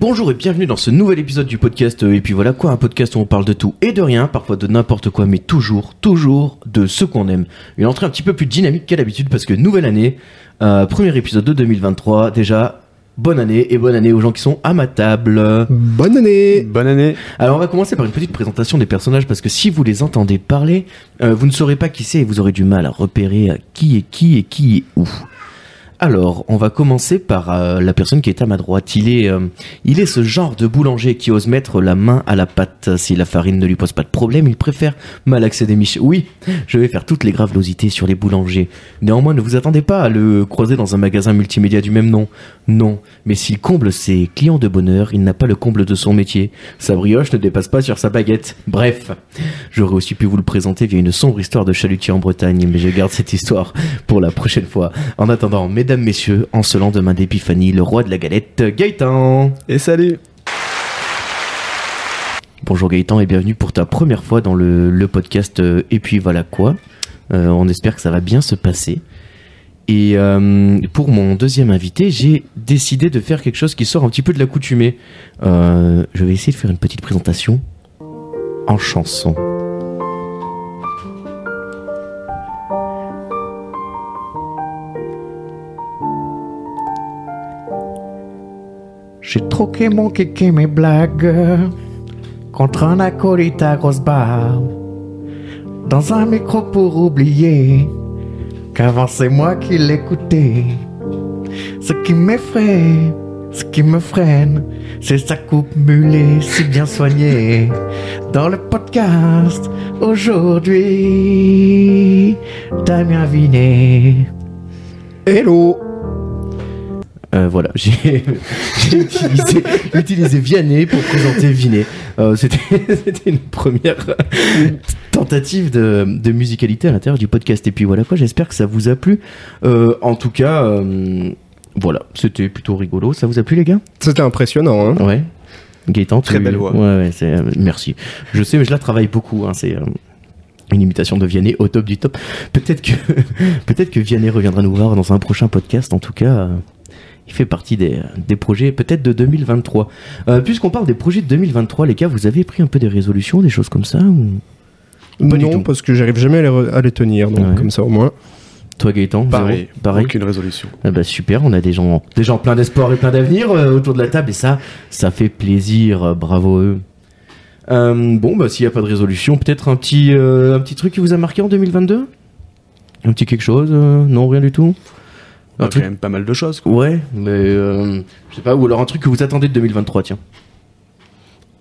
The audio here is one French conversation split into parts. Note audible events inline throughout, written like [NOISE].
Bonjour et bienvenue dans ce nouvel épisode du podcast. euh, Et puis voilà quoi, un podcast où on parle de tout et de rien, parfois de n'importe quoi, mais toujours, toujours de ce qu'on aime. Une entrée un petit peu plus dynamique qu'à l'habitude parce que nouvelle année, euh, premier épisode de 2023. Déjà, bonne année et bonne année aux gens qui sont à ma table. Bonne année Bonne année. Alors on va commencer par une petite présentation des personnages parce que si vous les entendez parler, euh, vous ne saurez pas qui c'est et vous aurez du mal à repérer euh, qui est qui et qui est où. Alors, on va commencer par euh, la personne qui est à ma droite. Il est, euh, il est ce genre de boulanger qui ose mettre la main à la pâte. Si la farine ne lui pose pas de problème, il préfère malaxer des miches. Oui, je vais faire toutes les gravelosités sur les boulangers. Néanmoins, ne vous attendez pas à le croiser dans un magasin multimédia du même nom. Non, mais s'il comble ses clients de bonheur, il n'a pas le comble de son métier. Sa brioche ne dépasse pas sur sa baguette. Bref, j'aurais aussi pu vous le présenter via une sombre histoire de chalutier en Bretagne, mais je garde cette histoire pour la prochaine fois. En attendant, mesdames, messieurs, en ce lendemain d'épiphanie, le roi de la galette, Gaëtan Et salut. Bonjour Gaëtan et bienvenue pour ta première fois dans le, le podcast euh, Et puis voilà quoi. Euh, on espère que ça va bien se passer. Et euh, pour mon deuxième invité, j'ai décidé de faire quelque chose qui sort un petit peu de l'accoutumée. Euh, je vais essayer de faire une petite présentation en chanson. J'ai troqué mon kéké, mes blagues, contre un acolyte à grosse barbe. Dans un micro pour oublier qu'avant c'est moi qui l'écoutais. Ce qui m'effraie, ce qui me freine, c'est sa coupe mulée si bien soignée. Dans le podcast, aujourd'hui, Damien Vinet. Hello Euh, voilà, [LAUGHS] j'ai j'ai utilisé, utilisé Vianney pour présenter Vinet. Euh, C'était [LAUGHS] c'était une première euh, tentative de, de musicalité à l'intérieur du podcast. Et puis voilà quoi, j'espère que ça vous a plu. Euh, en tout cas, euh, voilà, c'était plutôt rigolo. Ça vous a plu les gars C'était impressionnant, hein Ouais. Gaëtan, tu- Très belle voix. Ouais, ouais, c'est- euh, merci. Je sais, mais je la travaille beaucoup. hein, c'est euh, une imitation de Vianney au top du top. Peut-être que [LAUGHS] peut-être que Vianney reviendra nous voir dans un prochain podcast. En tout cas, euh, il fait partie des, euh, des projets peut-être de 2023. Euh, Puisqu'on parle des projets de 2023, les gars, vous avez pris un peu des résolutions, des choses comme ça ou- Pas du non, tout. parce que j'arrive jamais à les, re- à les tenir, donc Ouais. comme ça au moins. Toi, Gaëtan, Pareil. zéro pareil. Aucune résolution. Ah bah super, on a des gens, des gens pleins d'espoir et plein d'avenir euh, autour de la table et ça, ça fait plaisir. euh, bravo à eux. Euh, bon bah s'il n'y a pas de résolution, peut-être un petit, euh, un petit truc qui vous a marqué en 2022 Un petit quelque chose euh, Non, rien du tout. Un On a quand truc même pas mal de choses. quoi. Ouais, mais euh, je sais pas, ou alors un truc que vous attendez de 2023, tiens.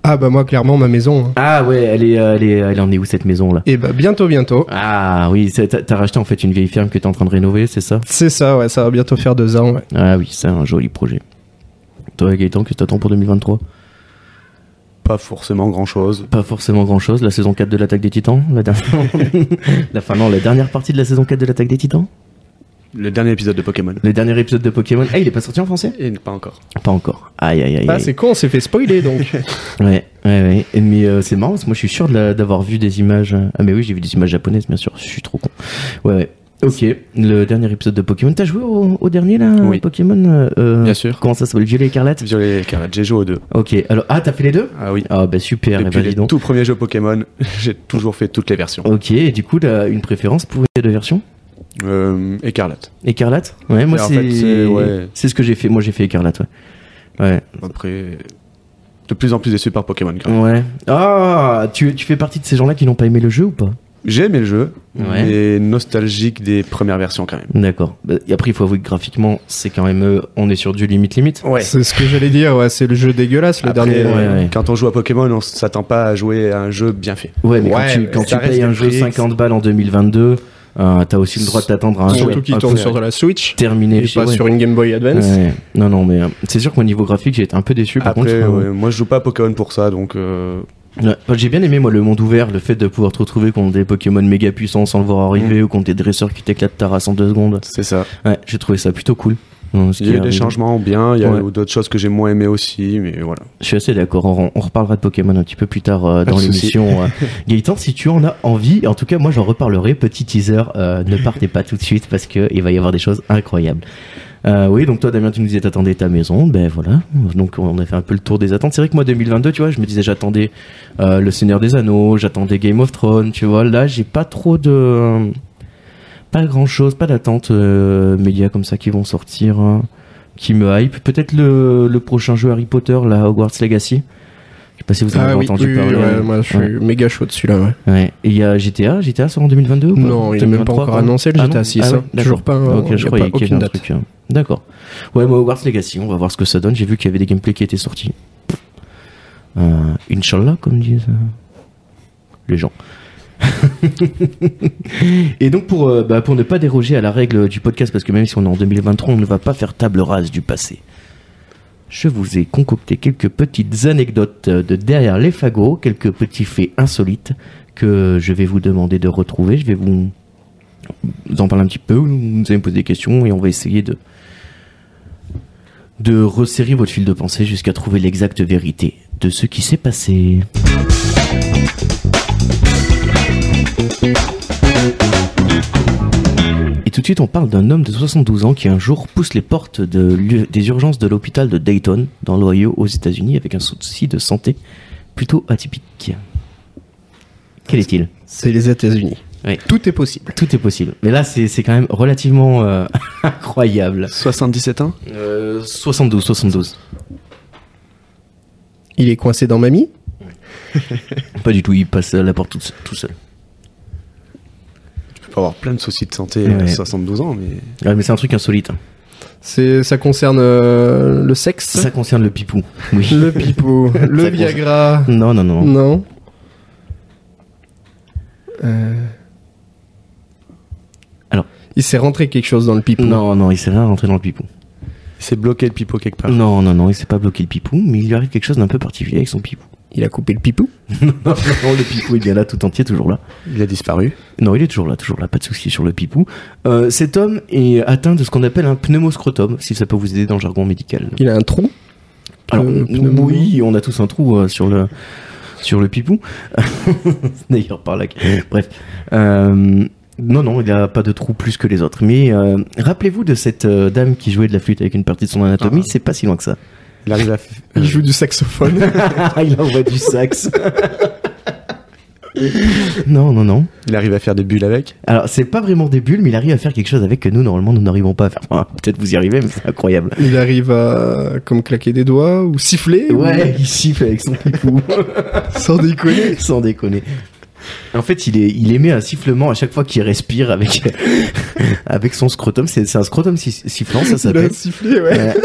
Ah bah moi, clairement, ma maison. hein. Ah ouais, elle est, euh, elle est, elle en est où cette maison là Et bah bientôt, bientôt. Ah oui, c'est- t'as t'as racheté en fait une vieille ferme que t'es en train de rénover, c'est ça C'est ça, ouais, ça va bientôt faire deux ans, ouais. Ah oui, c'est un joli projet. Toi Gaëtan, que t'attends pour 2023 Pas forcément grand chose. Pas forcément grand chose, la saison 4 de l'attaque des titans, la [LAUGHS] dernière... la, fin, non, la dernière partie de la saison 4 de l'attaque des titans, Le dernier épisode de Pokémon. le dernier épisode de Pokémon, ah il est pas sorti en français Et pas encore. Pas encore, aïe aïe aïe. Ah, aïe. c'est con, on s'est fait [LAUGHS] spoiler, donc. Ouais, ouais, ouais. Et Mais euh, c'est marrant parce que moi je suis sûr de la- d'avoir vu des images. euh, Ah mais oui j'ai vu des images japonaises bien sûr, je suis trop con. Ouais ouais. Ok, le dernier épisode de Pokémon, t'as joué au, au dernier là Oui. Pokémon euh, Bien sûr. Comment ça s'appelle Violet écarlate Violet et Scarlet, j'ai joué aux deux. Ok, alors ah t'as fait les deux Ah oui. Ah bah super, eh Depuis ben, dis les donc. tout premiers jeux Pokémon, [LAUGHS] j'ai toujours fait toutes les versions. Ok, et du coup t'as une préférence pour les deux versions Euh, écarlate. Écarlate Ouais, moi Et en c'est fait, c'est- ouais. c'est ce que j'ai fait. Moi j'ai fait écarlate, ouais. Ouais. Après, de plus en plus des super Pokémon. quand même. Ouais. Ah, tu, tu fais partie de ces gens-là qui n'ont pas aimé le jeu ou pas J'ai aimé le jeu, Ouais. mais nostalgique des premières versions quand même. D'accord. Bah, Et après, il faut avouer que graphiquement, c'est quand même. euh, on est sur du limite-limite. Ouais. C'est ce que j'allais dire, ouais, c'est le jeu dégueulasse, le Après, dernier. ouais. euh, Quand on joue à Pokémon, on s'attend pas à jouer à un jeu bien fait. Ouais, mais quand Ouais, tu, mais quand ça tu reste payes un le jeu prix, 50 balles en 2022, euh, t'as aussi le droit de t'attendre à un jeu Surtout qu'il un tourne peu sur de la Switch, terminé. et chez- pas ouais. sur une Game Boy Advance. Ouais. Non, non, mais euh, c'est sûr qu'au niveau graphique, j'ai été un peu déçu par Après, contre. euh, ouais, moi je joue pas à Pokémon pour ça, donc euh, Ouais, enfin, j'ai bien aimé moi le monde ouvert, le fait de pouvoir te retrouver contre des Pokémon méga puissants sans le voir arriver Mm. ou contre des dresseurs qui t'éclatent ta race en deux secondes. c'est ça. Ouais, j'ai trouvé ça plutôt cool. Euh, ce qui Il y a eu arrive. des changements bien, il y a Ouais. eu d'autres choses que j'ai moins aimé aussi, mais voilà. Je suis assez d'accord. On, on reparlera de Pokémon un petit peu plus tard euh, Pas dans de souci. [LAUGHS] l'émission. euh. Gaëtan, si tu en as envie, en tout cas, moi j'en reparlerai. Petit teaser, euh, ne partez pas tout de suite parce que il va y avoir des choses incroyables. Euh, oui, donc toi, Damien, tu nous disais t'attendais ta maison. Ben voilà. Donc on a fait un peu le tour des attentes. C'est vrai que moi, 2022, tu vois, je me disais j'attendais euh, Le Seigneur des Anneaux, j'attendais Game of Thrones, tu vois. Là, j'ai pas trop de. Pas grand chose, pas d'attente euh, médias comme ça qui vont sortir, hein, qui me hype. Peut-être le, le prochain jeu Harry Potter, là, Hogwarts Legacy. Je sais pas si vous en avez Ah oui, entendu oui, parler. ouais, moi je suis Ouais. méga chaud dessus là. Ouais. Ouais. Et il y a GTA, GTA sort en 2022 ou pas Non, il n'est même pas 2023, encore quoi. annoncé le Ah GTA non 6. Ah ouais, hein. Toujours pas. hein. Ok, Il y je a croyais pas qu'il y aucune avait un date. truc. hein. D'accord. Ouais, moi, Hogwarts Legacy, on va voir ce que ça donne. J'ai vu qu'il y avait des gameplays qui étaient sortis. Euh, Inch'Allah, comme disent euh, les gens. [LAUGHS] Et donc, pour, euh, bah, pour ne pas déroger à la règle du podcast, parce que même si on est en 2023, on ne va pas faire table rase du passé. Je vous ai concocté quelques petites anecdotes euh, de derrière les fagots, quelques petits faits insolites que je vais vous demander de retrouver. Je vais vous vous en parlez un petit peu, vous nous allez me poser des questions et on va essayer de de resserrer votre fil de pensée jusqu'à trouver l'exacte vérité de ce qui s'est passé. Et tout de suite, on parle d'un homme de 72 ans qui un jour pousse les portes de l'u- des urgences de l'hôpital de Dayton, dans l'Ohio, aux États-Unis, avec un souci de santé plutôt atypique. Quel est-il C'est les États-Unis. Ouais. Tout est possible. tout est possible. Mais là, c'est c'est quand même relativement euh, [LAUGHS] incroyable. 77 ans 72, 72. Il est coincé dans Mamie. Pas du tout, il passe à la porte tout, se- tout seul. Tu peux avoir plein de soucis de santé Ouais. à 72 ans, mais. Ouais, mais c'est un truc insolite. hein. C'est, ça concerne euh, le sexe, Ça concerne le pipou. Oui. le pipeau, le concerne- Viagra. Non, non, non. Non. Euh. Alors. Il s'est rentré quelque chose dans le pipeau. Non, non, il s'est rien rentré dans le pipou. C'est bloqué le pipeau quelque part. Non, non, non, il s'est pas bloqué le pipou, mais il lui arrive quelque chose d'un peu particulier avec son pipou. Il a coupé le pipou. Non, non, le pipou est bien là, tout entier, toujours là. Il a disparu. Non, il est toujours là, toujours là, pas de souci sur le pipou. Euh, cet homme est atteint de ce qu'on appelle un pneumoscrotum, si ça peut vous aider dans le jargon médical. Il a un trou. Alors, Euh, nous- pneumo- oui, on a tous un trou euh, sur le sur le pipou. [LAUGHS] C'est D'ailleurs, par là. que- Bref. Euh, non, non, il n'a pas de trou plus que les autres. Mais euh, rappelez-vous de cette euh, dame qui jouait de la flûte avec une partie de son anatomie. C'est pas si loin que ça. Il arrive à. Il joue du saxophone. [LAUGHS] il envoie du sax. [LAUGHS] non, non, non. euh, Il arrive à faire des bulles avec. Alors, c'est pas vraiment des bulles, mais il arrive à faire quelque chose avec que nous, normalement, nous n'arrivons pas à faire. Enfin, Peut-être vous y arrivez, mais c'est incroyable. Il arrive à comme claquer des doigts ou siffler. ou- Ouais, il siffle avec son [LAUGHS] pipou. Sans déconner. Sans déconner. En fait, il, est, il émet un sifflement à chaque fois qu'il respire avec, [LAUGHS] avec son scrotum. C'est c'est un scrotum si- sifflant, ça Il a s'appelle. sifflé, ouais. [LAUGHS]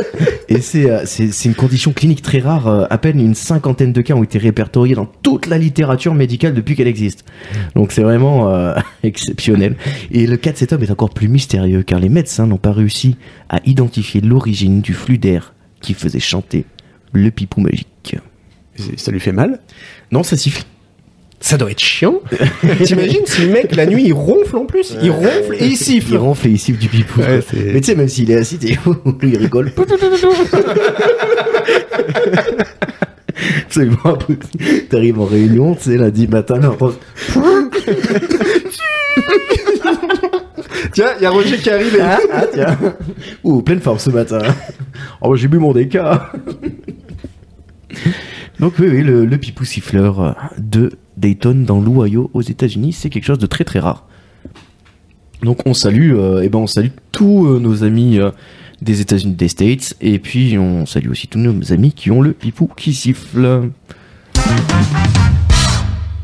Euh, Et c'est euh, c'est- c'est une condition clinique très rare. Euh, À peine une cinquantaine de cas ont été répertoriés dans toute la littérature médicale depuis qu'elle existe. Donc c'est vraiment euh, [LAUGHS] exceptionnel. Et le cas de cet homme est encore plus mystérieux car les médecins n'ont pas réussi à identifier l'origine du flux d'air qui faisait chanter le pipou magique. Et Ça lui fait mal. Non, ça siffle. Ça doit être [LAUGHS] chiant. T'imagines si le mec la nuit il ronfle en plus, il ronfle et il siffle. [LAUGHS] Il ronfle et il siffle du pipou. Ouais, c'est- mais tu sais, même s'il est assis, t'es- [LAUGHS] il rigole. [LAUGHS] Absolument impossible. T'arrives en réunion, tu sais, lundi matin, là, on- Tiens, il y a Roger qui arrive. [LAUGHS] ah, ah, tiens. Ouh, pleine forme ce matin. Oh, j'ai bu mon déca. [LAUGHS] Donc, oui, oui, le, le pipou siffleur de Dayton dans l'Ohio aux États-Unis, c'est quelque chose de très très rare. Donc, on salue, euh, eh ben, on salue tous euh, nos amis euh, des États-Unis, des States, et puis on salue aussi tous nos amis qui ont le pipou qui siffle.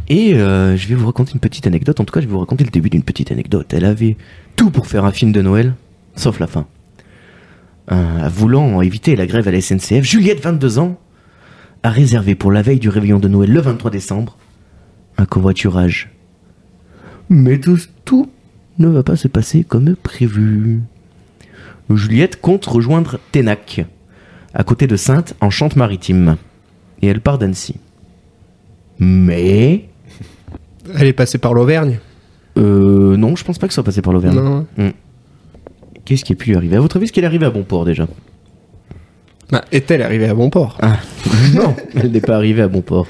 Et euh, je vais vous raconter une petite anecdote. En tout cas, je vais vous raconter le début d'une petite anecdote. Elle avait tout pour faire un film de Noël, sauf la fin. Euh, voulant éviter la grève à la SNCF, Juliette, 22 ans, a réservé pour la veille du réveillon de Noël le 23 décembre un covoiturage. Mais tout, tout ne va pas se passer comme prévu. Juliette compte rejoindre Ténac, à côté de Sainte, en Chante-Maritime. Et elle part d'Annecy. Mais... Elle est passée par l'Auvergne. Euh, non, je pense pas que ça soit passé par l'Auvergne. Hmm. Non. Qu'est-ce qui a pu lui arriver À votre avis, ce qui est arrivé à Bonport déjà Bah, est-elle arrivée à bon port Non, elle n'est pas arrivée à bon port.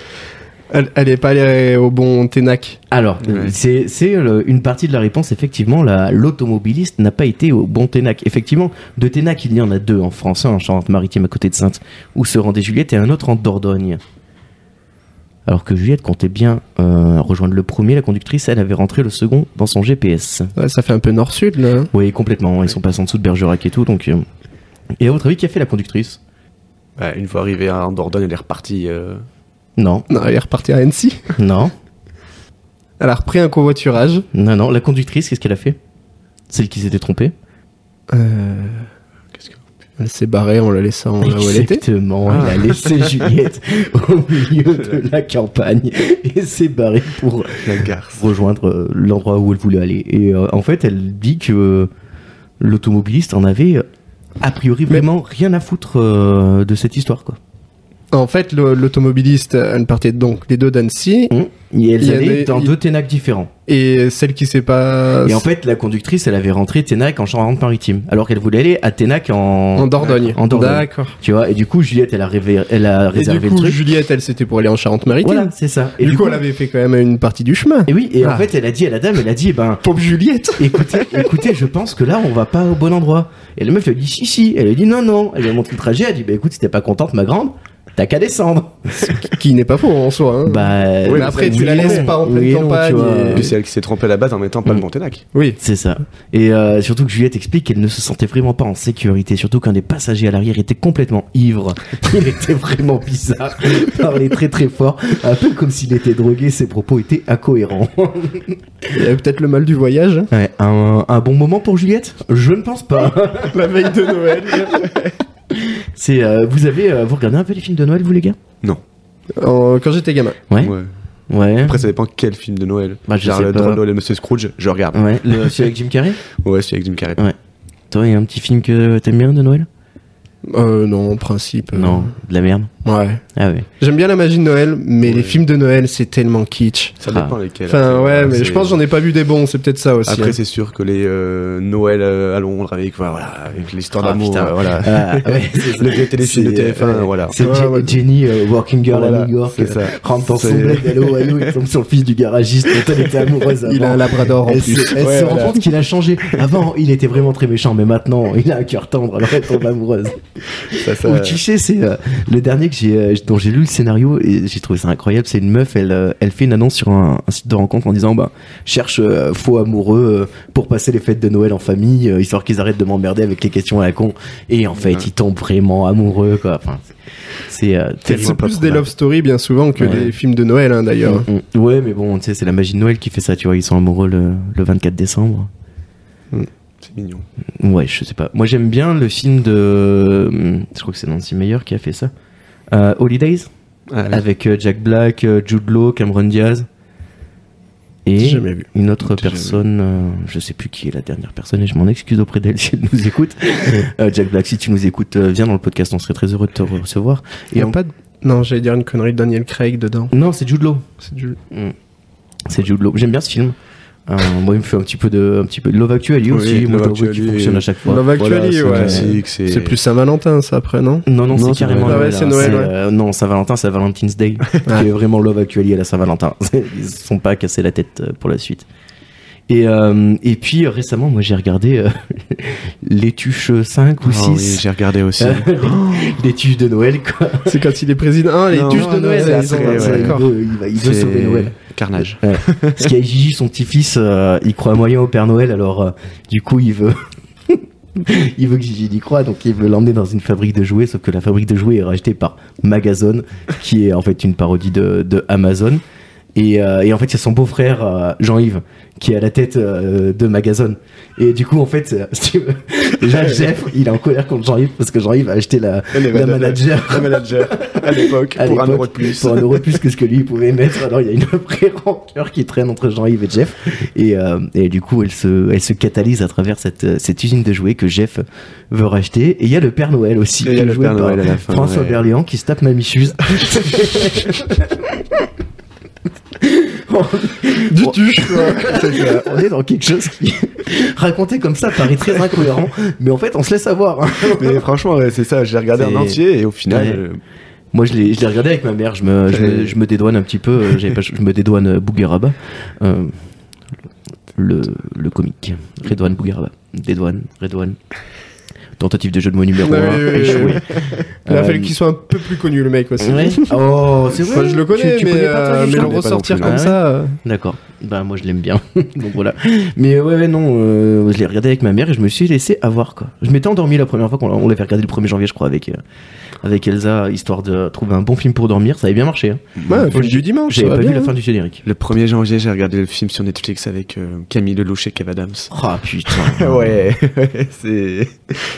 Elle, elle est pas allée euh, au bon Ténac. Alors, Ouais. c'est c'est, euh, une partie de la réponse. Effectivement, la- l'automobiliste n'a pas été au bon Ténac. Effectivement, de Ténac, il y en a deux en France, un en Charente-Maritime à côté de Sainte, où se rendait Juliette, et un autre en Dordogne. Alors que Juliette comptait bien euh, rejoindre le premier, la conductrice, elle avait rentré le second dans son GPS. Ouais, ça fait un peu nord-sud là. hein. Oui, complètement. Ils sont passés en dessous de Bergerac et tout, donc. euh. Et à votre avis, qui a fait la conductrice Bah, une fois arrivée en Dordogne, elle est repartie. euh, Non, Non, elle est repartie à Annecy. non, Elle a repris un covoiturage. non, non. La conductrice, qu'est-ce qu'elle a fait Celle qui s'était trompée Euh, Qu'est-ce que. elle s'est barrée en la laissant là où elle était. Ah. Exactement, il a [LAUGHS] laissé Juliette au milieu de la campagne et s'est barrée pour La garce. rejoindre euh, l'endroit où elle voulait aller. Et euh, en fait, elle dit que euh, l'automobiliste en avait euh, a priori vraiment rien à foutre euh, de cette histoire. Quoi. En fait, le- l'automobiliste, elle partait donc les deux d'Annecy Et Hmm. Il elles y allaient avait- dans il- deux Ténacs différents. et celle qui s'est pas. Et en fait, la conductrice, elle avait rentré Ténac en Charente-Maritime, alors qu'elle voulait aller à Ténac en... en Dordogne. En Dordogne. D'accord. Tu vois, et du coup, Juliette, elle a, rêvé, elle a Et du réservé coup, le truc. Juliette, elle s'était pour aller en Charente-Maritime. Voilà, c'est ça. Et du, coup, elle avait fait quand même une partie du chemin. Et bah- oui, et en Ah. fait, elle a dit à la dame, elle a dit, eh ben, Pauvre Juliette écoutez, écoutez, je pense que là, on va pas au bon endroit. Et la meuf, elle a dit, si, si. Elle a dit, non, non. Elle lui a montré le trajet, elle a dit, bah écoute, si t'es pas contente, ma grande, t'as qu'à descendre. Qui n'est pas faux en soi. hein. Bah, mais après, tu la oui, laisses non. pas en pleine Oui, non, tu campagne euh, vois. et- Puis c'est elle qui s'est trompée à la base en mettant pas le bon ténac. Oui. C'est ça. Et euh, surtout que Juliette explique qu'elle ne se sentait vraiment pas en sécurité, surtout qu'un des passagers à l'arrière était complètement ivre. [LAUGHS] Il était vraiment bizarre, il parlait très très fort, un peu comme s'il était drogué, ses propos étaient incohérents. Il y avait peut-être le mal [LAUGHS] du voyage. hein. Ouais, un, un bon moment pour Juliette Je ne pense pas. La veille de Noël. C'est euh, vous avez euh, vous regardez un peu les films de Noël vous les gars En- Quand j'étais gamin. Ouais. Ouais. Après, ça dépend quel film de Noël. Bah, je Genre sais le pas. drôle de Noël et Monsieur Scrooge, je regarde. Ouais, le, celui avec Jim Carrey Ouais, c'est avec Jim Carrey. Toi, il y a un petit film que t'aimes bien de Noël Euh, non, en principe. euh, Non, de la merde. Ouais. Ah ouais. J'aime bien la magie de Noël, mais Ouais. les films de Noël, c'est tellement kitsch. Ça Ah. dépend lesquels. Enfin, ouais, mais C'est- je pense que j'en ai pas vu des bons, c'est peut-être ça aussi. Après, hein. c'est sûr que les euh, Noël euh, à Londres avec voilà, avec l'histoire Ah, d'amour, putain. euh, voilà. Ah, [LAUGHS] ouais. Le vieux téléfilm de C'est, euh, TF1, voilà. C'est Ouais, Je- ouais. Jenny, euh, working girl Voilà, à New York, c'est euh, ça. rentre dans son C'est- bled, hello, hello, il tombe sur le fils du garagiste dont elle était [LAUGHS] amoureuse avant. Il a un labrador en elle plus. se, elle Ouais, se voilà. rend compte qu'il a changé. Avant, il était vraiment très méchant, mais maintenant, il a un cœur tendre, alors elle tombe amoureuse. Ça, ça- Ou cliché, c'est euh, le dernier que j'ai, euh, dont j'ai lu le scénario et j'ai trouvé ça incroyable. C'est une meuf, elle, euh, elle fait une annonce sur un, un site de rencontre en disant bah, cherche euh, faux amoureux euh, pour passer les fêtes de Noël en famille, euh, histoire qu'ils arrêtent de m'emmerder avec les questions à la con. Et en fait, Ouais. ils tombent vraiment amoureux, quoi. Enfin, c'est euh, C'est tellement pas plus des probable. love stories bien souvent que Ouais. des films de Noël, hein, d'ailleurs. Mm, mm. Ouais, mais bon, tu sais, c'est la magie de Noël qui fait ça, tu vois. Ils sont amoureux le, le 24 décembre. c'est mignon. Ouais, je sais pas. Moi, j'aime bien le film de. hum, Je crois que c'est Nancy Meyer qui a fait ça. Euh, Holidays Ah avec euh, Jack Black, euh, Jude Law, Cameron Diaz J'ai et jamais vu. une autre J'ai jamais personne, euh, je sais plus qui est la dernière personne et je m'en excuse auprès d'elle [LAUGHS] si elle nous écoute. Euh, Jack Black, si tu nous écoutes, euh, viens dans le podcast, on serait très heureux de te re- recevoir. Il y a en- pas de- Non, j'allais dire une connerie de Daniel Craig dedans. Non, c'est Jude Law. C'est du... C'est Jude Law. J'aime bien ce film. Euh, moi, il me fait un petit peu de, un petit peu de Love Actually Oui, aussi. Moi, je dois Love avouer qu'il Actually. fonctionne à chaque fois. Love Voilà, Actually, c'est ouais. classique, c'est C'est plus Saint-Valentin, ça, après, non [LAUGHS] Non, non, Non, c'est c'est carrément Noël. Noël. Ah ouais, hein. c'est Noël, ouais. euh, non, Saint-Valentin, c'est Valentine's Day. Ah. qui est vraiment Love Actually à la Saint-Valentin. [LAUGHS] Ils se sont pas cassés la tête euh, pour la suite. Et, euh, et puis euh, récemment, moi j'ai regardé euh, [LAUGHS] les tuches 5 ou Ah oui, 6. j'ai regardé aussi. Euh, [LAUGHS] les, les tuches de Noël, quoi. C'est quand il est président. Ah, les Non, tuches de non, Noël, là, c'est après, ils ont- ouais. c'est il d'accord. veut, il va- il veut C'est sauver Noël. Carnage. Parce qu'il y a Gigi, son petit-fils, euh, il croit moyen au Père Noël, alors euh, du coup il veut. [LAUGHS] il veut que Gigi y croit, donc il veut l'emmener dans une fabrique de jouets, sauf que la fabrique de jouets est rachetée par Magazone, qui est en fait une parodie de, de Amazon. Et, euh, et en fait, il y a son beau-frère, euh, Jean-Yves, qui est à la tête euh, de Magazone. Et du coup, en fait, euh, si tu veux, [LAUGHS] déjà, Jeff, il est en colère contre Jean-Yves parce que Jean-Yves a acheté la, Elle est la malade. manager Un manager [LAUGHS] à l'époque à pour un l'époque, euro de plus. Pour un euro de plus que ce que lui pouvait mettre. Alors il y a une vraie [LAUGHS] rancœur qui traîne entre Jean-Yves et Jeff. Et, euh, et du coup, elle se, elle se catalyse à travers cette, euh, cette usine de jouets que Jeff veut racheter. Et il y a le Père Noël aussi. Et il y a qui est le joué Père par Noël à la fin, François ouais. Berléand qui se tape ma [LAUGHS] michuse. Du tuche, Euh, on est dans quelque chose qui, [LAUGHS] raconté comme ça, paraît très incohérent. Mais en fait, on se laisse avoir. hein. Mais franchement, ouais, c'est ça. J'ai regardé C'est- en entier et au final, Ouais. euh, Moi, je l'ai je l'ai regardé avec ma mère. Je me, je me, je me dédouane un petit peu. euh, j'avais pas- je me dédouane euh, Bougueraba. Euh, le, le comique. Redouane Bougueraba. Dédouane, Redouane. Tentative de jeu de mots numéro Ouais, 1. ouais, ouais, ouais. hein. Il a Euh, fallu qu'il soit un peu plus connu, le mec aussi. Oh, c'est Enfin, vrai. je le connais, Tu- tu mais, connais pas, toi, euh, Julien mais le connais pas ressortir non plus. comme Ah ouais ça. euh, D'accord. Bah moi je l'aime [LAUGHS] bien. Donc voilà. Mais euh, ouais, ouais non, euh, je l'ai regardé avec ma mère et je me suis laissé avoir quoi. Je m'étais endormi la première fois qu'on l'a- on l'avait regardé le 1er janvier je crois avec euh, avec Elsa histoire de trouver un bon film pour dormir, ça avait bien marché. hein. Ouais, film du dimanche. J'avais ça pas va vu bien, la hein. fin du générique. Le 1er janvier, j'ai regardé le film sur Netflix avec euh, Camille Lelouch et Kev Adams. [LAUGHS] Ah putain. [LAUGHS] ouais, c'est.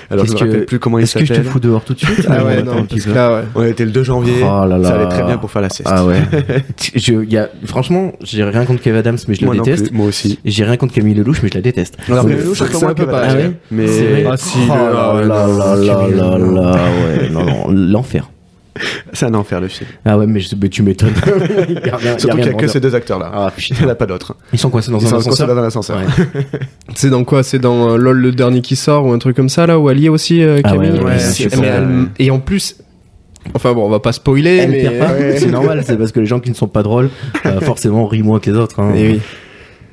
Alors je Qu'est-ce me que- rappelle plus comment il Est-ce que je te s'appelle. fous dehors tout de suite Ah On ouais, attend un non, petit parce que peu. là, ouais. On était le 2 janvier. Oh là là. Ça allait très bien pour faire la sieste. Ah ouais. [LAUGHS] je, il y a, franchement, j'ai rien contre Kev Adams mais je moi le non déteste. plus, moi aussi. Et J'ai rien contre Camille Lelouch mais je la déteste. Alors, Lelouch, c'est comment un on peut peu pas, pareil, ah ouais C'est Mais vrai. Ah, si, oh le- là ouais, là non, là là Camille là Lelouch. là, ouais, non, non, l'enfer. c'est un enfer le film. Ah ouais, mais, je- mais tu m'étonnes. [LAUGHS] Il y a rien- Surtout il y a rien qu'il de n'y a que vendeur. ces deux acteurs-là. Ah, il n'y en a pas d'autres. Ils sont coincés dans Ils un sont ascenseur. conservés dans l'ascenseur. Ouais. C'est dans quoi C'est dans euh, LOL le dernier qui sort ou un truc comme ça là où elle y est aussi euh, Ah Camille ouais, ouais, Mais c'est c'est- ça, mais ouais. elle- Et en plus, enfin bon, on va pas spoiler, Elle mais perd pas. Ouais. C'est normal, c'est parce que les gens qui ne sont pas drôles, euh, forcément, rient moins que les autres. hein. Et oui.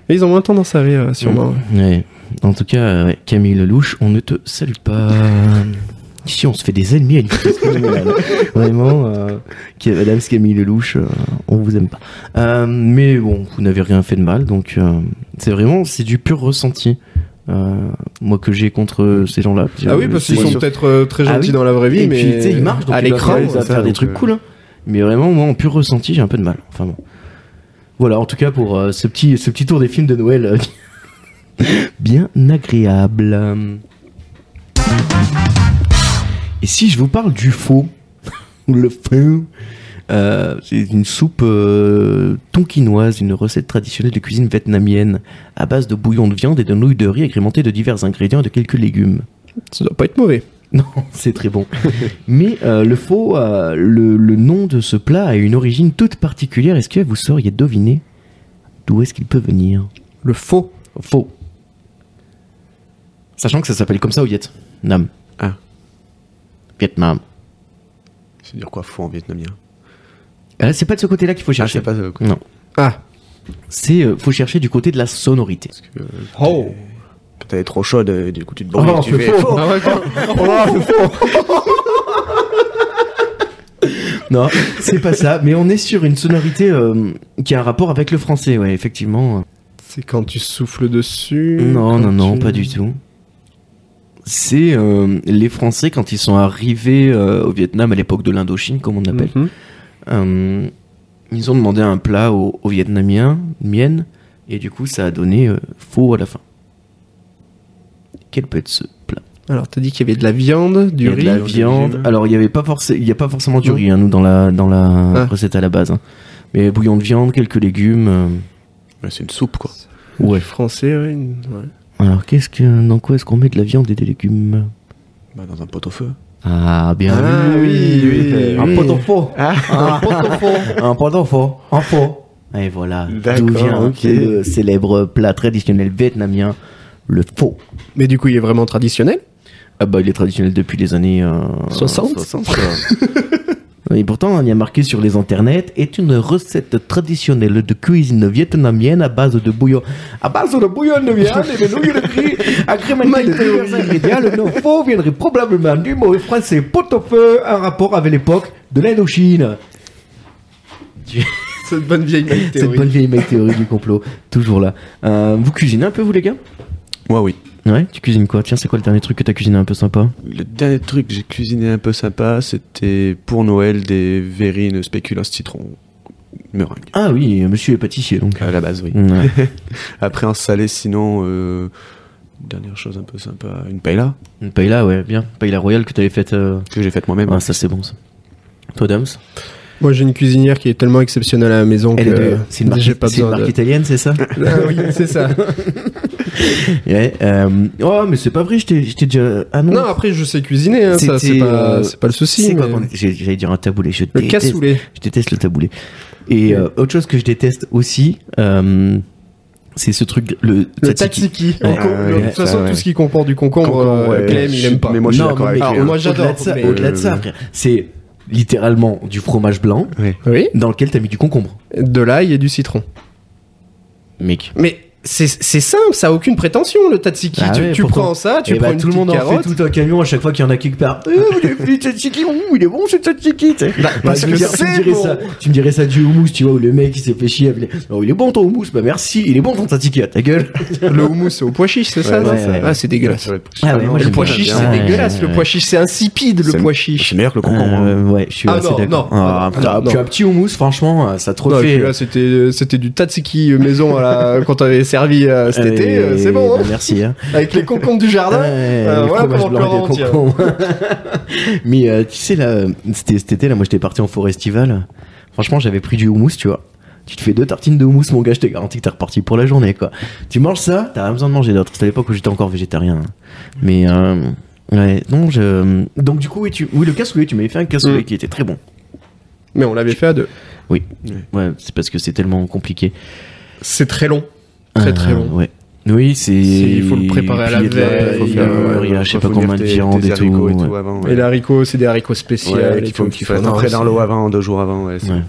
Mais ils ont moins tendance à rire euh, sûrement. Mm. Ouais. En tout cas, euh, ouais, Camille Lelouch, on ne te salue pas. [LAUGHS] Si on se fait des ennemis à une vitesse [LAUGHS] phénoménale. Vraiment, euh, qui- Madame Camille Lelouch, euh, on vous aime pas. Euh, mais bon, vous n'avez rien fait de mal, donc euh, c'est vraiment, c'est du pur ressenti. euh, moi que j'ai contre ces gens-là. Ah oui, parce qu'ils C'est- sont peut-être euh, très Ah gentils oui. dans la vraie vie, et mais puis tu sais, ils marchent donc à ils doivent l'écran. faire- ils doivent c'est faire ça, des donc, trucs euh, cool. hein. Mais vraiment, moi, en pur ressenti, j'ai un peu de mal. Enfin bon. Voilà, en tout cas pour euh, ce petit ce petit tour des films de Noël euh, [LAUGHS] bien agréable. Et si je vous parle du faux, [LAUGHS] le faux, euh, c'est une soupe euh, tonkinoise, une recette traditionnelle de cuisine vietnamienne à base de bouillon de viande et de nouilles de riz agrémentées de divers ingrédients et de quelques légumes. Ça doit pas être mauvais. Non, [LAUGHS] c'est très bon. Mais euh, le faux, euh, le, le nom de ce plat a une origine toute particulière. Est-ce que vous sauriez deviner d'où est-ce qu'il peut venir Le faux. Faux. Sachant que ça s'appelle comme ça au Vietnam. Ah. Vietnam. C'est dire quoi faux en vietnamien Euh, c'est pas de ce côté-là qu'il faut Ah, chercher. c'est pas euh, Non. Ah. C'est euh, faut chercher du côté de la sonorité. Oh. Quand elle est trop chaude, euh, du coup tu te Oh, brûles. tu c'est fais faux. Ah faux. Non, [LAUGHS] c'est pas ça. Mais on est sur une sonorité euh, qui a un rapport avec le français, ouais, effectivement. C'est quand tu souffles dessus. Non, quand non, non, tu- pas du tout. C'est euh, les Français quand ils sont arrivés euh, au Vietnam à l'époque de l'Indochine, comme on appelle. Mhm. euh, ils ont demandé un plat aux, aux Vietnamiens, mienne, et du coup ça a donné euh, faux à la fin. Quel peut être ce plat Alors t'as dit qu'il y avait de la viande, du Il y a riz. de la viande. Alors il y avait pas forcément, il y a pas forcément du Non. riz hein, nous dans la dans la Ah. recette à la base. hein. Mais bouillon de viande, quelques légumes. euh, Ouais, C'est une soupe quoi. Ouais. Français, ouais. une- ouais. Alors qu'est-ce que dans quoi est-ce qu'on met de la viande et des légumes Bah, dans un pot au feu. Ah bien Ah vu. oui, oui, oui. Un pot au faux. Un pot au faux. Un pot au faux. Un faux. Et voilà. D'accord, D'où vient ok. le célèbre plat traditionnel vietnamien, le faux. Mais du coup, il est vraiment traditionnel. Ah bah il est traditionnel depuis les années euh, 60. quoi. Et pourtant, il y a marqué sur les internets est une recette traditionnelle de cuisine vietnamienne à base de bouillon, à base de bouillon de viande et de nouilles de riz, agrémentées de divers ingrédients. Le nom faux viendrait probablement du mot français pot-au-feu, en rapport avec l'époque de l'Indochine. Cette bonne vieille Cette bonne vieille mec théorie du complot, toujours là. Euh, vous cuisinez un peu, vous les gars Moi oui. Ouais, tu cuisines quoi Tiens, c'est quoi le dernier truc que t'as cuisiné un peu sympa Le dernier truc que j'ai cuisiné un peu sympa, c'était pour Noël des verrines spéculoos citron meringue. Ah oui, monsieur est pâtissier donc. À la base, oui. Ouais. Après un salé, sinon, euh, dernière chose un peu sympa, une paella [LAUGHS] Une paella, ouais, bien. Paella royale que t'avais faite. euh, que j'ai faite moi-même. Ah, ça c'est bon ça. Toi, Dams Moi, j'ai une cuisinière qui est tellement exceptionnelle à la maison Elle que est de- euh, C'est une marque, [LAUGHS] j'ai pas c'est une besoin marque de. italienne, c'est ça Ah oui, [LAUGHS] c'est ça. Ouais. euh, Oh, mais c'est pas vrai, je t'ai je t'ai déjà. Ah non. Non, après, je sais cuisiner, hein, ça, c'est C'était, pas, euh, c'est pas le souci. C'est quoi mais- qu'on- j'ai- J'allais dire un taboulé. Je Le déteste- cassoulet. Je déteste le taboulé. Et euh, autre chose que je déteste aussi, euh, c'est ce truc. Le, Le tzatziki. tatiki. Ouais, Le con- ouais, le- De ouais, toute façon, ça, ouais. tout ce qui comporte du concombre, Concombre, euh, ouais. Clem, il aime pas. Mais moi, je suis Non, d'accord mais avec mec, lui, hein. moi, j'adore. Au-delà de ça, Au-delà de ça, mais- frère, c'est littéralement du fromage blanc Oui. dans lequel t'as mis du concombre. De l'ail et du citron. Mec. Mais c'est c'est simple, ça a aucune prétention le tatsiki. Ah tu ouais, tu pourtant. prends ça, tu Et prends bah, une tout le monde petite en [LAUGHS] carotte. fait tout un camion à chaque fois qu'il y en a quelque part. Euh, vous avez fait du tzatziki, ouh, il est bon ce tzatziki. tu sais. Bah, Bah, parce je veux que dire, tu, me c'est dirais bon. ça, tu me dirais ça du houmous, tu vois, où le mec il s'est fait chier. avec les- Oh, il est bon ton houmous, bah merci, il est bon ton tzatziki à ta gueule. Le houmous, c'est au pois chiche, c'est ça ouais, non ouais, Ah, c'est dégueulasse. Ah ouais, moi, le j'aime pois bien. chiche, Ah, c'est ouais, dégueulasse. ouais, Le pois chiche, c'est insipide, le C'est- poids chiche. meilleur que le Euh, ouais, je suis Ah assez non, d'accord. non, Ah, non, putain, non. puis un petit houmous, franchement, euh, ça te Non, et refait. puis là, c'était euh, c'était du tatsiki maison à [LAUGHS] la- quand on avait servi euh, cet Euh, été. euh, C'est bon, bah, hein merci. hein. avec les concombres du jardin. Ouais, euh, Ah, le voilà fromage comment blanc Florent et des tient. concombres. [LAUGHS] Mais euh, tu sais, là, euh, c'était cet été, là, moi j'étais parti en forestival. Franchement, j'avais pris du houmous, tu vois. Tu te fais deux tartines de houmous, mon gars, je te garantis que t'es reparti pour la journée, quoi. Tu manges ça, t'as rien besoin de manger d'autres. C'était à l'époque où j'étais encore végétarien. hein. Mais, euh, ouais, non, je. Donc, du coup, oui, tu... oui le cassoulet, tu m'avais fait un cassoulet Mm. qui était très bon. Mais on l'avait fait à deux. Ouais, c'est parce que c'est tellement compliqué. C'est très long. Très très Euh, long. ouais. Oui, c'est. C'est- il faut le préparer à la Puis il y a de veille, faut faire, euh, il y a je sais pas combien de viande et tout. ouais. Et l'haricot, c'est des haricots spéciaux. Ouais, et qu'il faut tout. qu'il fasse Non, entrer c'est- dans l'eau avant, deux jours avant. Ouais, c'est- Ouais.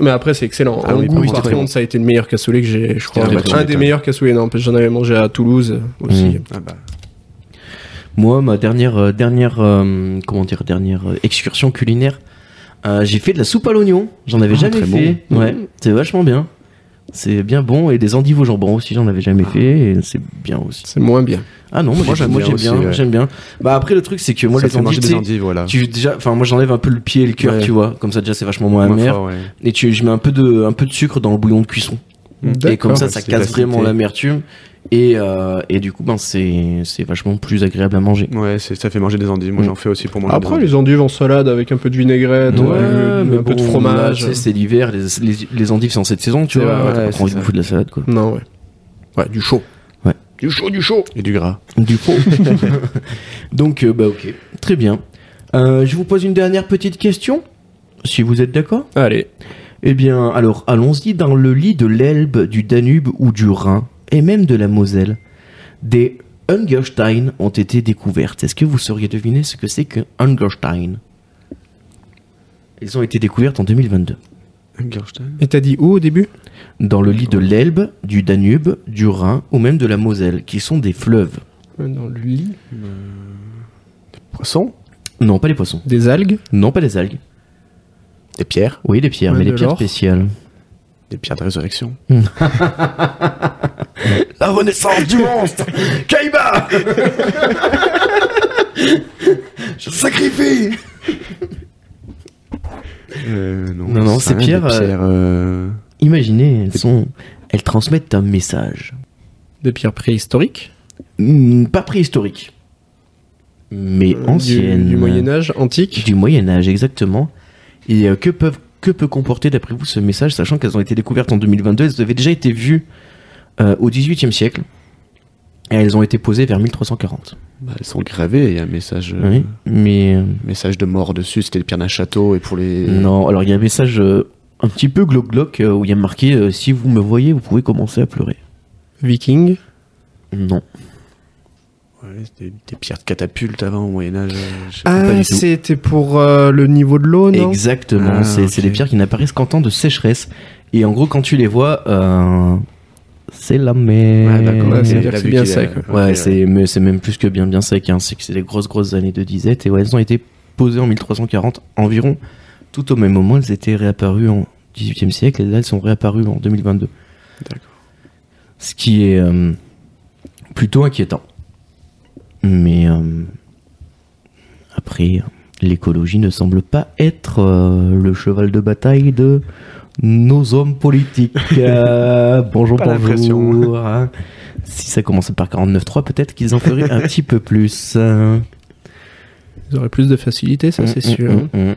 Mais après, c'est excellent. Ah en oui, goût, par contre, par c'est très contre, ça a été le meilleur cassoulet que j'ai, je crois. Ah, bah, tu un des m'étonnes. meilleurs cassoulets, non, parce que j'en avais mangé à Toulouse euh, aussi. Mm. Ah bah, Moi, ma dernière, euh, dernière, euh, comment dire, dernière euh, excursion culinaire, euh, j'ai fait de la soupe à l'oignon. J'en avais Ah, jamais très Mm. fait. bon. Ouais, Mmh. c'est vachement bien. C'est bien bon et des endives au jambon aussi, j'en avais jamais fait et c'est bien aussi. C'est moins bien. Ah non, moi, Ah. Moi, j'ai- j'aime moi bien j'aime aussi, bien, ouais. j'aime bien. Bah après le truc c'est que moi ça les fait manger endives, des tu sais, endives, voilà. tu déjà, enfin moi j'enlève un peu le pied et le cœur, Ouais. tu vois, comme ça déjà c'est vachement moins Moins amer. fort, ouais. Et tu, je mets un peu de, un peu de sucre dans le bouillon de cuisson. Et comme ça, ouais, ça c'est casse l'acidité. vraiment l'amertume. Et, euh, et du coup, ben, c'est c'est vachement plus agréable à manger. Ouais, c'est- ça fait manger des endives. Moi, Mm. j'en fais aussi pour manger. Après, des les endives en salade avec un peu de vinaigrette, Ouais, euh, un mais peu de bon, fromage. là, tu sais, c'est l'hiver, les, les, les endives c'est en cette saison, tu C'est vois. vrai, Ouais, ouais, t'as c'est pas envie de ça. foutre de la salade, quoi. Non, ouais. Ouais, du chaud. Ouais. Du chaud, du chaud. endives. Et du gras. Du [LAUGHS] coup. Donc, euh, bah, ok. Très bien. Euh, je vous pose une dernière petite question, si vous êtes d'accord. Allez. Eh bien, alors, allons-y dans le lit de l'Elbe, du Danube ou du Rhin, et même de la Moselle. Des Hungerstein ont été découvertes. Est-ce que vous sauriez deviner ce que c'est qu'un Hungerstein Elles ont été découvertes en 2022. Gerstein. Et t'as dit où au début Dans le lit de l'Elbe, du Danube, du Rhin ou même de la Moselle, qui sont des fleuves. Dans le lit. Poisson. Non, pas les poissons. Des algues Non, pas les algues. Des pierres. Oui, les pierres, Ouais, mais les de pierres l'or. spéciales. Des pierres de résurrection. La renaissance du [LAUGHS] monstre Kaiba Je sacrifie Euh, Non, non, ça sert ces à rien, pierres, Des pierres. euh, Imaginez, elles sont, elles transmettent un message. Des pierres préhistoriques Hmm, pas préhistorique, mais euh, ancienne. Du, Moyen Âge, antique. Du Moyen Âge, exactement. Et euh, que peuvent que peut comporter d'après vous ce message, sachant qu'elles ont été découvertes en 2022, elles avaient déjà été vues euh, au XVIIIe siècle. Et elles ont été posées vers 1340. bah, elles sont gravées. Il y a un message. euh, Oui, mais euh, Message de mort dessus. C'était les pierres d'un château. Et pour les. non. Alors il y a un message euh, un petit peu glauque glauque euh, où il y a marqué euh, si vous me voyez, vous pouvez commencer à pleurer. Viking. Non. Ouais, c'était des pierres de catapulte avant au Moyen Âge. euh, je sais pas. du Ah, tout. c'était pour euh, le niveau de l'eau, non Exactement, Ah, c'est c'est ok. des pierres qui n'apparaissent qu'en temps de sécheresse. Et en gros, quand tu les vois, euh, c'est la mer. Ouais, d'accord. Ouais, c'est Ouais, bien- la c'est vue bien qu'il euh, a- sec, ouais. ok, c'est mais c'est même plus que bien bien sec. Hein. C'est que c'est des grosses grosses années de disette. Et ouais, elles ont été posées en 1340 environ. Tout au même moment, elles étaient réapparues en 18e siècle. Et là, elles sont réapparues en 2022. D'accord. Ce qui est euh, plutôt inquiétant. Mais euh, après, l'écologie ne semble pas être euh, le cheval de bataille de nos hommes [LAUGHS] politiques. Euh, bonjour, Pas bonjour. hein. Si ça commençait par 49.3, peut-être qu'ils en feraient [LAUGHS] un petit peu plus. euh. Ils auraient plus de facilité, ça, c'est Mm, mm, sûr. hein. mm, mm.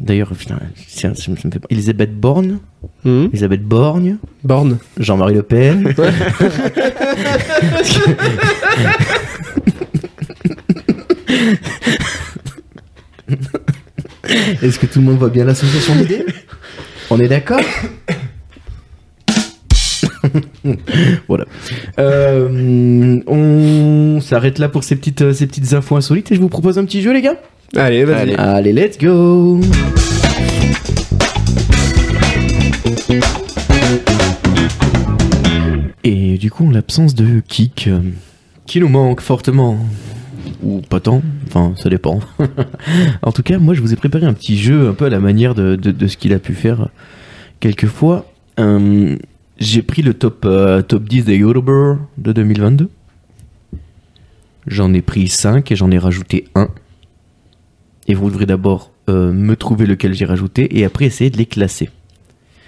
D'ailleurs, putain, c'est- ça me ça me fait pas- Elisabeth Borne, Hmm Elisabeth Borgne, Borne. Jean-Marie Le Pen. [LAUGHS] Est-ce que tout le monde voit bien l'association d'idées On est d'accord [COUGHS] Voilà. Euh, on s'arrête là pour ces petites, ces petites infos insolites et je vous propose un petit jeu, les gars. Allez, vas-y. Allez. Allez, let's go Et du coup, en l'absence de kick, euh, qui nous manque fortement ou pas tant, enfin ça dépend. [LAUGHS] en tout cas, moi je vous ai préparé un petit jeu un peu à la manière de, de- de ce qu'il a pu faire quelquefois. Euh, J'ai pris le top, euh, top 10 des Youtubers de 2022. J'en ai pris 5 et j'en ai rajouté un et vous devrez d'abord euh, me trouver lequel j'ai rajouté et après essayer de les classer.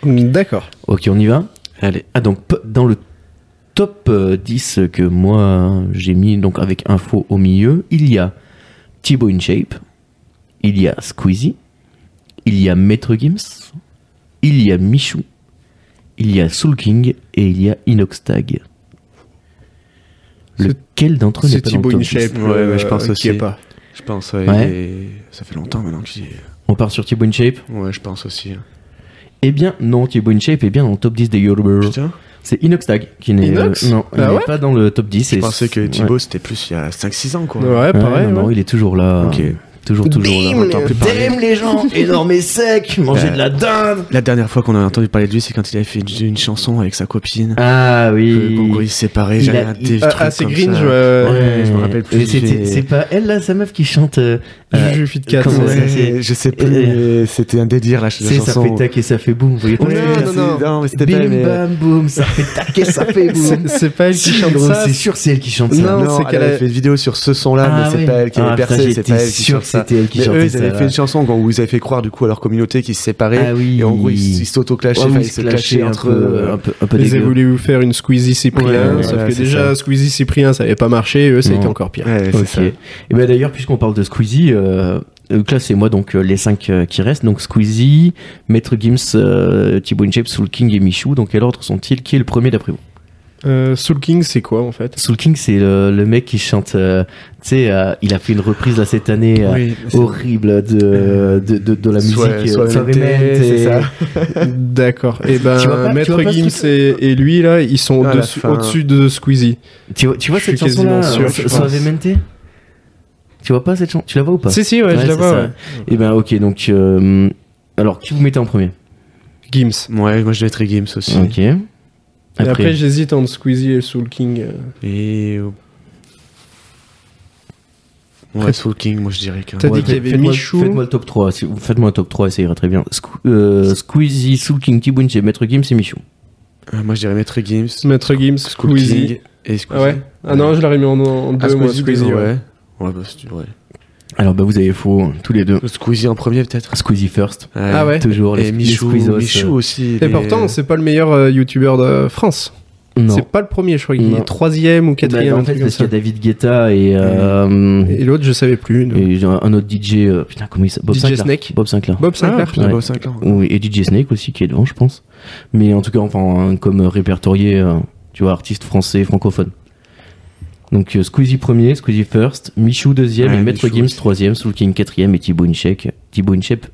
Hmm, D'accord. Ok, on y va Allez. Ah, donc p- dans le top euh, 10 que moi euh, j'ai mis, donc avec info au milieu, il y a Thibaut InShape, il y a Squeezie, il y a Maître Gims, il y a Michou, il y a Soul King et il y a Inoxtag. C'est- Lequel d'entre eux n'est C'est pas dans le Thibaut top 10? InShape. Ouais, ouais, je pense euh, Qui aussi. est pas. Je pense, ouais. Ouais. il est- Ça fait longtemps maintenant qu'il y est. On part sur Thibaut InShape Ouais, je pense aussi. hein. Eh bien non, Thibaut InShape est bien dans le top 10 des Youtubers. Putain, C'est Inox Tag qui n'est Inox euh, non, Ah il n'est ouais pas dans le top 10. je et- pensais que ouais. Thibaut c'était plus il y a 5-6 ans quoi. Ouais, Ouais, pareil. non, non, il est toujours là. Ok. Toujours, toujours là. Bim, on entend plus parler. les [LAUGHS] gens. Énorme et sec, manger Euh. de la dinde. La dernière fois qu'on a entendu parler de lui, c'est quand il avait fait une, une chanson avec sa copine. Ah Que, qu'en gros, oui. ils se séparaient, Il j'avais a- un des Ah, trucs ah, c'est comme Green, ça. je, euh, Ouais, je me rappelle plus. Et c'était- j'ai- C'est pas elle là, sa meuf qui chante. euh, euh, Juju Fit Cat. comment Ouais, ça, c'est- je sais plus, mais c'était un délire la, la c'est ça chanson. fait tac et ça fait boum. Vous voyez pas Ouais, ce que je veux non, dire non, non, mais c'était pas Bim mais- euh, bam boum, ça fait tac et [LAUGHS] ça fait boum. [LAUGHS] C'est- C'est pas elle qui Si, chante gros, ça. C'est sûr, c'est elle qui chante ça. Non, Non, c'est elle qu'elle avait a- fait une vidéo sur ce son-là, Ah mais c'est ouais. pas elle qui Ah, avait ça, percé, c'est j'étais pas elle qui sûr chante que ça. c'était elle qui Mais chantait eux, ils avaient ça, fait ouais. une chanson en gros, où ils avaient fait croire du coup à leur communauté qu'ils se séparaient. Ah oui. Et en gros, ils ils s'auto-clashaient, Ouais, enfin, mais Oh ils se euh, se clasher clashaient entre eux. euh. un peu, un peu Ils dégueu. avaient voulu vous faire une Squeezie Cyprien. Ouais, ça voilà, fait c'est déjà Squeezie Cyprien, ça avait pas marché. Eux, ça a été Non. encore pire. Ouais, c'est Ok. ça. Et ben d'ailleurs, puisqu'on parle de Squeezie, euh, euh, classez-moi donc euh, les 5 qui restent. Donc Squeezie, Maître Gims, euh, Thibaut InShape, Soul King et Michou. Dans quel ordre sont-ils Qui est le premier d'après vous Euh, Soul King, c'est quoi [LAUGHS] en fait Soul King, c'est le, le mec qui chante. euh, tu sais, euh, il a fait une reprise là cette année. euh, Oui, c'est- Horrible de, de, de, de la musique. Soi- euh, Soi- Suavemente, c'est et- ça. D'accord. Et ben, Tu vois pas- tu Maître vois pas ce Gims truc- et, et lui, là, ils sont Ah, la au-dessus- fin. au-dessus de Squeezie. Tu vois, tu vois Je cette suis chanson là quasiment sûr, je pense. Suavemente Tu vois pas cette chanson Tu la vois ou pas Si, si, ouais, je la c'est vois. ça. ouais. Et ben ok, donc. euh, alors, qui vous mettez en premier Gims. Ouais, moi je devais être Gims aussi. Ok. Et après, j'hésite entre Squeezie et Soul King. euh. Et. euh, Ouais, Soul King, moi je dirais qu'un. T'as dit Ouais, qu'il y avait faites-moi- Michou. Faites-moi le top 3. si vous- Faites-moi le top 3 et ça ira très bien. Sque- euh, Squeezie, Soul King, T-Boone, j'ai Maître Gims et Michou. Euh, Moi je dirais Maître Gims, Maître Gims, Soul Squeezie. King et Squeezie. Ah ouais Ah non, je l'aurais mis en, en deux, Ah, moi, Squeezie, Squeezie. ouais. ouais. ouais. bah c'est ouais. Alors, bah, vous avez faux, tous les deux. Squeezie en premier peut-être. Squeezie first. Ah ouais Toujours les, Et Michou, les Squeezos. Michou aussi. Et pourtant, c'est pas le meilleur euh, youtubeur de France. Non. C'est pas le premier, je crois qu'il Non. est troisième ou Bah, quatrième. en un fait, truc parce qu'il y a comme ça. David Guetta et, euh, Et l'autre, je savais plus. donc. et j'ai un autre DJ. euh, putain, comment il s'appelle Bob DJ Sinclair. Snake. Bob Sinclair. Bob Sinclair. Ah, putain. Ouais. Bob Sinclair. Oui, et DJ Snake aussi qui est devant, je pense. Mais en tout cas, enfin, hein, comme euh, répertorié, euh, tu vois, artiste français francophone. Donc euh, Squeezie premier, Squeezie first, Michou deuxième, Ouais, et Maître Michou Gims aussi. troisième, Soul King quatrième et Thibaut Inchep, Thibaut Inchep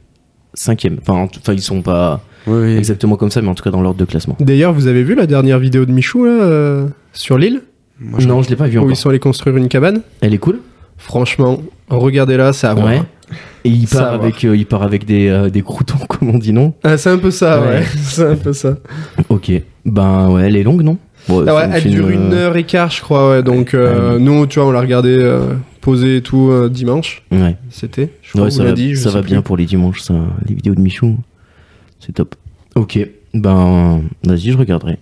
cinquième. Enfin, en tout- enfin, ils sont pas Oui, oui. exactement comme ça, mais en tout cas dans l'ordre de classement. D'ailleurs, vous avez vu la dernière vidéo de Michou là, euh, sur l'île Moi, je- non, je l'ai pas vu où encore. Oh, ils sont allés construire une cabane Elle est cool. Franchement, regardez-la, ça va. Ouais. Et il Ah, Ça part va. avec, euh, il part avec des euh, des croutons, [LAUGHS] comme on dit non Ah, c'est un peu ça, ouais. [LAUGHS] Ouais. c'est un peu ça. Ok. Ben ouais, elle est longue, non Bon, Ah ouais, c'est un elle film, dure euh, Ah une heure et quart, je crois. Ouais. Donc, euh, nous, tu vois, on l'a regardé euh, posé et tout euh, dimanche. Ouais. C'était. Je Ouais, crois ça va, ça va bien bien pour les dimanches, ça. Les vidéos de Michou, c'est top. Ok, ben vas-y, je regarderai.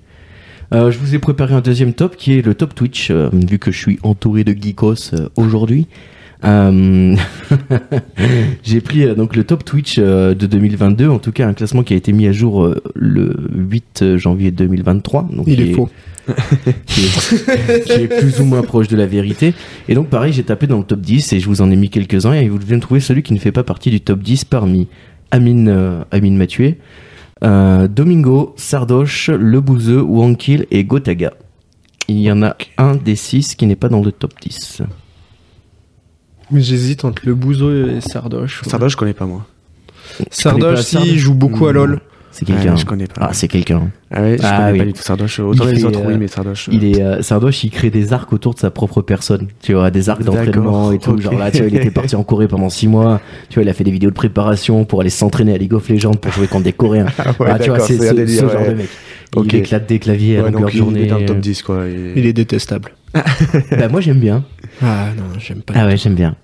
Euh, je vous ai préparé un deuxième top qui est le top Twitch, euh, vu que je suis entouré de geekos euh, aujourd'hui. Euh, [LAUGHS] J'ai pris euh, donc le top Twitch euh, de 2022, en tout cas un classement qui a été mis à jour euh, le 8 janvier 2023. Donc Il qui est faux. qui est, qui est plus ou moins proche de la vérité. Et donc pareil, j'ai tapé dans le top 10 et je vous en ai mis quelques-uns et vous devez me trouver celui qui ne fait pas partie du top 10 parmi Amine, euh, Amine Mathieu, euh, Domingo, Sardoche, Le Bouzeux, Wankil et Gotaga. Il y en a un des six qui n'est pas dans le top 10. Mais j'hésite entre le bouzo et Sardoche. ouais. Sardoche, je connais pas moi. connais Sardoche, hmm. pas si, Sardoche il joue beaucoup à Mmh. LoL. C'est quelqu'un. Ouais, je connais pas. Ah, c'est quelqu'un. Ah ouais, je Ah connais oui. pas du tout Sardoche. Autant Il les fait, autres, euh, oui, mais Sardoche. euh, Il [LAUGHS] est euh, Sardoche, il crée des arcs autour de sa propre personne. Tu vois, des arcs d'entraînement D'accord, et tout. ok. Genre là, tu vois, il était parti en Corée pendant 6 mois. Tu vois, il a fait des vidéos de préparation pour aller s'entraîner à League of Legends pour jouer contre des Coréens. Ah ouais, Ah, tu vois, d'accord, c'est c'est un ce, délire, ce genre ouais. de mec. Il Ok. éclate des claviers à ouais, longueur donc de il journée. euh, est dans le top 10, quoi. et- Il est détestable. Bah, moi, j'aime bien. Ah non, j'aime pas. Ah ouais, j'aime bien.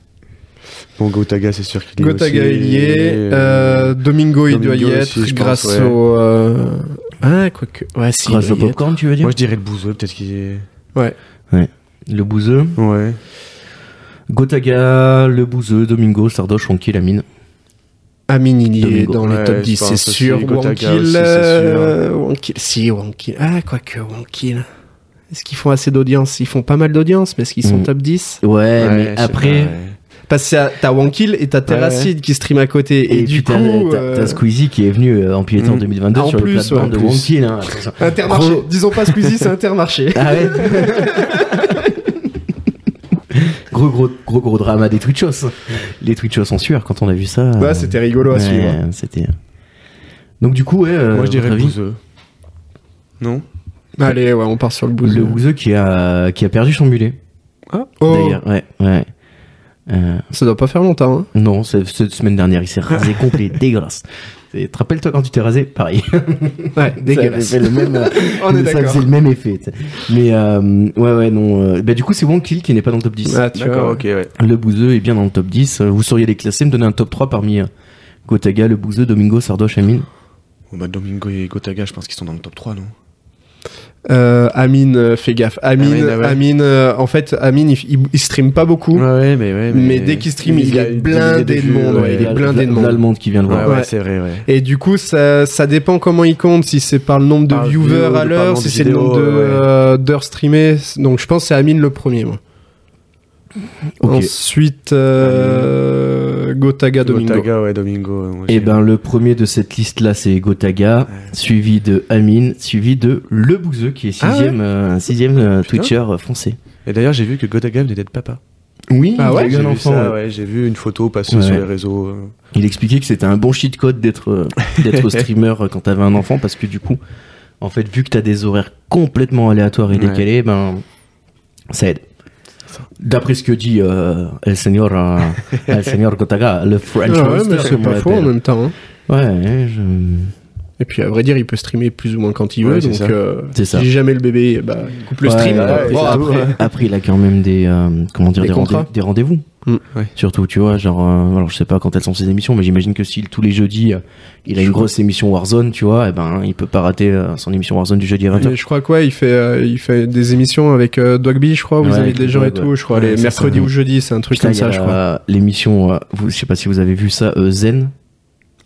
Bon, Gotaga, c'est sûr qu'il est. Gotaga aussi. il y est, euh, Domingo il doit y Domingo être aussi, je pense, grâce ouais. au. euh, Ah, quoique. Ouais, si. Grâce il au doit y être. popcorn, tu veux dire Moi, je dirais le bouseux, peut-être qu'il est. Ouais. Le bouseux. Ouais. Gotaga, le bouseux, Domingo, Sardoche, Honky, la mine. Amine il y Domingo. est dans Ouais, le top je 10, pense c'est aussi. sûr. Gotaga Wankil. aussi, c'est euh, Wankil. Si, Wankil. Ah, quoique, Wankil. Est-ce qu'ils font assez d'audience Ils font pas mal d'audience, mais est-ce qu'ils sont Mm. Hmm. top 10 Ouais, Ouais, mais je sais après. pas, ouais. Parce que t'as Wankil et t'as Terracid qui stream à côté. Et, Et, du puis coup. t'as- t'as euh, t'as Squeezie qui est venu euh, en piétant en Mm. 2022 Ah, en sur le plus, plateforme ouais, en de plus. Wonky. Là. Attention. Intermarché. Gros- Disons pas Squeezie, [LAUGHS] c'est Intermarché. Ah ouais [LAUGHS] Gros gros gros gros drama des Twitchos. Les Twitchos en sueur quand on a vu ça. euh, Bah, c'était rigolo à ouais, suivre. C'était. Donc du coup, ouais, euh, Moi, je dirais votre le avis bouseux. Non Bah, Allez, ouais, on part sur le bout. le bouseux qui a qui a perdu son mulet. Ah, Oh, D'ailleurs, ouais, ouais. Euh, ça doit pas faire longtemps. [LAUGHS] hein. non, c'est- cette semaine dernière, [LAUGHS] il s'est rasé complet, dégueulasse. Et Te rappelles-toi quand tu t'es rasé Pareil. Ouais, Ça dégueulasse. avait fait le même, [LAUGHS] euh, On est ça d'accord. faisait le même effet. tu sais. Mais euh, ouais, ouais, non. euh, bah, du coup, c'est Wonkill qui n'est pas dans le top 10. Ah, tu vois, D'accord, ouais. ok, ouais. Le bouseux est bien dans le top 10. Euh, Vous sauriez les classer, me donner un top 3 parmi euh, Gotaga, le bouseux, Domingo, Sardoche, Amine. Bon, bah, Domingo et Gotaga, je pense qu'ils sont dans le top 3, non Euh, Amine, euh, fais gaffe. Amine, Amine, ah ouais. Amine, euh, en fait, Amine, il, il- il stream pas beaucoup. ouais, mais ouais. Mais dès qu'il stream, il, est blindé de monde. ouais, Et il est là, blindé de là, le monde. monde qui vient le Ouais, voir. ouais, Ouais. c'est vrai, ouais. Et du coup, ça, ça dépend comment il compte, si c'est par le nombre de Par vidéo, viewers par à le l'heure, nombre si de c'est le nombre de, vidéos, ouais. euh, d'heures streamées. Donc je pense que c'est Amine le premier. Moi. Ok. Ensuite, euh, Gotaga Domingo. Gotaga, ouais, Domingo. ouais, moi, Et j'ai- ben, le premier de cette liste-là, c'est Gotaga, suivi de Amine, suivi de Le Bouseux, qui est Ah ouais sixième, euh, sixième euh, Putain. Twitcher euh, français. Et d'ailleurs, j'ai vu que Gotaga venait d'être papa. Oui, Ah ouais il a eu J'ai un vu enfant. euh, ça, ouais. ouais, j'ai vu une photo passer Ouais. sur les réseaux. euh. Il expliquait que c'était un bon cheat code d'être [LAUGHS] euh, d'être streamer euh, quand t'avais un enfant, parce que du coup, en fait, vu que t'as des horaires complètement aléatoires et Ouais. décalés, ben, ça aide. D'après ce que dit euh, El Señor, [LAUGHS] euh, El Señor Gotaga, le Ah French ouais, Roaster, mais c'est comme on pas faux en l'appelle. même temps. hein. Ouais, je- Et puis à vrai dire, il peut streamer plus ou moins quand il Ouais, veut. c'est donc ça. euh, C'est ça. si jamais le bébé, bah, il coupe le Ouais, stream. ouais, euh, ouais, bon, c'est tout, après, ouais. Après, il a quand même des, euh, comment dire, Des des, rendez- contrats. des rendez-vous. Mm. Ouais. Surtout, tu vois, genre, euh, alors je sais pas quand elles sont ses émissions, mais j'imagine que si tous les jeudis, euh, il a une grosse émission Warzone, tu vois, et ben, il peut pas rater euh, son émission Warzone du jeudi à 20h. Mais je crois que ouais, il fait, euh, il fait des émissions avec euh, Dogby, je crois, où Ouais, ils invitent avec des gens Dog, et tout, je crois, Ouais, les c'est mercredis ça. ou jeudis, c'est un truc Putain, comme ça, il y je a crois. L'émission, euh, vous- je sais pas si vous avez vu ça, euh, Zen,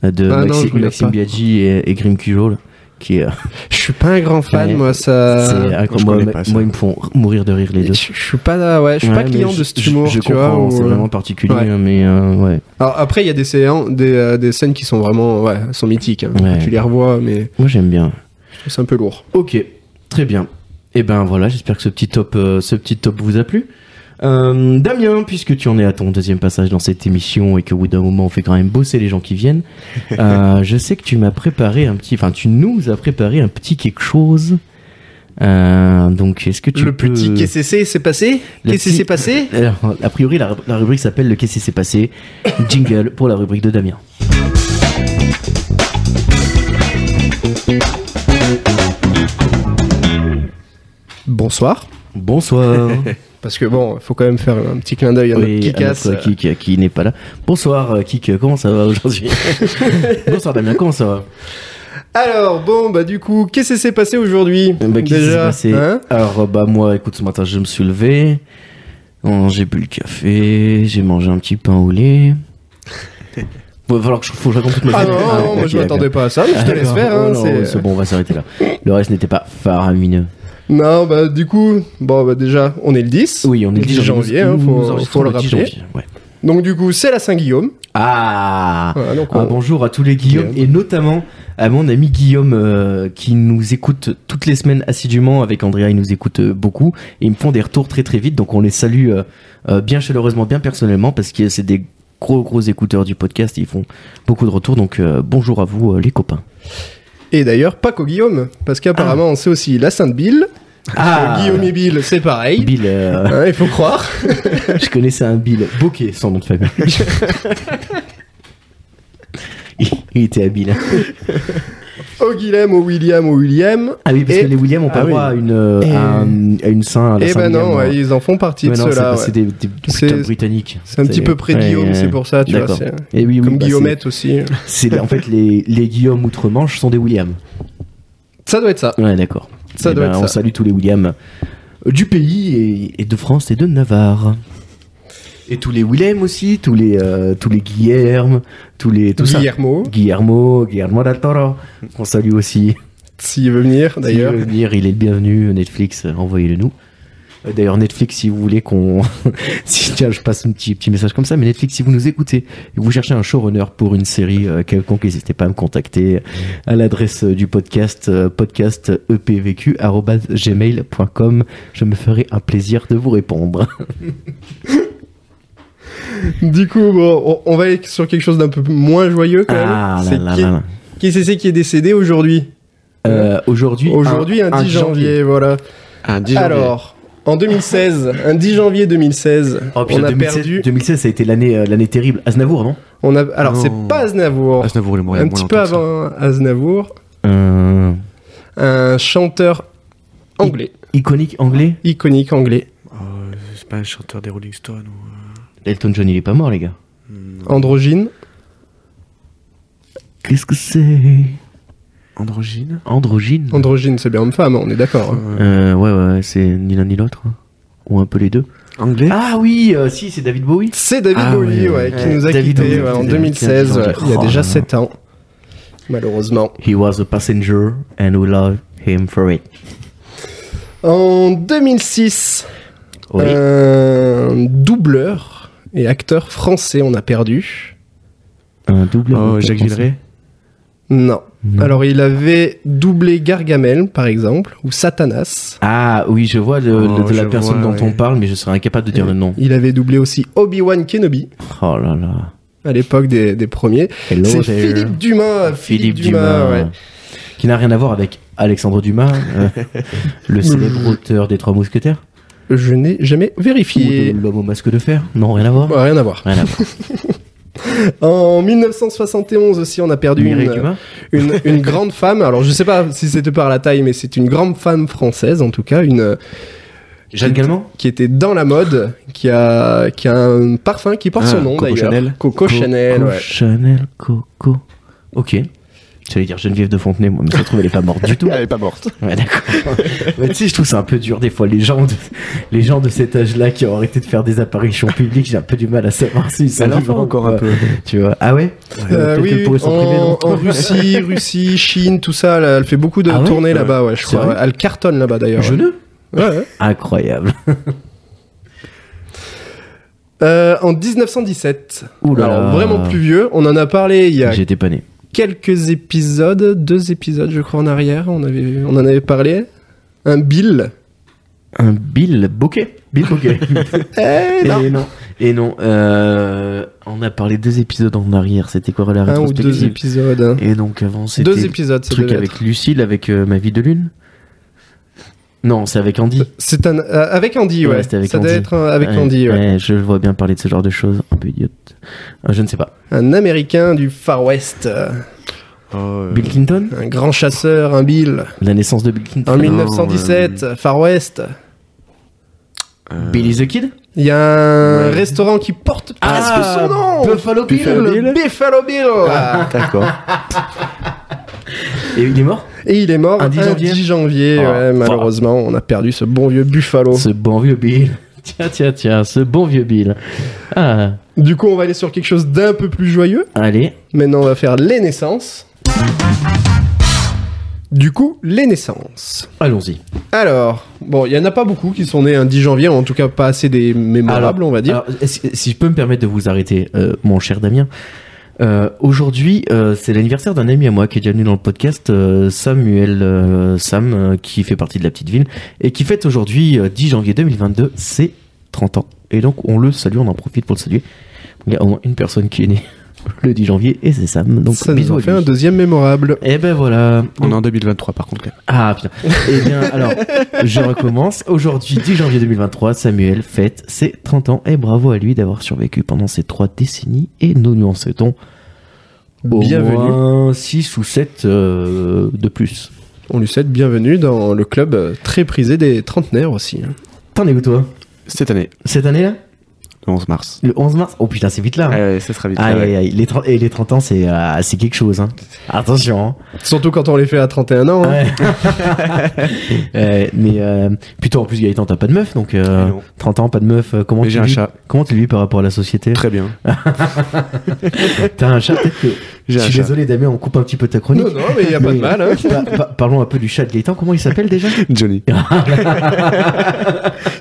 euh, de Ah non, Maxi- je regarde Maxime pas. Biaggi et, et Grim Cujo, là, qui est, euh, Je suis pas un grand fan, Ouais. moi, c'est ça. incroyable. je moi, connais ma- pas ça. moi, ils me font mourir de rire les Je deux. je suis pas, ouais, je suis pas Ouais, mais client je- de cet je- humour, je, tu vois. comprends, ou, c'est euh, vraiment particulier, ouais. mais euh, ouais. Alors après, il y a des, séances- des, euh, des scènes qui sont vraiment, ouais, sont mythiques. hein. Ouais. Tu les revois, mais Moi, j'aime bien. je trouve ça un peu lourd. Ok, très bien. Et ben voilà, j'espère que ce petit top, euh, ce petit top vous a plu. Euh, Damien, puisque tu en es à ton deuxième passage dans cette émission et qu'au bout d'un moment on fait quand même bosser les gens qui [LAUGHS] viennent, euh, je sais que tu m'as préparé un petit, enfin tu nous as préparé un petit quelque chose. Euh, donc est-ce que tu le peux- petit KCC s'est passé Le Qu'est-ce qui petit- s'est passé Alors, a priori la, la rubrique s'appelle le qu'est-ce qui s'est passé. Jingle pour la rubrique de Damien. Bonsoir. [LAUGHS] Bonsoir. Parce que bon, faut quand même faire un petit clin d'œil à notre Oui, à Kick-Ass, notre euh, Kik, euh, qui n'est pas là. Bonsoir euh, Kik, euh, comment ça va [LAUGHS] aujourd'hui Bonsoir Damien, comment ça va Alors bon bah du coup qu'est-ce qui s'est passé aujourd'hui Euh, bah, qu'est-ce qui s'est passé hein Alors euh, bah moi écoute ce matin je me suis levé, Oh, j'ai bu le café, j'ai mangé un petit pain au [LAUGHS] lait. Bon, falloir que je, faut que je raconte toute ma Ah journée. non, Ah, non, moi ok, je m'attendais d'accord. pas à ça, mais je te Ah, laisse faire. d'accord. Hein, Oh, non, c'est- c'est bon, on va s'arrêter là. Le reste n'était pas faramineux. Non, bah du coup, bon bah déjà, on est le 10. Oui, on est le 10 janvier, hein, nous- nous faut, enregistrons faut le le 10 rappeler. janvier, ouais. Donc du coup, c'est la Saint-Guillaume. Ah Voilà, donc Ah, on- bonjour à tous les Guillaume et Guillaume. notamment à mon ami Guillaume euh, qui nous écoute toutes les semaines assidûment avec Andrea, il nous écoute euh, beaucoup et ils me font des retours très très vite donc on les salue euh, euh, bien chaleureusement, bien personnellement parce que c'est des gros gros écouteurs du podcast, ils font beaucoup de retours donc euh, bonjour à vous euh, les copains. Et d'ailleurs, pas qu'au Guillaume, parce qu'apparemment, on sait aussi la Sainte Bill. Ah, Guillaume et Bill, c'est pareil. Bill, euh, Hein, il faut croire. je connaissais un Bill. Bokeh, son nom de [LAUGHS] famille. il, il était habile. Au Guillaume, au William, au William. Ah oui, parce Et- que les Williams ont pas Ah droit oui. à une, euh, Et- à un- à une saint. à la Eh ben Saint-William, non, hein. ouais, ils en font partie Ouais, de non, c'est ceux-là. c'est ouais. des, des putains C'est- de britanniques. C'est un petit peu près Guillaume, c'est pour ça, tu vois. D'accord. c'est- Et oui, oui, Comme bah, c'est- Guillaumette aussi. C'est en fait les, les Guillaume outre-Manche sont des Williams. Ça doit être ça. Ouais, d'accord. Ça Eh doit ben, être on ça. salue tous les Williams euh, du pays et, et de France et de Navarre. Et tous les Willem aussi, tous les euh, tous les Guillerme, tous les tout ça. Guillermo, Guillermo, Guillermo del Toro, qu'on salue aussi. s'il veut venir d'ailleurs. S'il veut venir, il est le bienvenu. Netflix, euh, envoyez-le nous. Euh, D'ailleurs, Netflix, si vous voulez qu'on. [LAUGHS] si, tiens, je passe un petit, petit message comme ça, mais Netflix, si vous nous écoutez et que vous cherchez un showrunner pour une série euh, quelconque, n'hésitez pas à me contacter euh, à l'adresse euh, du podcast, euh, podcastepvq.gmail.com. Je me ferai un plaisir de vous répondre. [LAUGHS] Du coup, bon, on, on va aller sur quelque chose d'un peu moins joyeux quand même. Ah, Ah C'est qui, qui c'est c'est qui est décédé aujourd'hui Euh, aujourd'hui, Aujourd'hui, un, 10 janvier, voilà. Ah, 10 janvier. Alors, en 2016, un 10 janvier 2016, Oh, putain, on a 2016, perdu. 2016, ça a été l'année, euh, l'année terrible. Aznavour, non On a, alors, Non. Ah, c'est pas Aznavour. Aznavour, il est mort il y a un moins petit peu longtemps que ça. avant Aznavour, Euh, un chanteur anglais, Iconique anglais iconique anglais, Oh, c'est pas un chanteur des Rolling Stones ou... euh, Elton John, il est pas mort, les gars. androgyne. Qu'est-ce que c'est Androgyne Androgyne Androgyne, c'est bien homme-femme, on est d'accord. hein. Euh, Ouais, ouais, ouais, c'est ni l'un ni l'autre. hein. Ou un peu les deux. Anglais Ah oui, euh, si, c'est David Bowie. C'est David Ah, Bowie ouais, ouais, qui ouais. nous a David quittés Bowie, ouais, en David Bowie, 2016, ouais, il y a oh là déjà là. 7 ans, malheureusement. He was a passenger and we love him for it. En 2006, Oui. un doubleur et acteur français, on a perdu. un double. Oh, Jacques Villeray Non. Non. Alors, il avait doublé Gargamel, par exemple, ou Satanas. Ah oui, je vois le, Oh, le- de la je personne vois, dont on ouais. parle, mais je serais incapable de dire le nom. Il avait doublé aussi Obi-Wan Kenobi, Oh là là. à l'époque des, des premiers. Hello C'est there. Philippe Dumas. euh, Philippe Dumas, ouais. euh, qui n'a rien à voir avec Alexandre Dumas, [LAUGHS] euh, le célèbre auteur des Trois Mousquetaires, Je n'ai jamais vérifié. ou de l'homme au masque de fer. Non, rien à voir. Ouais, Bah, rien à voir. Rien à voir. [LAUGHS] En 1971 aussi, on a perdu Mireille une, Dumas. une, [LAUGHS] une grande femme. Alors, je sais pas si c'était par la taille, mais c'est une grande femme française, en tout cas, une Jeanne Calment qui était dans la mode, qui a, qui a un parfum qui porte Ah, son nom Coco d'ailleurs. Chanel. Coco Chanel. Coco ouais. Chanel, Coco. Ok. J'allais dire Geneviève de Fontenay, moi, mais ça se trouve, elle est pas morte du [LAUGHS] tout. Elle est pas morte. Ouais, d'accord. mais tu sais, je trouve ça un peu dur, des fois, les gens de, les gens de cet âge-là qui ont arrêté de faire des apparitions publiques, j'ai un peu du mal à savoir s'ils sont Elle en fait vivants, encore un quoi. peu. Tu vois. Ah ouais? Euh, Peut-être oui, que pour eux, oui, sont privés, en, non [LAUGHS] en Russie, Russie, Chine, tout ça, elle, elle fait beaucoup de Ah ouais tournées là-bas, ouais, je C'est crois. vrai ouais. Elle cartonne là-bas d'ailleurs. Je ne? Ouais, ouais. Incroyable. Euh, en 1917, Ouh là alors là. vraiment plus vieux, on en a parlé il y a J'étais pas né. quelques épisodes, deux épisodes je crois en arrière, on, avait, on en avait parlé. Un Bill. Un Bill Bokeh. Bill Bokeh. Eh, non. Et non. Et non. euh, on a parlé deux épisodes en arrière. C'était quoi la Un ou deux rétrospective épisodes. hein. Et donc avant c'était Deux le épisodes, ça truc devait avec être. Lucille, avec euh, Ma vie de lune. Non, c'est avec Andy. C'est un, euh, avec Andy, ouais. Ouais, c'était avec ça devait Andy. être un- avec Ouais, Andy, ouais. Je vois bien parler de ce genre de choses. Un peu idiote. Euh, Je ne sais pas. Un américain du Far West, euh, Oh, euh, Bill Clinton un grand chasseur, un Bill. La naissance de Bill Clinton. En 1917, Far West. euh, Billy the Kid Il y a un Ouais. restaurant qui porte presque Ah, son nom. Ah, Buffalo Bill, Buffalo Le Buffalo Bill. Ah, D'accord. Et il est mort Et il est mort Un un 10 10 janvier. janvier, Ah, ouais, fuck. malheureusement. On a perdu ce bon vieux Buffalo. Ce bon vieux Bill. [LAUGHS] Tiens, tiens, tiens, ce bon vieux Bill. Ah, Du coup, on va aller sur quelque chose d'un peu plus joyeux. allez. Maintenant, on va faire les naissances. Du coup, les naissances. Allons-y. Alors, bon, il y en a pas beaucoup qui sont nés un 10 janvier, en tout cas pas assez des mémorables, on va dire. Alors, si, si je peux me permettre de vous arrêter, euh, mon cher Damien. euh, Aujourd'hui, euh, c'est l'anniversaire d'un ami à moi qui est déjà venu dans le podcast, euh, Samuel euh, Sam, euh, qui fait partie de la petite ville et qui fête aujourd'hui euh, 10 janvier 2022 ses 30 ans. Et donc on le salue, on en profite pour le saluer. Il y a au moins une personne qui est née [LAUGHS] le 10 janvier et c'est Sam. Donc ça nous bisous en à fait lui. un deuxième mémorable. Et ben voilà. On est en 2023 par contre. Ah putain. Eh bien alors, je recommence. Aujourd'hui, 10 janvier 2023, Samuel fête ses 30 ans et bravo à lui d'avoir survécu pendant ces trois décennies et nous nous en souhaitons au Bienvenue. moins 6 ou 7 de plus. On lui souhaite bienvenue dans le club euh, très prisé des trentenaires aussi. hein. T'en es où toi Cette année, Cette année-là le 11 mars. Ah Le 11 mars Oh putain, c'est vite là. hein. Ouais, ça sera vite. Aïe, ouais. aïe, aïe. Les 30, et les 30 ans, c'est euh, c'est quelque chose. Hein. Attention. hein. Surtout quand on les fait à 31 Oh. ans. Ouais. hein. [LAUGHS] Euh, mais euh, plutôt en plus, Gaëtan, t'as pas de meuf, donc euh, Non. 30 ans, pas de meuf. euh, Comment Mais tu j'ai un vis- chat. Comment tu le vis par rapport à la société Très bien. T'as un chat peut-être que- Je J'ai un suis chat. désolé, Damien, on coupe un petit peu ta chronique. Non, non, mais il a pas de Mais- [LAUGHS] mal. hein. Pa- pa- parlons un peu du chat de Gaëtan. Comment il s'appelle [LAUGHS] déjà [LAUGHS] Johnny. Il y a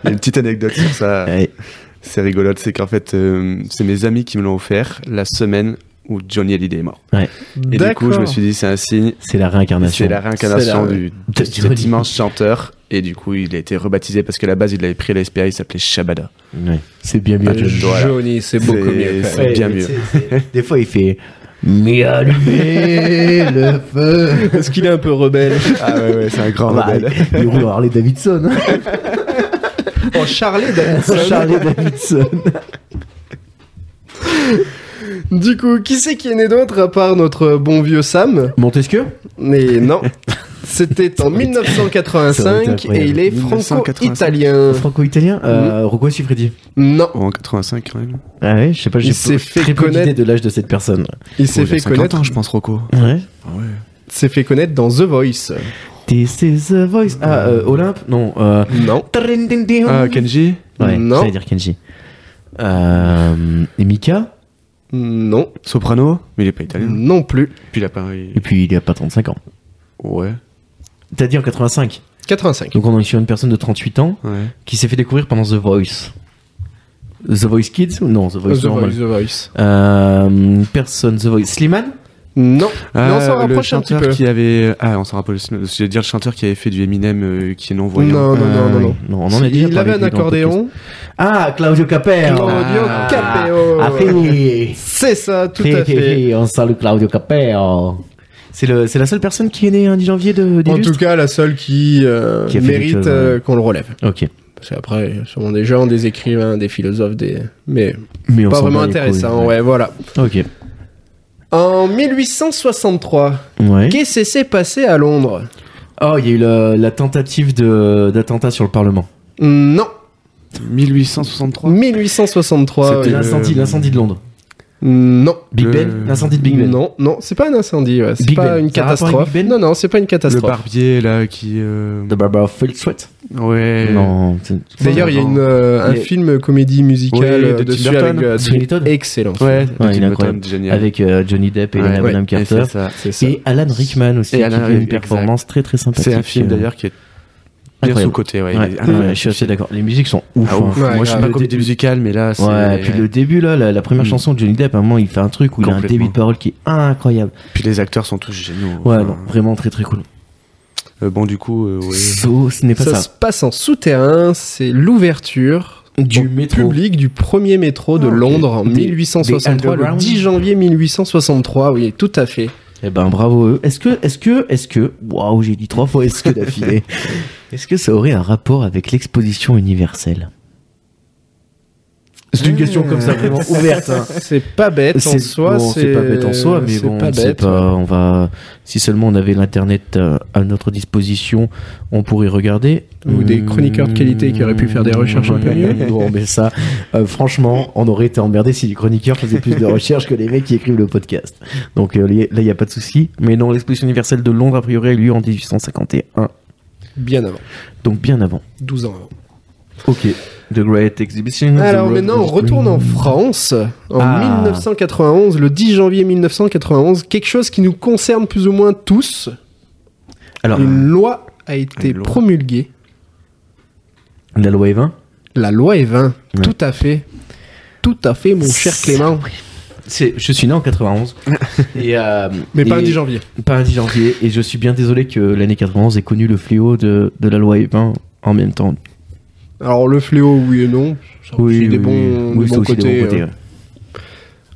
une petite anecdote sur ça. Ouais. C'est rigolote, c'est qu'en fait, euh, c'est mes amis qui me l'ont offert la semaine où Johnny Hallyday est mort. Et du coup, je me suis dit, c'est un signe. C'est la réincarnation. C'est la réincarnation C'est la- du, de de cet Johnny. immense chanteur. Et du coup, il a été rebaptisé parce qu'à la base, il avait pris à la SPA, il s'appelait Shabada. Ouais. C'est bien mieux. Euh, que- voilà. Johnny, c'est beaucoup C'est- mieux. quand même. c'est- bien mais mieux. tu sais, c'est- Des fois, il fait. Mais [LAUGHS] allumez le feu. Parce qu'il est un peu rebelle. Ah ouais, ouais, c'est un grand Bah, rebelle. il roule en Harley Davidson. hein. [LAUGHS] Oh, Charlie Davidson. Charlie Davidson. Du coup, qui c'est qui est né d'autre à part notre bon vieux Sam Montesquieu Mais non. C'était en 1985 incroyable. et il est 1985. franco-italien. Franco-italien euh, Rocco Siffredi. Non, En 85, quand même. Ah ouais, je sais pas, j'ai Il s'est peu- fait très peu connaître. d'idée de l'âge de cette personne. il s'est Oh, il a fait 50 connaître. ans, je pense, Rocco. Ouais. Ah ouais. S'est fait connaître dans The Voice. This is the voice. Ah, euh, Olympe Non. Euh... Non. Ah, Kenji Ouais, Non. j'allais dire Kenji. Euh, et Mika Non. Soprano Mais il est pas italien. Non plus. Puis il a pas. il- Et puis il a pas 35 ans. Ouais. T'as dit en 85. 85. Donc on est sur une personne de 38 ans Ouais. qui s'est fait découvrir pendant The Voice. The Voice Kids ou non The Voice The normal. Voice, The Voice. Euh, personne The Voice. Slimane Non. Mais on Ah, s'en le rapproche un petit chanteur peu. qui avait. Ah, on s'en rappelle aussi. Je veux dire, le chanteur qui avait fait du Eminem euh, qui est non-voyant. Non, non, non, non, Euh, non. non, on en a déjà il parlé avait un dans le podcast. accordéon. Ah, Claudio Capeo. Claudio Ah. Capeo. Ah, oui. C'est ça, tout Hé, à hé, fait. hé, on salue Claudio Capeo. C'est le- c'est la seule personne qui est née un 10 janvier de En d'illustre tout cas, la seule qui, euh, Qui a fait quelque mérite chose, euh, qu'on le relève. Ok. Parce qu'après, il y a sûrement des gens, des écrivains, des philosophes, des. Mais Mais on pas s'en vraiment bat les couilles, intéressant, ouais, voilà. Ok. En 1863, Ouais. qu'est-ce qui s'est passé à Londres Oh, il y a eu la, la tentative de- d'attentat sur le Parlement. Non, 1863. 1863. euh, C'était L'incendie, Oh, le- l'incendie de Londres. Non. Big Le- Ben, l'incendie de Big Ben. Non, non, c'est pas un incendie, ouais, c'est Big pas Ben. une Ça a rapport avec catastrophe. Big Ben non, non, c'est pas une Le catastrophe. barbier, là, qui. euh, The Barber of Field Sweat. Ouais. Non. c'est- D'ailleurs, il y a une, euh, un Il y a- film comédie musicale Oui, de euh, Tim dessus Burton. avec euh, Sweeney Todd. excellent. il Ouais, est Tim Burton, incroyable. génial. Avec euh, Johnny Depp et Ouais, Lena ouais, Bonham et Carter. c'est ça. C'est ça. Et Alan Rickman aussi, Et Alan qui fait une Rickman, performance très très sympathique. C'est un film euh, d'ailleurs qui est bien incroyable. sous-côté. Ouais, Ouais, Il est- ouais, je suis assez d'accord. Les musiques sont ouf. Ah, hein. ouf. Ouais, Moi, je suis grave. pas comédie musicale, mais là, c'est. Ouais, puis le début là, la, la première Mm. chanson de Johnny Depp, à un moment il fait un truc où il a un Complètement. début de parole qui est incroyable. Puis les acteurs sont tous géniaux. Ouais, Enfin, non, vraiment très très cool. euh, bon, du coup, euh, ouais. So, ce n'est pas Ça, ça. se passe en souterrain, c'est l'ouverture Du au métro. public du premier métro de Ah, ok. Londres en Des- 1863, des le underground. 10 janvier 1863, oui, tout à fait. Eh ben bravo eux. Est-ce que, est-ce que, est-ce que, waouh, j'ai dit trois fois est-ce que [LAUGHS] d'affilée. est-ce que ça aurait un rapport avec l'exposition universelle C'est une question comme ça [LAUGHS] vraiment ouverte. hein. C'est pas bête en soi, bon, c'est pas bête en soi, mais c'est bon, pas c'est bête. pas- on va. Si seulement on avait l'internet euh, à notre disposition, on pourrait regarder. Mmh. Ou des chroniqueurs de qualité qui auraient pu faire des recherches un peu mieux. [LAUGHS] Bon, mais ça, euh, franchement, on aurait été emmerdé si les chroniqueurs faisaient plus de recherches que les mecs qui écrivent le podcast. Donc euh, les- là, il n'y a pas de souci. Mais non, l'exposition universelle de Londres a priori a eu lieu en 1851, Bien avant, donc bien avant. 12 ans avant. Ok. The Great Exhibition. the Alors Road maintenant, on to retourne en Spring. France, en Ah. 1991, le 10 janvier 1991, quelque chose qui nous concerne plus ou moins tous. Alors, Une loi a été Une loi. promulguée, la loi E20, la loi E20, Ouais. tout à fait. Tout à fait, mon cher Clément. c'est, je suis né en [LAUGHS] 91. et, euh, Mais pas et- le 10 janvier. Pas un 10 janvier, et je suis bien désolé que l'année 91 ait connu le fléau de, de la loi E20 en même temps. Alors le fléau, Oh, oui et non. Ça a aussi des bons, oui, des c'est bons aussi des côtés. bons côtés, euh. ouais.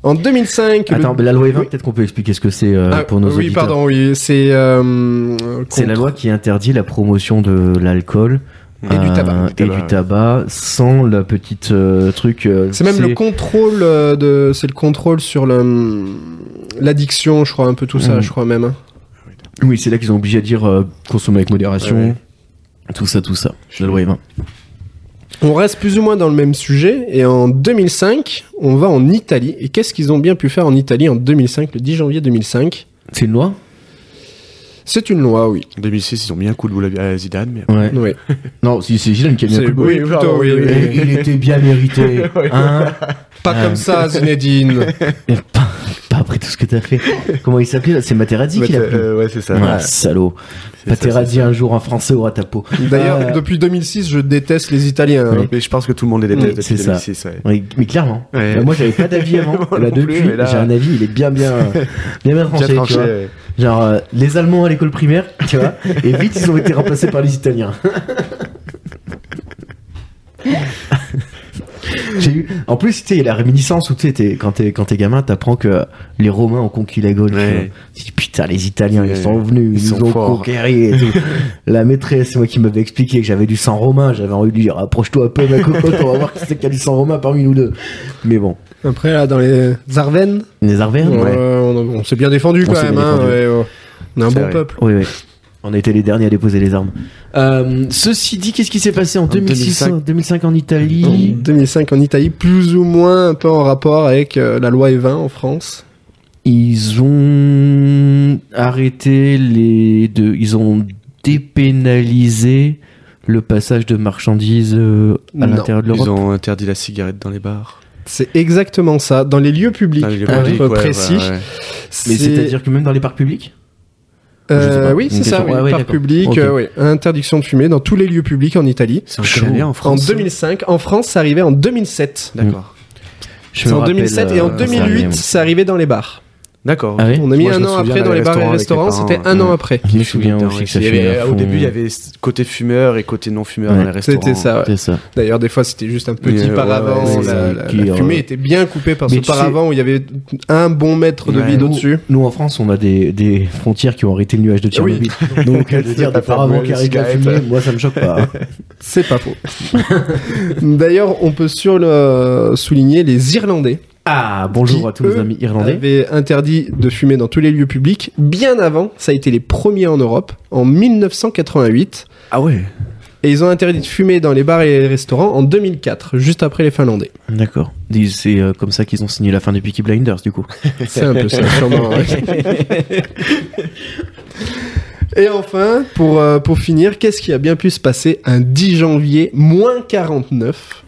En 2005. Attends, le- mais la loi Evin, Oui. peut-être qu'on peut expliquer ce que c'est euh, Ah, pour nos Oui, auditeurs. pardon, oui. C'est. euh, C'est la contre- loi qui interdit la promotion de l'alcool Et du euh, tabac. et du tabac sans la petite euh, truc. euh, C'est même le contrôle euh, de, c'est le contrôle sur le, hum, l'addiction, je crois un peu tout ça, Mm. je crois même. hein. Oui, c'est là qu'ils ont obligé à dire euh, consommer avec modération. Ouais, Tout ça, tout ça. La loi Evin. On reste plus ou moins dans le même sujet et en 2005, on va en Italie. Et qu'est-ce qu'ils ont bien pu faire en Italie en 2005, le 10 janvier 2005 C'est une loi C'est une loi, oui. En 2006, ils ont mis un coup de boule à à Zidane, mais. Ouais. Oui. Non, c'est c'est Gilles qui a mis un C'est- coup de boule. oui, plutôt, oui, oui. [LAUGHS] Et il était bien [LAUGHS] mérité. Hein Pas Euh. comme ça, Zinedine. Et pas, pas après tout ce que t'as fait. Comment il s'appelait là C'est Materazzi qui l'a pris. Euh, ouais, c'est ça. Ah, salaud. ça, Materazzi, un jour, un Français aura ta peau. D'ailleurs, Euh, depuis 2006, je déteste les Italiens. hein. Oui. Mais je pense que tout le monde les Oui, déteste c'est depuis ça. 2006, ouais. Oui, mais clairement. Ouais. Bah, moi, j'avais pas [LAUGHS] d'avis avant. Moi Et bah, non plus, depuis, mais là- j'ai un avis. Il est bien, bien, [LAUGHS] euh, bien, bien tranché. Bien tu tranché, vois. ouais. Genre, euh, les Allemands à l'école primaire, tu [LAUGHS] vois. Et vite, ils ont été remplacés par les Italiens. J'ai eu. En plus, tu sais, il y a la réminiscence où tu sais, t'es- quand t'es quand t'es gamin, t'apprends que les Romains ont conquis la Gaule. tu Ouais. vois. Tu dis putain, les Italiens, ils Ouais. sont venus, ils, Ils nous sont ont forts. conquéris. et [LAUGHS] tout. la maîtresse, moi, qui m'avait expliqué que j'avais du sang romain, j'avais envie de lui dire approche-toi un peu, ma cocotte, on va voir qui c'est qui a du sang romain parmi nous deux. Mais bon, Après, là, dans les Arvennes, les Arvernes, on, ouais. euh, on- on s'est bien défendu On quand s'est même. bien hein, défendu. ouais, ouais. On est un C'est bon vrai. peuple. Oui, oui. On a été les derniers à déposer les armes. Euh, ceci dit, qu'est-ce qui s'est passé en, 2006, 2005. 2005 en En Italie 2005 en Italie, plus ou moins un peu en rapport avec euh, la loi E20 en France. Ils ont arrêté les deux. Ils ont dépénalisé le passage de marchandises euh, à Non. l'intérieur de l'Europe. Ils ont interdit la cigarette dans les bars. C'est exactement ça. Dans les lieux publics, Dans les pour publics, être ouais, Ah précis. ouais, ouais. Mais c'est-à-dire que même dans les parcs publics Je sais Euh, pas. oui, c'est Une ça. question. Oui, Ah oui, par d'accord. public, Ok. euh, oui. interdiction de fumer dans tous les lieux publics en Italie. C'est un chien en En France. 2005, en France, ça arrivait en 2007. D'accord. Je C'est me en rappelle, 2007 et en euh, 2008, ça ça arrivait dans les bars. D'accord. Ah oui On a mis Moi, je un me an souviens après dans dans les les bars et restaurants avec restaurants, les parents, c'était un an ouais. après. arrive. Je me souviens aussi que ça Il y fumait avait- à Au fond. euh. début, il y avait ce côté fumeur et côté non fumeur dans Ouais, les restaurants. C'était ça. ouais. C'est ça. D'ailleurs, des fois, c'était juste un petit Mais, euh, paravent. ouais, ouais, la, c'est- la- qui, la euh, fumée était bien coupée par mais ce tu sais- paravent où il y avait un bon mètre de Ouais. vide Nous- au-dessus. Nous, en France, on a des, des frontières qui ont arrêté le nuage de Tchernobyl. [LAUGHS] Donc, euh, de dire des T'as pas paravents brûlé qui arrivent à cigarette. fumer, moi, ça me choque pas. hein. C'est [LAUGHS] pas faux. D'ailleurs, on peut sur le souligner les Irlandais Ah, bonjour Qui, à tous nos eux, amis irlandais. avaient interdit de fumer dans tous les lieux publics bien avant. Ça a été les premiers en Europe en 1988 Ah ouais. et ils ont interdit de fumer dans les bars et les restaurants en 2004, juste après les Finlandais. D'accord. Dis- C'est euh, comme ça qu'ils ont signé la fin des Peaky Blinders, du coup. C'est un [LAUGHS] peu ça, sûrement. ouais. Et enfin, pour, euh, pour finir, qu'est-ce qui a bien pu se passer un 10 janvier, moins 49,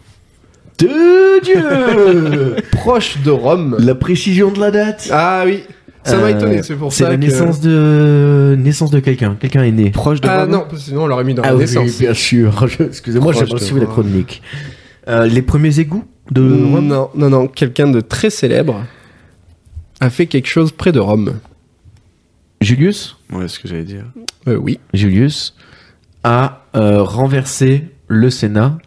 De Dieu [LAUGHS] proche de Rome La précision de la date Ah oui, ça m'a Euh, étonné, c'est pour C'est ça la que... naissance de naissance de quelqu'un. Quelqu'un est né. Proche de Ah Rome. non, parce que sinon on l'aurait mis dans la Ah oui, naissance. bien sûr. [LAUGHS] Je- Excusez-moi, j'ai pas Proche de suivi la Rome. chronique. Euh, les premiers égouts de Rome Mm, non, non, non, quelqu'un de très célèbre a fait quelque chose près de Rome. Julius Ouais, c'est ce que j'allais dire. Euh, oui. Julius a euh, renversé le Sénat.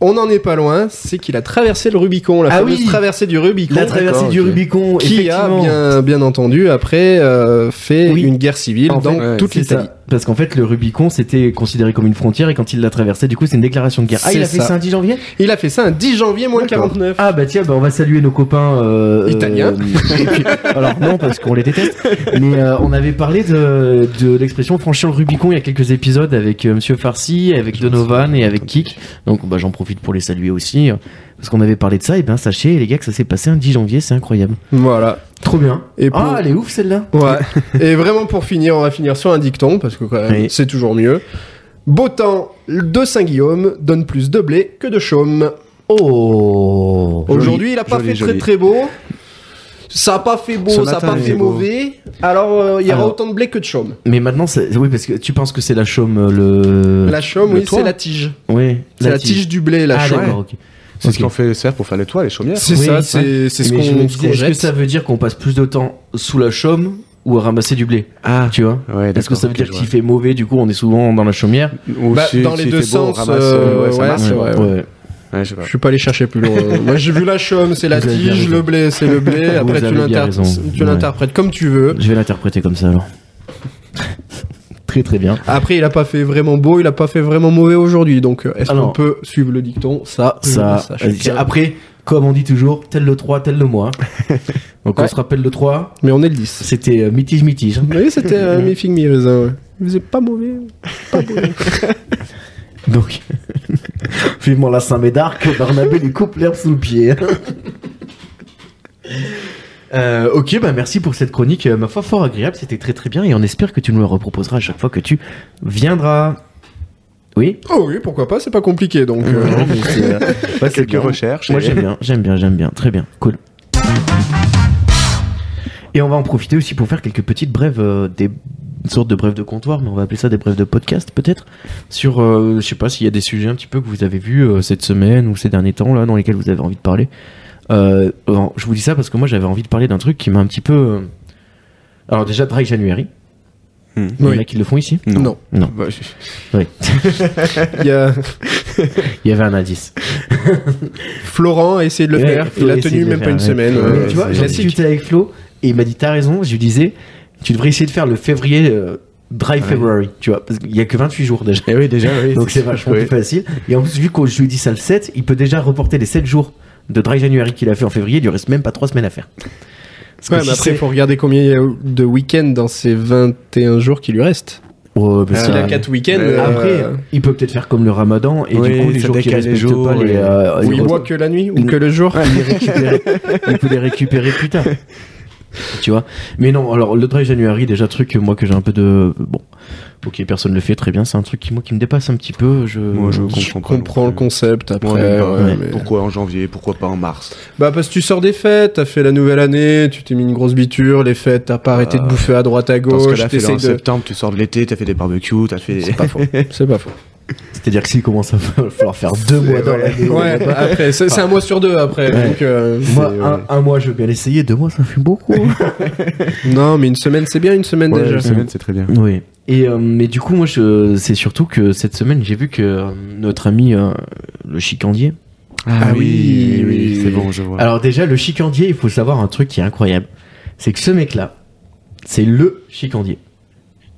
On n'en est pas loin, c'est qu'il a traversé le Rubicon, la Ah fameuse oui traversée du Rubicon. La traversée d'accord, du ok. Rubicon, qui a effectivement. bien, bien entendu après euh, fait Oui. une guerre civile En fait, dans ouais, toute C'est l'Italie. ça. Parce qu'en fait, le Rubicon, c'était considéré comme une frontière et quand il l'a traversé, du coup, c'est une déclaration de guerre. Ah, il C'est a fait ça. ça un 10 janvier Il a fait ça un 10 janvier moins 49. Ah, bah tiens, bah, on va saluer nos copains euh, Italiens. euh, et puis- alors, non, parce qu'on les déteste. Mais euh, on avait parlé de, de l'expression franchir le Rubicon il y a quelques épisodes avec euh, Monsieur Farsi, avec Donovan et avec Kik. Donc, bah, j'en profite pour les saluer aussi. euh, Parce qu'on avait parlé de ça. Et ben, sachez, les gars, que ça s'est passé un 10 janvier, c'est incroyable. Voilà. Trop bien. Et pour- Ah, elle est ouf celle-là. Ouais. [LAUGHS] Et vraiment pour finir, on va finir sur un dicton parce que quand même, Oui. c'est toujours mieux. Beau temps de Saint-Guillaume donne plus de blé que de chaume. Oh Aujourd'hui, il a pas joli, fait joli. très très beau. Ça a pas fait beau, Ce ça a matin, pas il fait est beau. mauvais. Alors euh, il y aura Alors- autant de blé que de chaume. Mais maintenant, c'est- oui, parce que tu penses que c'est la chaume, euh, le. la chaume, le oui, toit c'est la tige. Oui, C'est la tige du blé, la ah, chaume. d'accord, ok. C'est ce Ok. qu'on fait se faire pour faire les toits, les chaumières. C'est Oui, ça, ouais. c'est c'est ce Mais je me qu'on ce disais, qu'on Est-ce que jette. ça veut dire qu'on passe plus de temps sous la chaume ou à ramasser du blé Ah. Tu vois Ouais, Est-ce que d'accord, ça veut ok, dire je qu'il fait mauvais, du coup on est souvent dans la chaumière vois. Ou Bah, si- dans les si deux il fait beau, on sens, ramasse, euh, ouais, ça ouais, marche. c'est vrai, ouais. Ouais, je sais pas. Je suis pas allé chercher plus loin. [LAUGHS] Moi, j'ai vu la chôme, c'est la Vous avez bien tige, raison. le blé, c'est le blé. Vous Après, tu avez bien l'inter- raison. tu l'interprètes comme tu veux. Je vais l'interpréter comme ça alors. [LAUGHS] très très bien. Après, il a pas fait vraiment beau, il a pas fait vraiment mauvais aujourd'hui. Donc, euh, est-ce Ah non. qu'on peut suivre le dicton Ça, je le Ça, sache. euh, après, comme on dit toujours, tel le 3, tel le mois. Donc on Ouais. se rappelle le 3, Mais on est le 10. c'était euh, mitige mitige. Oui, c'était euh, mi figue mi raisin. ouais. Il faisait pas mauvais. Donc, [LAUGHS] vivement la Saint-Médard que Barnabé lui coupe l'herbe sous le pied. [LAUGHS] Euh, ok, bah merci pour cette chronique, euh, ma foi fort agréable, c'était très très bien et on espère que tu nous la reproposeras à chaque fois que tu viendras. Oui Oh oui, pourquoi pas, c'est pas compliqué. Donc, euh, Non, mais c'est, euh, ouais, c'est Quelques bien. recherches. Moi et- j'aime bien, j'aime bien, j'aime bien, très bien, cool. Et on va en profiter aussi pour faire quelques petites brèves, euh, des sortes de brèves de comptoir, mais on va appeler ça des brèves de podcast peut-être. Sur, euh, je sais pas s'il y a des sujets un petit peu que vous avez vus euh, cette semaine ou ces derniers temps là, dans lesquels vous avez envie de parler. Euh, alors, je vous dis ça parce que moi j'avais envie de parler d'un truc qui m'a un petit peu. euh, Alors déjà Dry January, Hmm. il y en a Oui. qui le font ici. Non. non. Bah, je- Oui, Il y a il y avait un indice. Florent a essayé de le Ouais, faire. Flo Il a essaie tenu de le même pas faire, une ouais. semaine. Mais euh, tu vois, c'est j'ai classique. discuté avec Flo et il m'a dit T'as raison. Je lui disais Tu devrais essayer de faire le février euh, Dry February, tu vois, parce qu'il y a que 28 jours déjà. Eh oui, déjà, oui. Donc c'est vachement oui. plus facile. Et en plus, vu que je lui dis ça le 7, il peut déjà reporter les 7 jours de Dry January qu'il a fait en février. Il lui reste même pas 3 semaines à faire. Parce que Ouais, si mais après, c'est- il faut regarder combien il y a de week-ends dans ces 21 jours qui lui restent. Ouais, mais Ah, S'il ça- a 4 week-ends, euh, Après, il peut peut-être faire comme le ramadan et Oui, du coup, les ça jours qui décale les respectent jours, pas, les, et- euh, ou les il repas- boit que la nuit, ou Mm. que le jour. il, les récupérer- il peut les récupérer plus tard. Tu vois Mais non, alors le Dry January, déjà truc que moi que j'ai un peu de bon. OK, personne le fait très bien, c'est un truc qui moi qui me dépasse un petit peu, je Moi, je comprends, Je pas non comprends le plus. concept après. Moi, même pas. ouais, ouais. mais- bah, Pourquoi en janvier Pourquoi pas en mars Bah parce que tu sors des fêtes, t'as fait la nouvelle année, tu t'es mis une grosse biture, les fêtes, t'as pas arrêté de Euh, bouffer à droite à Parce que gauche, là, fais-le t'essayes en de... septembre, tu sors de l'été, t'as fait des barbecues, t'as fait. C'est pas [LAUGHS] faux. [LAUGHS] C'est pas faux. C'est-à-dire que s'il commence à fa- falloir faire deux mois dans l'année. Ouais, bah, après, c'est c'est un mois sur deux après. Ouais. donc, euh, Moi, c'est, un, un mois, je veux bien l'essayer. Deux mois, ça fait [LAUGHS] beaucoup. euh, Non, mais une semaine, c'est bien une semaine Ouais, déjà. une semaine, c'est très bien. oui. Et euh, mais du coup, moi, je, c'est surtout que cette semaine, j'ai vu que euh, notre ami euh, le chicandier, Ah oui, oui. c'est bon, je vois. Alors déjà, le chicandier, il faut savoir un truc qui est incroyable. C'est que ce mec-là, c'est le chicandier.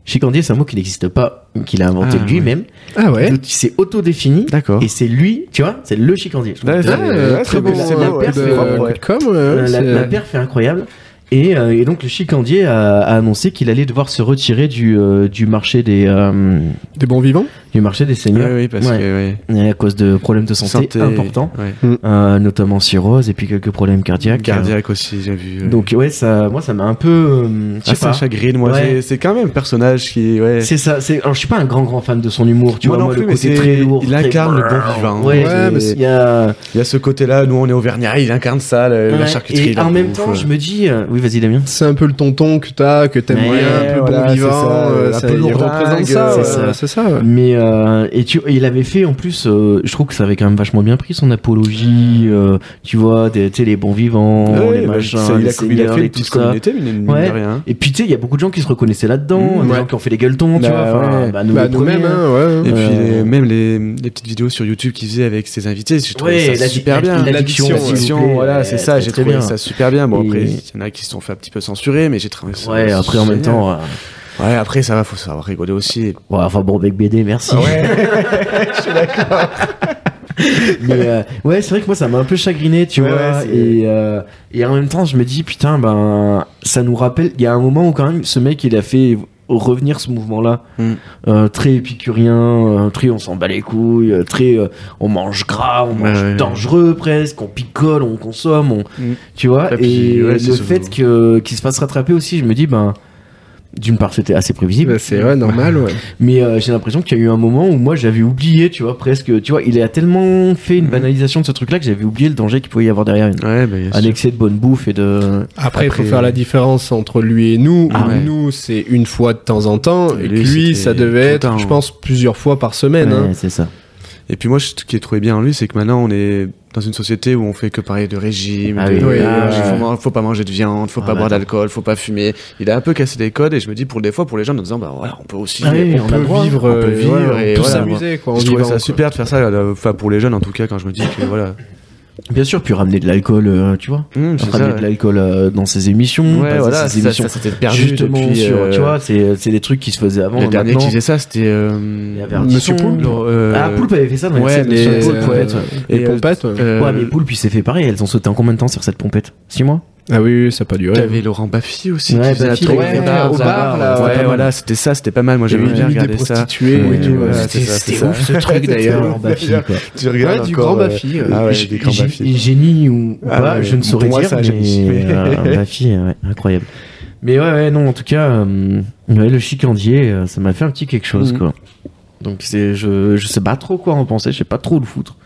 Chicandier, c'est un mot qui n'existe pas, qu'il a inventé Ah, lui-même. Ah ouais Donc, Il s'est autodéfini. D'accord. Et c'est lui, tu vois, c'est le chicandier. Je trouve Ouais, que Ah, c'est- la- euh, ouais, très c'est bon, bon, c'est euh, bon, de- ouais, c'est propre, ouais. de com, ouais, Euh, la, c'est- la perf est incroyable. Et, euh, et donc le chicandier a, a annoncé qu'il allait devoir se retirer du, euh, du marché des euh, Des bons vivants du marché des Oui, seigneurs Ah oui, parce Ouais. que. Ouais. Et à cause de problèmes de santé, importants, ouais. euh, notamment cirrhose et puis quelques problèmes cardiaques. Cardiaque aussi, j'ai vu. ouais. Donc ouais, ça, moi ça m'a un peu, euh, je Ah, sais pas. Sacha Green, moi, Ouais. c'est- c'est quand même un personnage qui. Ouais. C'est ça. C'est, alors je suis pas un grand grand fan de son humour, tu Moi vois, non moi, plus, le mais côté c'est- très lourd. il très- incarne le bon vivant. Ouais, Ouais, mais c'est- c'est- il y a. Il y a ce côté-là, nous on est auvergnats, il incarne ça, le- la ouais, charcuterie. Et la en même bouffe, temps, euh. je me dis, euh, oui, vas-y Damien. C'est un peu le tonton que t'as, que t'aimes Ouais, bien, un peu voilà, bon c'est vivant, ça, euh, un ça, peu il lourdingue, représente ça, c'est ouais, ça. c'est ça. ouais. Mais euh, et tu, et il avait fait en plus, euh, je trouve que ça avait quand même vachement bien pris son apologie, euh, tu vois, des, tu sais, les bons vivants, Ouais, les bah, machins, ça, les il a, il a seigneurs, fait les une tout petite ça. communauté, mais mine Ouais. de rien. hein. Et puis tu sais, il y a beaucoup de gens qui se reconnaissaient là-dedans, Mmh, des ouais. gens qui ont fait les gueuletons, tu Mm, Bah, vois. enfin, ouais. Bah, nous, Bah, les premiers, nous-mêmes, hein. hein, ouais, ouais. Et puis Euh, les- même les, les petites vidéos sur YouTube qu'il faisait avec ses invités, j'ai trouvé Ouais, ça la- super la- bien. l'addiction, L'addiction, s'il vous plaît, euh, voilà, ouais, c'est ça, très, j'ai très trouvé bien. ça super bien. Bon, Et- après, il y en a qui se sont fait un petit peu censurer, mais j'ai trouvé ça. Ouais, après en même génial. temps, euh, Ouais, après, ça va, faut savoir rigoler aussi. ouais, enfin bon, avec BD, Ah merci. [LAUGHS] Mais euh, ouais, c'est vrai que moi ça m'a un peu chagriné, tu Ouais, vois. ouais, c'est- et, euh, et en même temps, je me dis putain, ben ça nous rappelle. Il y a un moment où quand même ce mec il a fait revenir ce mouvement-là, Mm. Euh, très épicurien, euh, très on s'en bat les couilles, euh, très euh, on mange gras, on Ouais, mange ouais. dangereux presque, on picole, on consomme, on Mm. tu vois. Et Et, puis, ouais, le c'est ce- fait que qu'il se fasse rattraper aussi, je me dis ben d'une part c'était assez prévisible. Bah, c'est ouais, normal, ouais. Mais euh, j'ai l'impression qu'il y a eu un moment où moi j'avais oublié, tu vois, presque, tu vois, il a tellement fait une Mhm. banalisation de ce truc-là que j'avais oublié le danger qu'il pouvait y avoir derrière une- Ouais, bah, bien un sûr. excès de bonne bouffe et de. Après, il faut Après- euh, faire la différence entre lui et nous. Ah ouais. Nous, c'est une fois de temps en temps, et que Lui, lui, c'était ça devait tout le être, temps. Eh je pense, plusieurs fois par semaine. Ouais, hein. c'est ça. Et puis moi, je- ce qui est trouvé bien en lui, c'est que maintenant, on est dans une société où on fait que parler de régime, Ah de- oui, oui, ah, oui, oui. faut, man- faut pas manger de viande, faut Ah pas bah boire attends. d'alcool, faut pas fumer. Il a un peu cassé les codes et je me dis pour des fois, pour les gens, en disant, bah voilà, on peut aussi. Ah oui, on on a le droit, vivre, on peut euh, vivre, voilà, on et peut voilà, moi. s'amuser, quoi. en je trouvais vivant, ça quoi. super de faire ça, là, enfin pour les jeunes en tout cas, quand je me dis que [LAUGHS] voilà. Bien sûr, puis ramener de l'alcool, euh, tu vois. Hum, c'est Ramener ça, de l'alcool euh, dans ses émissions, Ouais, passer voilà, ses ça, émissions ça, ça s'était perdu justement depuis, sur, euh, tu vois, c'est c'est des trucs qui se faisaient avant. le dernier maintenant. qui disait ça, c'était euh, Il y avait un Monsieur Disson, Poulpe. euh, Ah, Poulpe avait fait ça dans ouais, les mais- sur Poulpe, euh, ouais, ouais. et, Les euh, pompettes, ouais. euh, Ouais, mais Poulpe, il s'est fait pareil. Elles ont sauté en combien de temps sur cette pompette 6 mois Ah oui, oui, ça a pas duré. T'avais Laurent Baffy aussi Ouais, qui faisait Baffy, un truc ouais, au bar, au bar, là, Ouais, pas mal. voilà, c'était ça, c'était pas mal. Moi, Il y j'avais avait bien limite regardé des ça. prostituées et tout, ouais, voilà. c'est C'était ça, c'est c'était ça. ouf ce truc d'ailleurs. en Bafi, quoi. Tu Ouais, du grand euh, Bafi. ouais. Ah ouais, G- des grands g- Bafi. Génie ou Ah pas, ouais, je ne pour saurais moi, dire, ça, j'ai mais [LAUGHS] kiffé. euh, ma fille, ouais, incroyable. Mais ouais, ouais, non, en tout cas, euh, ouais, le chicandier, euh, ça m'a fait un petit quelque chose, Mhm. quoi. Donc c'est, je, je sais pas trop quoi en penser, je sais pas trop le foutre.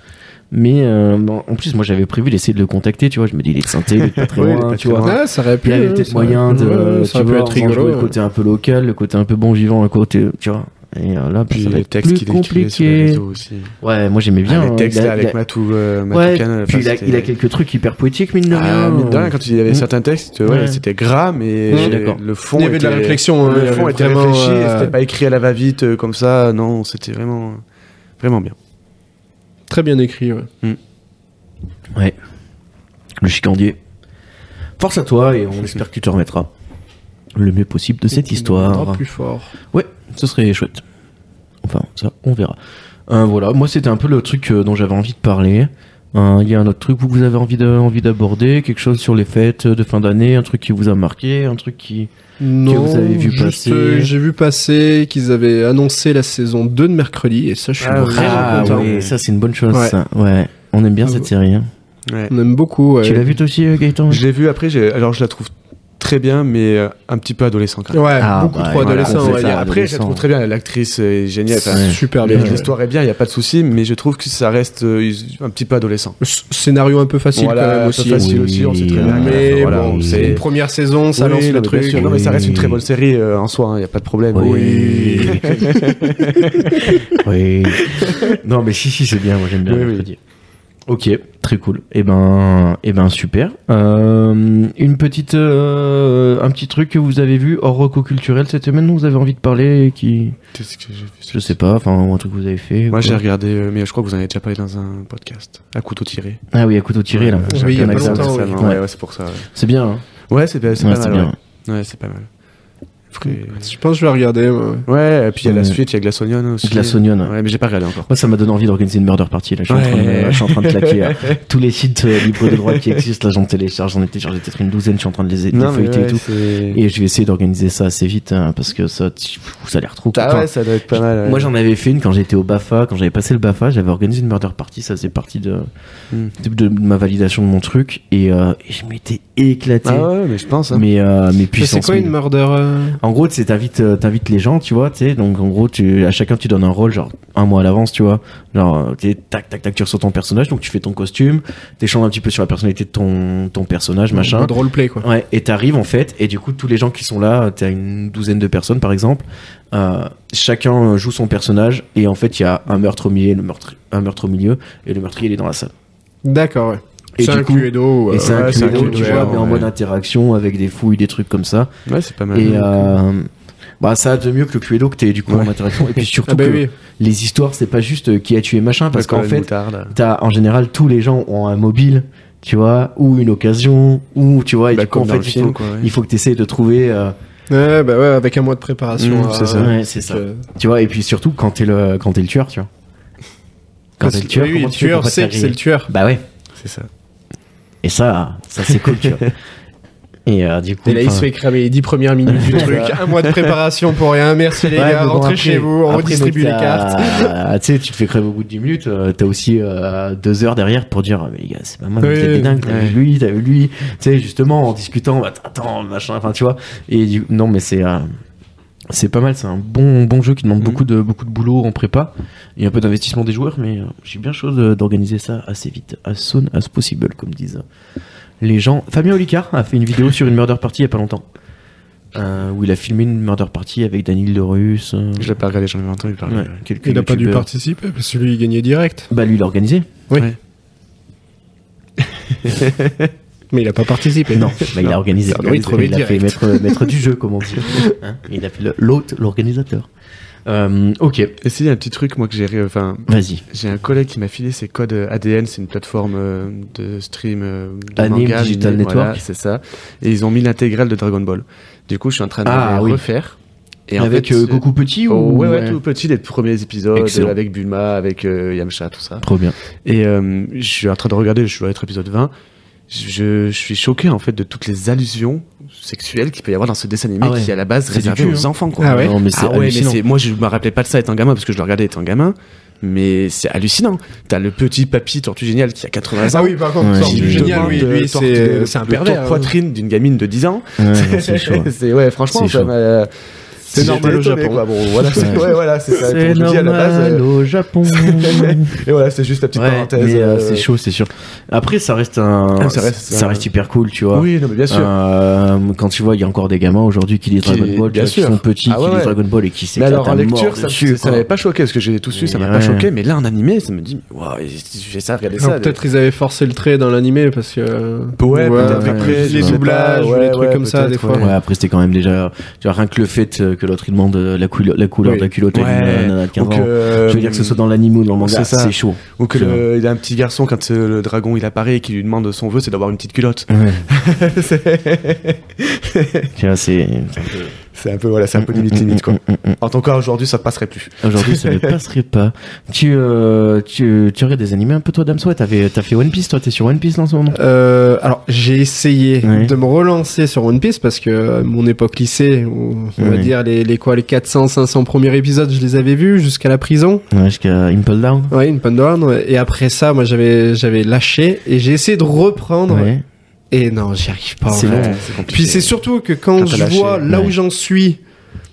Mais euh, bon, en plus, moi, j'avais prévu d'essayer de le contacter, tu vois. Je me dis, il est de synthé, il est pas [LAUGHS] très Ouais, loin, les tu vois. patrons. Ah, ça aurait pu. Il y avait ouais, peut-être ça moyen aurait- de, euh, ouais, tu ça aurait pu vois, être en jouant rigolo. le côté un peu local, le côté un peu bon vivant, le côté, tu vois. Et euh, là, Puis ça va les être textes plus qu'il écrivait sur les compliqué. réseaux aussi. Ouais, moi j'aimais bien. Ah, les hein, textes il a- là, il avec a- Matou, euh, Matou Ouais, puis Khan, enfin, il a, c'était- il a quelques trucs hyper poétiques, mine de Ah, rien. Mm. mine de rien, quand il y avait certains textes, ouais, Ouais. c'était gras, mais Je suis d'accord. le fond Il y avait de la était- réflexion. Le hein, fond il y était avait vraiment, réfléchi, et euh, c'était pas écrit à la va-vite euh, comme ça. Non, c'était vraiment, vraiment bien. Très bien écrit, ouais. Ouais. Le chicandier. Force à toi et [LAUGHS] on espère que tu te remettras le mieux possible de cette Il histoire. rendra plus fort. Ouais, ce serait chouette. Enfin, ça, on verra. Euh, voilà, moi c'était un peu le truc euh, dont j'avais envie de parler. Euh, Il y a un autre truc que vous avez envie de- envie d'aborder, quelque chose sur les fêtes de fin d'année, un truc qui vous a marqué, un truc qui... Non, vous avez vu juste, passer. euh, j'ai vu passer qu'ils avaient annoncé la saison 2 de mercredi et ça je suis Ah, vraiment ah, content. ouais, ça c'est une bonne chose. Ouais. ça. ouais. on aime bien Ah, cette ouais. série. hein. Ouais. On aime beaucoup. ouais. Tu l'as vu toi aussi euh, Gaëtan Je l'ai vu après, j'ai- alors je la trouve très bien, mais euh, un petit peu adolescent quand même. Ouais, Ah, beaucoup bah, trop voilà, adolescent. on fait ouais, ça. y a- Après, je la trouve très bien, l'actrice est géniale. enfin, Ouais. Super Mais bien. je ouais. L'histoire est Ah, bien, il n'y a pas de souci, mais je trouve que ça reste euh, ils- un petit peu adolescent. Le sc- Scénario un peu facile Voilà, quand même aussi. pas facile oui, aussi, on sait très euh, bien. que, Mais bon, voilà, on c'est sait- une première saison, ça Oui, lance le non, mais bien truc. sûr. Non, mais ça reste une très Oui. bonne série euh, en soi, il n'y a pas de problème. Oui. [LAUGHS] oui. Non, mais si, si, c'est bien. Moi, j'aime bien. Oui, oui. mercredi. Ok, très cool. Et ben, et ben, super. Euh, une petite, euh, un petit truc que vous avez vu hors reco culturel cette semaine dont vous avez envie de parler et qui, Qu'est-ce que j'ai vu je sais pas, enfin un truc que vous avez fait. Moi quoi. j'ai regardé, euh, mais je crois que vous en avez déjà parlé dans un podcast, à couteau tiré. Ah oui, à couteau tiré là. Oui, il y a J'ai pas regardé ça longtemps, oui. récemment, Ouais, Ouais. ouais, c'est pour ça. Ouais, C'est bien. hein. Ouais, c'est c'est Ouais, pas c'est mal. bien. ouais. Ouais, c'est pas mal. Après- Je pense que je vais regarder. moi. Ouais, et puis il y a la Ouais. suite, il y a Glassonion aussi. Glassonion, ouais. Ouais, mais j'ai pas regardé encore. Moi, ça m'a donné envie d'organiser une murder party. Là, je suis, en, train de, Ouais. je suis en train de claquer [LAUGHS] euh, tous les sites euh, libres de droit qui existent. Là, j'en télécharge, j'en ai téléchargé peut-être une douzaine. Je suis en train de les, les Non, mais feuilleter ouais, et tout. c'est- Et je vais essayer d'organiser ça assez vite hein, parce que ça, tu- ça a l'air trop. Ah Enfin, ouais, ça doit être pas mal. ouais. Moi j'en avais fait une quand j'étais au Bafa, quand j'avais passé le Bafa, j'avais organisé une murder party, ça faisait partie de, Hmm. de, de ma validation de mon truc et, euh, et je m'étais éclaté. Ah ouais, mais je pense. hein. Mais euh, mais Mais C'est puissance quoi une mille. murder euh, En gros, tu t'invites euh, t'invites les gens, tu vois, tu sais, donc en gros, tu à chacun tu donnes un rôle genre un mois à l'avance, tu vois. Genre euh, tu tac tac tac tu ressors ton personnage, donc tu fais ton costume, t'échanges un petit peu sur la personnalité de ton ton personnage, machin. De roleplay quoi. Ouais, et t'arrives en fait, et du coup tous les gens qui sont là, t'as une douzaine de personnes par exemple, euh, chacun joue son personnage, et en fait il y a un meurtre au milieu, le meurtre, un meurtre au milieu, et le meurtrier il est dans la salle. D'accord, ouais. Et C'est du un coup- cluedo. et c'est euh, un ouais, c'est cluedo, un tu cluedo, vois, ouais. mais en mode interaction avec des fouilles, des trucs comme ça. Ouais, c'est pas mal. Et euh, bah ça a de mieux que le cluedo que t'es du coup en interaction. Et [LAUGHS] puis surtout Ah bah que oui. les histoires c'est pas juste euh, qui a tué machin, parce qu'en fait bah, T'as en général tous les gens ont un mobile, tu vois, ou une occasion, ou tu vois, et Bah, du coup, en comme dans fait, le il film, faut, quoi, ouais. il faut que t'essayes de trouver. euh, Ouais, bah ouais, avec un mois de préparation. Mmh, euh, c'est ça. ouais, Mm, c'est ça. euh, Tu vois, et puis surtout quand t'es le quand t'es le tueur, tu vois. Quand parce t'es le que- tueur, oui, comment le tu fais pour tueur pas te sait faire que c'est griller le tueur. Bah ouais. C'est ça. Et ça, ça c'est cool, [LAUGHS] tu vois. Et euh, du coup. Et là, il enfin, se fait cramer les 10 premières minutes du truc. Un mois de préparation pour rien. Merci les ouais, gars. mais bon, Rentrez après- euh, chez vous. On après, redistribue les donc, [LAUGHS] cartes. t'as- Ah, tu sais, tu te fais crève au bout de 10 minutes. euh, t'as aussi euh, deux heures derrière pour dire, Ah, mais les gars, c'est pas mal, vous Ouais, êtes des dingues. T'as ouais. vu lui, t'as vu lui. Tu sais, justement, en discutant, bah, attends, machin, enfin, tu vois. Et du- non, mais c'est. euh, c'est pas mal, c'est un bon, bon jeu qui Mm. demande beaucoup, de, beaucoup de boulot en prépa et un peu d'investissement des joueurs, mais euh, j'ai bien chaud de- d'organiser ça assez vite, as soon as possible, comme disent les gens. Fabien Olicard a fait une vidéo sur une murder party il y a pas longtemps. euh, où il a filmé une murder party avec Daniel Lerus. euh, Je l'ai pas regardé, j'en ai entendu parler. ouais, ouais. quelques Il a pas dû youtubeurs. participer parce que lui, il gagnait direct. Bah lui, il a organisé. Mais il a pas participé. Non, [LAUGHS] bah, il a organisé. il a organisé. il a fait maître, maître du jeu, comme on [LAUGHS] dit. Hein, il a fait le- l'hôte, l'organisateur. Euh, ok, Et si, il y a un petit truc, moi, que j'ai. ré- Enfin, vas-y. j'ai un collègue qui m'a filé ses codes euh, ADN, c'est une plateforme euh, de stream euh, de Anime manga, Digital anime, voilà, Network. c'est ça. Et ils ont mis l'intégrale de Dragon Ball. Du coup, je suis en train de Ah, les oui. refaire. Et en Avec fait, euh, c'est- Goku petit Oh, ou ouais, ouais, tout petit, les premiers épisodes, Excellent. euh, avec Bulma, avec euh, Yamcha, tout ça. Trop bien. Et euh, je suis en train de regarder, je dois être épisode 20. Je, je suis choqué en fait de toutes les allusions sexuelles qu'il peut y avoir dans ce dessin animé Ah ouais. qui à la base C'est réservé du cul, aux hein. enfants quoi. Ah ouais Non, mais c'est Ah ouais, mais hallucinant. c'est- moi je me rappelais pas de ça étant gamin parce que je le regardais étant gamin, mais c'est hallucinant. T'as le petit papy tortue génial qui a 80 ans. Ah oui, par contre, Ouais, sorte il du génial, demande, lui, euh, lui, torte- c'est le- c'est un le tour de pervers. hein. poitrine d'une gamine de 10 ans. hein. Ouais, [LAUGHS] c'est chaud. hein. C'est- ouais, franchement, C'est ça chaud. m'a- C'est j'étais normal au étonné, Japon. quoi. Bon, voilà, c'est Ouais. ouais, voilà, c'est ça. C'est Comme je dis à la base, normal euh, au Japon. et voilà, c'est juste la [LAUGHS] petite Ouais, parenthèse. mais, euh, euh, c'est chaud, c'est sûr. Après, ça reste un, Ah, ça ça reste, reste un- hyper cool, tu vois. Oui, non, mais bien sûr. Euh, quand tu vois, il y a encore des gamins aujourd'hui qui lisent Qui- Dragon Ball, tu bien vois, qui sûr. sont petits, Ah ouais, qui lisent ouais. Dragon Ball et qui Mais s'éclatent alors en à lecture, mort ça, dessus, ça quoi. m'avait pas choqué parce que j'ai tous su, ça Mais m'a pas ouais. choqué. Mais là en animé, ça me dit, waouh, j'ai ça, regardez Non, ça. Peut-être ils avaient forcé le trait dans l'animé parce que. euh, Ouais, peut-être ouais, après, ouais, je les sais pas, doublages ou ouais, les trucs ouais, comme ça, peut-être, des fois. ouais. Ouais, après, c'était quand même déjà. Tu vois, rien que le fait euh, que l'autre il demande euh, la, couleur- la couleur Oui. de la culotte à une Ouais. euh, nana de 15 Ou ans. que, euh, Je veux dire que ce soit dans l'anime ou dans le manga, c'est ça. c'est chaud. Ou que tu le- il y a un petit garçon quand euh, le dragon il apparaît et qu'il lui demande son vœu, c'est d'avoir une petite culotte. c'est Tu vois, c'est. c'est un peu voilà, c'est un peu limite limite quoi. En tant qu'aujourd'hui, ça passerait plus. Aujourd'hui, ça ne passerait pas. Tu, euh, tu, tu regardes des animés un peu, toi, Damso ouais, t'avais- T'as fait One Piece, toi T'es sur One Piece là, en ce moment Euh, alors j'ai essayé Ouais. de me relancer sur One Piece parce que euh, mon époque lycée, où, on va Ouais. dire les, les quoi les 400 500 premiers épisodes, je les avais vus jusqu'à la prison. Ouais, Jusqu'à Impel Down Ouais, une pandorne. ouais. Et après ça, moi j'avais j'avais lâché et j'ai essayé de reprendre. Ouais. Et non, j'y arrive pas. en C'est fait. long. compliqué. Puis c'est surtout que quand Quand t'as je lâché, vois là où ouais. j'en suis,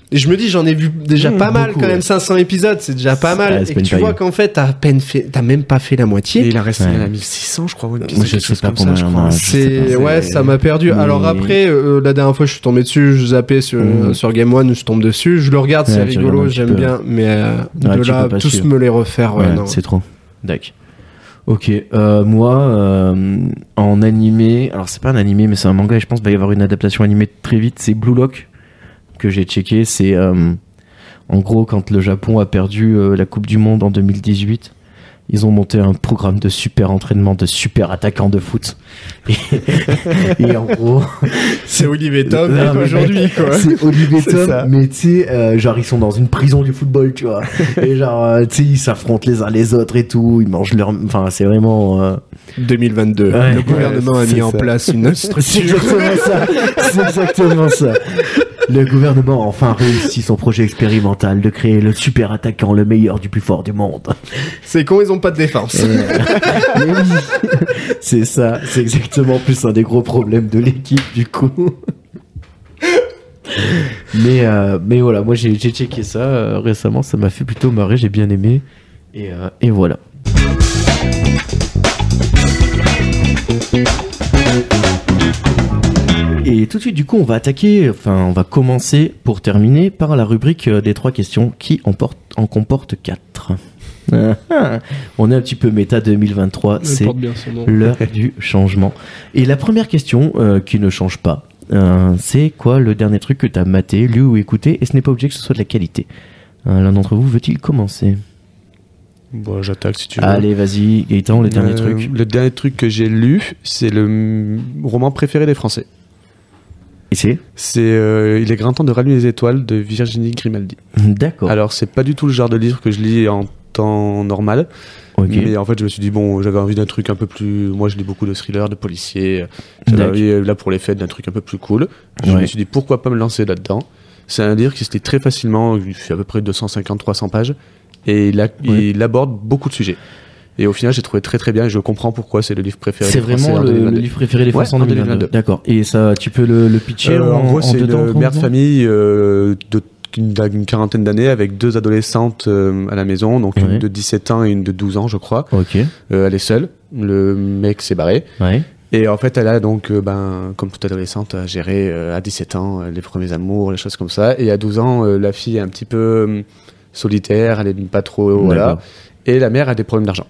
et je me dis j'en ai vu déjà Mmh, pas mal beaucoup, quand même ouais. 500 épisodes, c'est déjà pas C'est- ouais, mal. c'est pas et que une tu vois paille. qu'en fait t'as à peine fait, t'as même pas fait la Et moitié. il en reste Ouais. il y en a 1600, je crois, One Piece, Moi, ou je quelque sais chose pas comme ça, combien je il y en crois. a. Ah, Je sais C'est pas, ouais, c'est- ça m'a perdu. Mais- Alors après, euh, la dernière fois, je suis tombé dessus, je zappais sur, euh, Mhm. sur Game One, je tombe dessus, je le regarde, c'est Ouais, tu regardes rigolo, un petit j'aime peu. bien, mais euh, Ouais, de tu là, peux pas tous suivre. me les refaire, ouais, Ouais, non. c'est trop. D'accord. Ok, euh, moi, euh, en animé, alors c'est pas un animé, mais c'est un manga et je pense qu'il va y avoir une adaptation animée très vite, c'est Blue Lock, que j'ai checké, c'est euh, en gros quand le Japon a perdu euh, la Coupe du Monde en 2018, ils ont monté un programme de super entraînement, de super attaquants de foot. Et, [LAUGHS] et en gros, C'est Olivier Tom Non, mais- [LAUGHS] aujourd'hui, quoi. c'est Olivier C'est Tom, ça. mais tu sais, euh, genre ils sont dans une prison du football, tu [LAUGHS] vois. Et genre, euh, tu sais, ils s'affrontent les uns les autres et tout, ils mangent leur. Enfin, c'est vraiment. euh, 2022, Ouais. le gouvernement a c'est mis en ça. place une [LAUGHS] C'est structure. exactement ça. C'est exactement ça. Le gouvernement a enfin réussi son projet expérimental de créer le super attaquant, le meilleur du plus fort du monde. C'est con, ils ont pas de défense. Mais oui, c'est ça. C'est exactement plus un des gros problèmes de l'équipe, du coup. Mais, euh, mais voilà, moi j'ai j'ai checké ça euh, récemment, ça m'a fait plutôt marrer, j'ai bien aimé. Et, euh, et voilà. Et tout de suite, du coup, on va attaquer, enfin, on va commencer pour terminer par la rubrique euh, des trois questions qui en, porte- en comporte quatre. [LAUGHS] Ah, ah. on est un petit peu méta 2023, c'est bien son nom. [LAUGHS] l'heure du changement. Et la première question euh, qui ne change pas, euh, c'est quoi le dernier truc que t'as maté, lu ou écouté Et ce n'est pas obligé que ce soit de la qualité. Euh, L'un d'entre vous veut-il commencer Bon, j'attaque si tu veux. Allez, vas-y, Gaëtan, le dernier Euh, truc. Le dernier truc que j'ai lu, c'est le mm, roman préféré des Français. Et c'est C'est euh, Il est grand temps de rallumer les étoiles de Virginie Grimaldi. D'accord. Alors, c'est pas du tout le genre de livre que je lis en temps normal, Ok. mais en fait, je me suis dit, bon, j'avais envie d'un truc un peu plus. Moi, je lis beaucoup de thrillers, de policiers. euh, J'avais D'accord. envie, euh, là, pour les fêtes, d'un truc un peu plus cool. Je Ouais. me suis dit, pourquoi pas me lancer là-dedans C'est un livre qui se lit très facilement, il fait à peu près 250-300 pages, et il, a- Ouais. il aborde beaucoup de sujets. Et au final, j'ai trouvé très très bien, et je comprends pourquoi c'est le livre préféré. C'est des Français vraiment en le, 2022. le livre préféré des Ouais, Français en en 2022. 2022. D'accord. Et ça, tu peux le, le pitcher Euh, en, en gros, en c'est deux temps, une trois mère de mots famille euh, de une, d'une quarantaine d'années avec deux adolescentes euh, à la maison, donc Ouais. une de 17 ans et une de 12 ans, je crois. Ok. Euh, elle est seule, le mec s'est barré. Ouais. Et en fait, elle a donc, euh, ben, comme toute adolescente, à gérer euh, à 17 ans euh, les premiers amours, les choses comme ça. Et à 12 ans, euh, la fille est un petit peu euh, solitaire, elle est pas trop. Voilà. D'accord. Et la mère a des problèmes d'argent.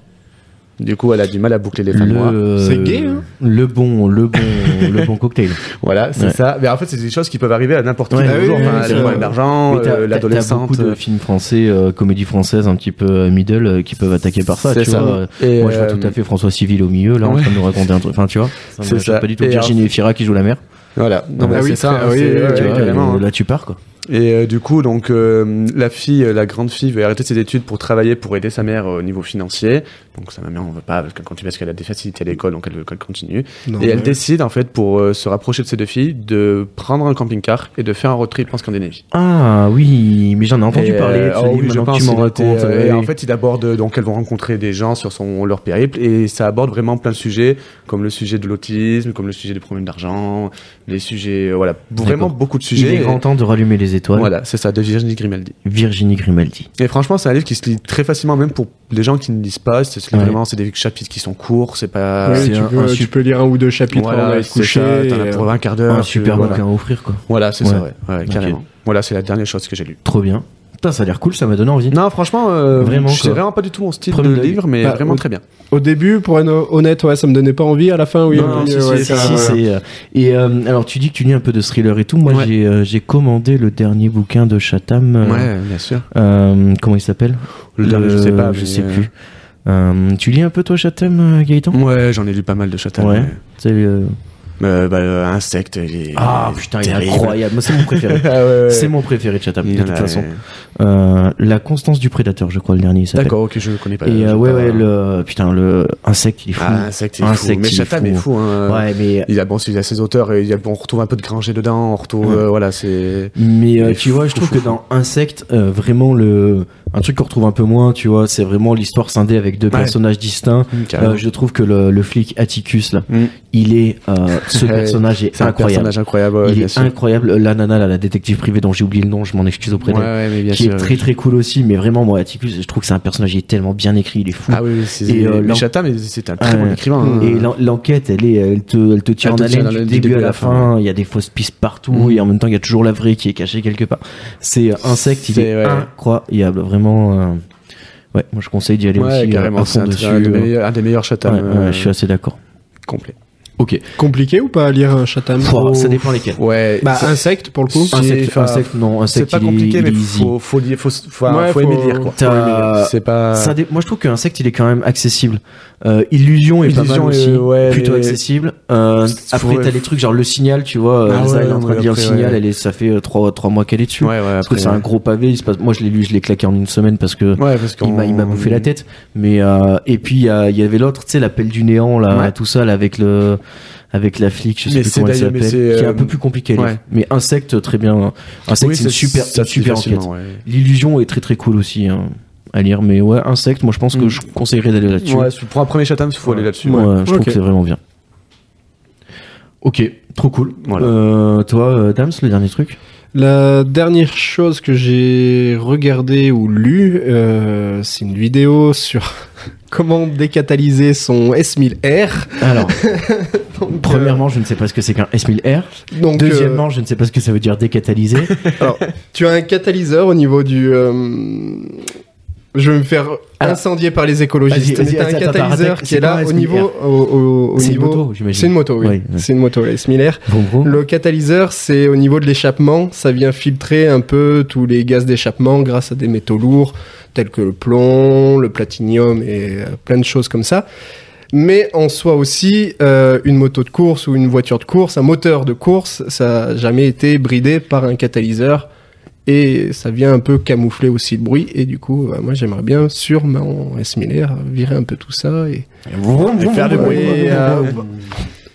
Du coup, elle a du mal à boucler les fins de mois. C'est gay, hein le bon, le bon, le [LAUGHS] bon cocktail. Voilà, c'est Ouais. ça. Mais en fait, c'est des choses qui peuvent arriver à n'importe qui Ouais, de nos oui, jours. Ah oui, Enfin, oui, les c'est problèmes vrai. d'argent, Mais t'as- euh, t'as- t'as l'adolescente. beaucoup de films français, euh, comédies françaises un petit peu euh, middle euh, qui peuvent attaquer par ça, C'est tu ça. vois. Et, Moi, je vois euh, tout à fait François Civil au milieu, là, en Ouais. train de nous raconter un truc. Enfin, tu vois, ça C'est me choque ça. pas du tout. Et Virginie Fira qui joue la mère. Voilà, non, mais Ah oui, c'est ça. très- oui, c'est- oui, ouais, tu vois, carrément, et hein. là, tu pars, quoi. Et euh, du coup, donc euh, la fille, euh, la grande fille, veut arrêter ses études pour travailler, pour aider sa mère euh, au niveau financier. Donc sa mère, on veut pas, parce qu'elle continue parce qu'elle a des facilités à l'école, donc elle veut qu'elle continue. Non, et elle mais- décide, en fait, pour euh, se rapprocher de ces deux filles, de prendre un camping-car et de faire un road trip en Scandinavie. Ah oui, mais j'en ai entendu Et, euh, parler. de ce oh livre, oui, je maintenant pense. que tu m'en il était, racontes. euh, et oui. en fait, il aborde donc elles vont rencontrer des gens sur son leur périple et ça aborde vraiment plein de sujets, comme le sujet de l'autisme, comme le sujet des problèmes d'argent, les sujets, euh, voilà, vraiment beaucoup de il sujets. est grand temps de rallumer les étoiles. Voilà, c'est ça, de Virginie Grimaldi. Virginie Grimaldi. Et franchement, c'est un livre qui se lit très facilement, même pour les gens qui ne lisent pas. C'est c'est Ouais. vraiment, c'est des chapitres qui sont courts, c'est pas. Ah Ouais, c'est tu, un- peux, un tu sup- peux lire un ou deux chapitres avant Voilà, d'aller te c'est ça, coucher. t'en as et, pour euh, un quart d'heure. Un tu- super voilà. bouquin à offrir, quoi. Voilà, c'est ça, Ouais. ouais, ouais, Ok. carrément. Voilà, c'est la dernière chose que j'ai lue. Trop bien. Putain, ça a l'air cool, ça m'a donné envie. Non, franchement, euh, Vraiment, c'est quoi. vraiment pas du tout mon style Premier de deuil. livre, mais Bah, vraiment au- très bien. Au début, pour être honnête, ouais, ça me donnait pas envie. À la fin, oui. Non, non, oui, si, euh, si, ouais, si, ça- Si, ouais. c'est, euh, et euh, alors tu dis que tu lis un peu de thriller et tout. Moi, Ouais. j'ai, euh, j'ai commandé le dernier bouquin de Chatham. euh, ouais, bien sûr. euh, comment il s'appelle Le dernier, je sais pas, mais, sais euh, plus. Euh, tu lis un peu toi Chatham, euh, Gaëtan Ouais, j'en ai lu pas mal de Chatham. Ouais. mais- C'est, euh, Euh, bah, euh, Insecte, il est. Ah il est putain, il est terrible. incroyable. Moi, c'est mon préféré. [LAUGHS] Ah ouais, ouais. C'est mon préféré de Chatham, Il de en toute a- façon. Euh, la constance du prédateur, je crois, le dernier. il s'appelle. D'accord, ok, je le connais pas. Et je euh, sais ouais, pas. ouais, le putain, le insecte, il est fou. Ah, Insecte, il est fou. Insecte, Mais il est Chatham est fou. fou, hein. ouais, mais Il a bon, il a ses auteurs et il y a- on retrouve un peu de Granger dedans, on retrouve Ouais. euh, voilà, c'est Mais euh, Mais tu fou, vois, je fou, trouve fou, que fou. dans Insect, euh, vraiment le un truc qu'on retrouve un peu moins, tu vois, c'est vraiment l'histoire scindée avec deux Ouais. personnages distincts. Euh, je trouve que le, le flic Atticus là, Mm. il est euh, ce [LAUGHS] Ouais, personnage est c'est un incroyable. personnage incroyable, ouais, il bien est sûr. incroyable. La nana là, la détective privée dont j'ai oublié le nom, je m'en excuse auprès Ouais, d'elle, ouais, mais bien qui sûr. est ouais. très très cool aussi. Mais vraiment, moi Atticus, je trouve que c'est un personnage il est tellement bien écrit, il est fou. Ah oui, oui, c'est Et, euh, mais l'en- Chatham, il- c'est un très Ouais. bon écrivain. hein. Et l'en- l'enquête, elle est, elle te, elle te tient Elle te en tient haleine du début, à la fin. Il y a des fausses pistes partout Mhm. et en même temps, il y a toujours la vraie qui est cachée quelque part. C'est euh, insecte, il C'est- est, ouais. incroyable, vraiment. euh, Ouais, moi je conseille d'y aller Ouais, aussi euh, carrément, à c'est fond un, dessus. un des euh, meilleurs- un des meilleurs Chatham ouais, ouais, euh, je suis assez d'accord. complet. Ok. Compliqué ou pas à lire un chatham Oh. Pouah, ça dépend lesquels. Ouais, Bah, c'est- insecte pour le coup. c'est- Insecte, enfin, insecte, non, c'est insecte, pas il est- compliqué, il est mais easy. faut faut lire, faut, faut, Ouais, faut aimer faut- lire quoi. T'as- Faut aimer lire. C'est pas Ça dé- Moi je trouve que Insecte il est quand même accessible. Euh, Illusion est pas mal Illusion, aussi, euh, ouais, plutôt mais- accessible. Euh, Faut- après ouais. t'as des trucs genre le signal, tu vois, Ah euh, Elsa, ouais, elle est en train ouais, de lire le après, signal, ouais. elle est, ça fait euh, trois trois mois qu'elle est dessus. Ouais, ouais, parce que après, c'est ouais. un gros pavé, il se passe... moi je l'ai lu, je l'ai claqué en une semaine parce que Ouais, parce qu'on il m'a il m'a bouffé la tête. Mais euh, et puis il y, a- il y avait l'autre, tu sais, l'appel du néant là, Ouais. tout ça là, avec le avec la flic, je sais Mais plus c'est comment elle d'ailleurs- mais s'appelle, qui c'est, est euh, un peu plus compliqué. à lire. ouais. Mais Insecte très bien. Insecte Oui, c'est une super ça une se super lit enquête. facilement, ouais. L'illusion est très très cool aussi hein, à lire, mais ouais, Insecte, moi je pense que Mm. je conseillerais d'aller là-dessus. Ouais, pour un premier Chatham, il faut aller là-dessus. Ouais, ouais. je trouve Ok. que c'est vraiment bien. Ok, trop cool. Voilà. Euh, toi, euh, Dams, le dernier truc La dernière chose que j'ai regardée ou lue, euh, c'est une vidéo sur [LAUGHS] comment décatalyser son S1000R. [LAUGHS] Alors, Donc, euh, premièrement, je ne sais pas ce que c'est qu'un S1000R. donc, euh, Deuxièmement, je ne sais pas ce que ça veut dire décatalyser. [LAUGHS] alors, tu as un catalyseur au niveau du. euh, je vais me faire Ah. incendier par les écologistes. Vas-y, vas-y, mais t'as attends, un attends, catalyseur attends, qui c'est est quoi là un au niveau. Au, au- au C'est une niveau- moto, j'imagine. C'est une moto, oui. Oui, oui. C'est une moto, la S1000R. Vroom, vroom. Le catalyseur, c'est au niveau de l'échappement, ça vient filtrer un peu tous les gaz d'échappement grâce à des métaux lourds tels que le plomb, le platinium et euh, plein de choses comme ça. Mais en soi aussi, euh, une moto de course ou une voiture de course, un moteur de course, ça n'a jamais été bridé par un catalyseur et ça vient un peu camoufler aussi le bruit. Et du coup, euh, moi j'aimerais bien sur mon S1000R virer un peu tout ça et Et faire du bruit. et, euh,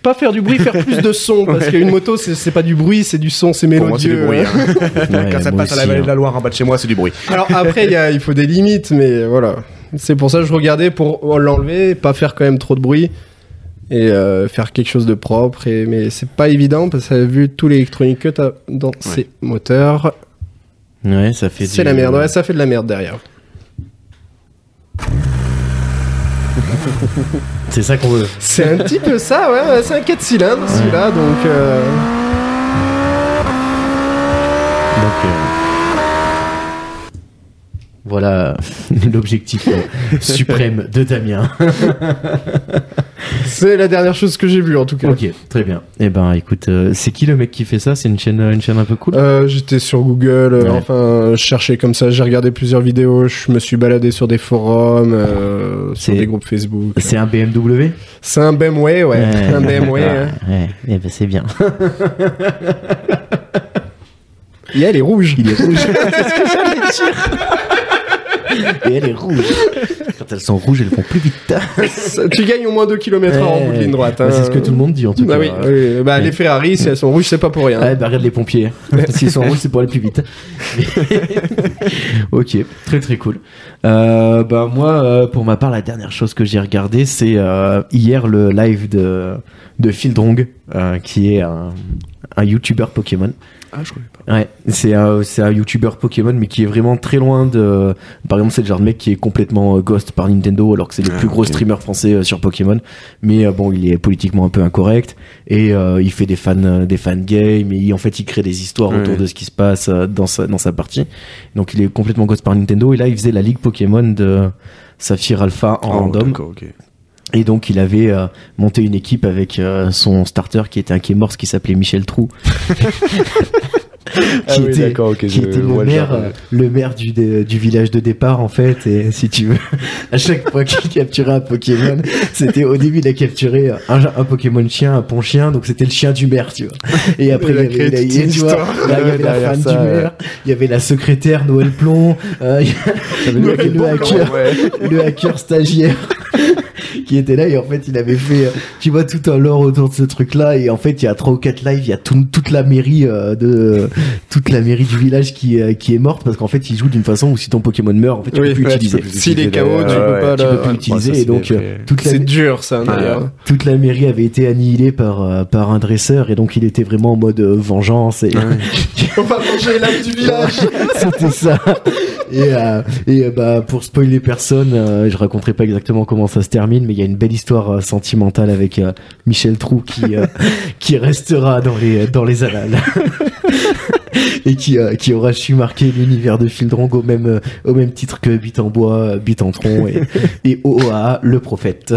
pas faire du bruit, faire plus de son, parce qu'une moto, c'est c'est pas du bruit, c'est du son, c'est Pour moi, c'est mélodieux. du bruit. hein. Ouais, Quand ça moi passe à la aussi, vallée de hein. la Loire en bas de chez moi, c'est du bruit. [LAUGHS] Alors après, il y a- il faut des limites, mais voilà. C'est pour ça que je regardais pour l'enlever, pas faire quand même trop de bruit et euh, faire quelque chose de propre. Et, mais c'est pas évident parce que vu tout l'électronique que t'as dans ces moteurs, hein. Ouais, ça fait. c'est du- la merde. Ouais, ça fait de la merde derrière. C'est ça qu'on veut. C'est un petit peu ça, ouais. C'est un 4 cylindres celui-là, donc. euh, Donc, euh, Voilà [LAUGHS] l'objectif euh, suprême de Damien. C'est la dernière chose que j'ai vue en tout cas. ok, très bien. Eh ben, écoute, euh, c'est qui le mec qui fait ça C'est une chaîne, euh, une chaîne un peu cool. Euh, J'étais sur Google, euh, Ouais. enfin, je cherchais comme ça, j'ai regardé plusieurs vidéos, je me suis baladé sur des forums, euh, sur C'est- des groupes Facebook. C'est un BMW C'est un BMW, ouais. [LAUGHS] Un BMW, hein. ouais. Eh ben, c'est [LAUGHS] bien. Et elle est rouge. Il est rouge. Et elle est rouge. Quand elles sont rouges, elles vont plus vite. [LAUGHS] Ça- tu gagnes au moins 2 km heure en bout de ligne droite. Bah, hein. C'est ce que tout le monde dit en tout Bah cas. oui, oui, bah, les Ferrari, si elles sont rouges, c'est pas pour rien. Ouais, bah regarde les pompiers. [LAUGHS] S'ils sont en rouge, c'est pour aller plus [LAUGHS] vite. ok, très très cool. Euh, bah moi, euh, pour ma part, la dernière chose que j'ai regardée, c'est euh, hier le live de, de Phil Drong, euh, qui est un, un youtubeur Pokémon. Ah, je connais pas. Ouais, c'est un, c'est un youtubeur Pokémon, mais qui est vraiment très loin de. Par exemple, c'est le genre de mec qui est complètement euh, ghost par Nintendo, alors que c'est le Ah, plus gros ok. streamer français euh, sur Pokémon. Mais euh, bon, il est politiquement un peu incorrect et euh, il fait des fan, euh, des fan games. Et il- en fait, il crée des histoires Ouais. autour de ce qui se passe euh, dans sa, dans sa partie. Donc, il est complètement ghost par Nintendo. Et là, il faisait la ligue Pokémon de Saphir Alpha en Oh, random. d'accord, ok. Et donc il avait euh, monté une équipe avec euh, son starter qui était un Kémorse qui s'appelait Michel Trou. qui Ah oui, était, d'accord, ok, qui je était le vois le maire, genre, euh, ouais. le maire du, dé- du village de départ en fait. Et si tu veux, [LAUGHS] à chaque fois qu'il capturait un Pokémon, c'était au début il a capturé un, un Pokémon chien, un pon chien, donc c'était le chien du maire, tu vois. [LAUGHS] Et après Il il a y avait, créé il a- toute et une tu vois, [LAUGHS] histoire. là, il y Ouais, avait la derrière femme ça, du ouais. maire, il y avait la secrétaire Noël Plomb, euh, [LAUGHS] il y J'avais le- le- le hacker Ouais. le hacker stagiaire [LAUGHS] qui était là et en fait il avait fait euh, tu vois tout un lore autour de ce truc là et en fait il y a trois ou quatre lives il y a tout- toute la mairie euh, de toute la mairie du village qui euh, qui est morte parce qu'en fait il joue d'une façon où si ton Pokémon meurt en fait tu Oui, peux plus ouais, l'utiliser tu peux plus S'il est l'utiliser, KO, tu d'ailleurs, peux ouais, pas tu le- peux plus ouais, l'utiliser ça, et c'est donc des euh, vrais- toute la C'est dur hein. ça, Ah, d'ailleurs. ouais. toute la mairie avait été annihilée par euh, par un dresseur et donc il était vraiment en mode euh, vengeance et On va manger l'âme du village. [LAUGHS] [LAUGHS] C'était ça. Et, euh, et euh, bah, pour spoiler personne, euh, je raconterai pas exactement comment ça se termine, mais il y a une belle histoire euh, sentimentale avec euh, Michel Trou qui, euh, [LAUGHS] qui restera dans les, euh, dans les annales. [LAUGHS] Et qui, euh, qui aura su marquer l'univers de Fildrong au même, euh, au même titre que Bit en bois, euh, Bit en tronc et, et OOA, le prophète.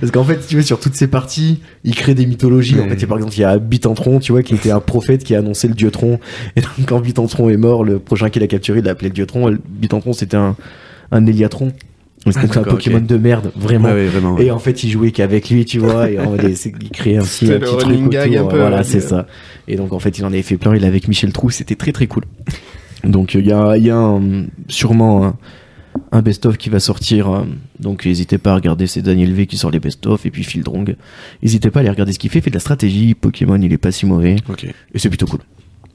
Parce qu'en fait, si tu veux, sur toutes ces parties, il crée des mythologies. En Mm. fait, il y a, par exemple, il y a Bitantron, tu vois, qui était un prophète qui a annoncé le dieu Tron. Et donc, quand Bitantron est mort, le prochain qu'il a capturé, il l'a appelé le dieu Tron. Et le Bitantron, c'était un, un Héliatron. Donc, c'est Ah, un d'accord, Pokémon ok. de merde, vraiment. Ouais, ouais, vraiment. ouais. Et en fait, il jouait qu'avec lui, tu vois, et en mode, c'est- il créait un petit, un C'était le petit truc running autour. gag un peu, voilà, ouais. c'est ça. Et donc, en fait, il en avait fait plein. Il est avec Michel Trou, c'était très très cool. Donc, il y a, il y a un- sûrement un, un best-of qui va sortir. euh, Donc, n'hésitez pas à regarder. C'est Daniel V qui sort les best-of et puis Phil Drong. N'hésitez pas à aller regarder ce qu'il fait. Il fait de la stratégie. Pokémon, il est pas si mauvais. Ok. Et c'est plutôt cool.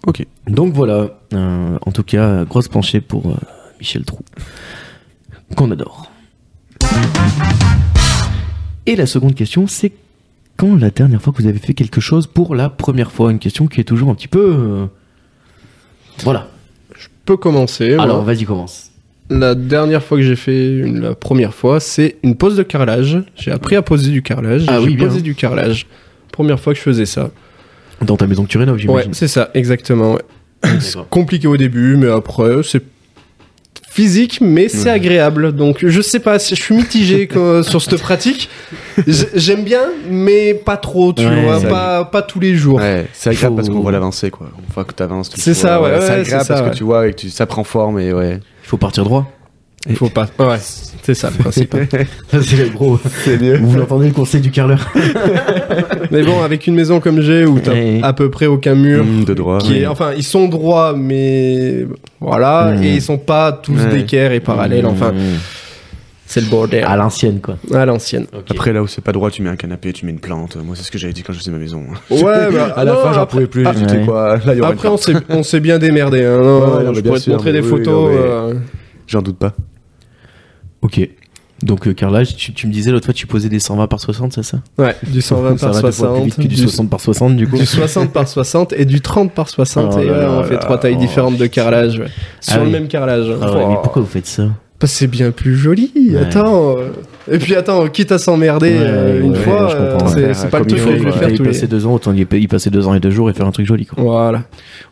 Ok. Donc voilà. Euh, en tout cas, grosse penchée pour euh, Michel Trou. Qu'on adore. Et la seconde question, c'est quand la dernière fois que vous avez fait quelque chose pour la première fois Une question qui est toujours un petit peu. euh, Voilà. Peut commencer. moi. Alors, vas-y, commence. La dernière fois que j'ai fait une- la première fois, c'est une pose de carrelage. J'ai appris à poser du carrelage. Ah j'ai oui, bien. posé du carrelage. Première fois que je faisais ça. Dans ta maison que tu rénoves, Ouais, j'imagine. c'est ça, exactement. ouais. D'accord. Compliqué au début, mais après, c'est physique, mais c'est agréable. Donc, je sais pas, si- je [LAUGHS] suis mitigé quand- sur cette pratique. J- J'aime bien, mais pas trop, tu Ouais, vois, ça- pas, pas tous les jours. Ouais, c'est agréable Faut- parce qu'on voit l'avancée, quoi. Une fois que t'avances, tu C'est vois, ça, ouais, ouais, c'est ouais, agréable c'est ça, parce ouais. que tu vois, et que tu, ça prend forme et ouais. Il faut partir droit. Il faut pas. Ouais, c'est ça le [LAUGHS] principe. Ça, c'est le gros. C'est mieux. Vous l'entendez le conseil du carleur mais bon, avec une maison comme j'ai, où t'as Ouais. à peu près aucun mur, de droit. qui est- enfin, ils sont droits, mais voilà, Ouais. et ils sont pas tous Ouais. d'équerre et parallèles. Enfin, Mmh. c'est le bordel À l'ancienne, quoi. à l'ancienne. Après, là où c'est pas droit, tu mets un canapé, tu mets une plante. Moi, c'est ce que j'avais dit quand je faisais ma maison. Ouais, bah, [LAUGHS] à la non, fin, j'en après- pouvais plus. ah, J'étais ouais. quoi Là, il y aura une Après, on plante. s'est, on s'est bien démerdé. Hein. Non, Ouais, ouais, non, je pourrais mais bien te sûr, montrer mais des oui, photos. non, euh, mais- J'en doute pas. Ok. Donc, euh, carrelage, tu, tu me disais l'autre fois, tu posais des 120 par 60, c'est ça Ouais, du 120 Ça par va deux fois plus 60. vite que du 60 par 60, du coup. du 60 par 60 et du 30 par 60. Oh et là ouais, là on fait là trois là, tailles oh, différentes de putain. carrelage. ouais. Sur Ah le oui. même carrelage. hein. Ah ouais, mais pourquoi vous faites ça Bah, c'est bien plus joli. Ouais. Attends. euh, Et puis attends, quitte à s'emmerder Ouais, euh, une ouais, fois, je euh, comprends, c'est ouais. c'est pas le Comme truc il faut, que il faut, je vais ouais. faire y tous les. passer deux ans, autant y pa- y passer deux ans et deux jours et faire un truc joli. Quoi. Voilà.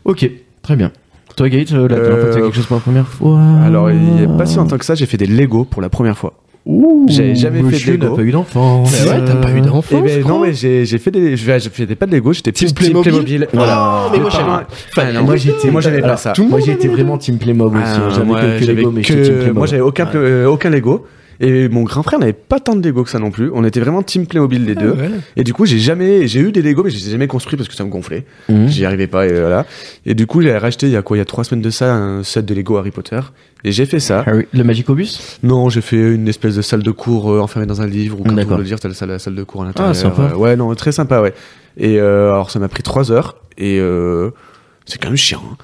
Ok, très bien. Toi, Gaët, euh, la dernière fois que t'as Euh, quelque chose pour la première fois Alors, il n'y a pas si longtemps que ça, j'ai fait des Lego pour la première fois. Ouh, J'avais jamais fait de Monsieur n'a Lego. pas eu d'enfant. C'est vrai, t'as pas eu d'enfant. Eh ben, je non, crois. mais j'ai j'ai fait des. Je je faisais pas de Lego, j'étais Team plus Team Playmobil Playmobil. Voilà. Oh, mais moi, Mes j'aime. parents- Enfin, non, Ah, moi j'étais, moi, j'aimais pas alors, ça. Tout moi j'étais vraiment Team Playmob aussi. hein. Ah, j'avais moi, quelques j'avais Lego, mais que- j'étais Team Playmob. Moi, j'avais aucun, Play- euh, aucun Lego. Et mon grand frère n'avait pas tant de Lego que ça non plus. On était vraiment Team Playmobil les deux. Ah Ouais. Et du coup, j'ai jamais, j'ai eu des Lego, mais je les ai jamais construits parce que ça me gonflait. Mhm. J'y arrivais pas et voilà. Et du coup, j'ai racheté il y a quoi, il y a trois semaines de ça, un set de Lego Harry Potter. Et j'ai [LAUGHS] fait ça. Harry- le Magicobus Non, j'ai fait une espèce de salle de cours euh, enfermée dans un livre ou comme tu D'accord. Ah, veux le dire, t'as la salle, la salle de cours à l'intérieur. sympa. Euh, ouais, non, très sympa, ouais. Et euh, alors, ça m'a pris trois heures et euh, c'est quand même chiant. hein.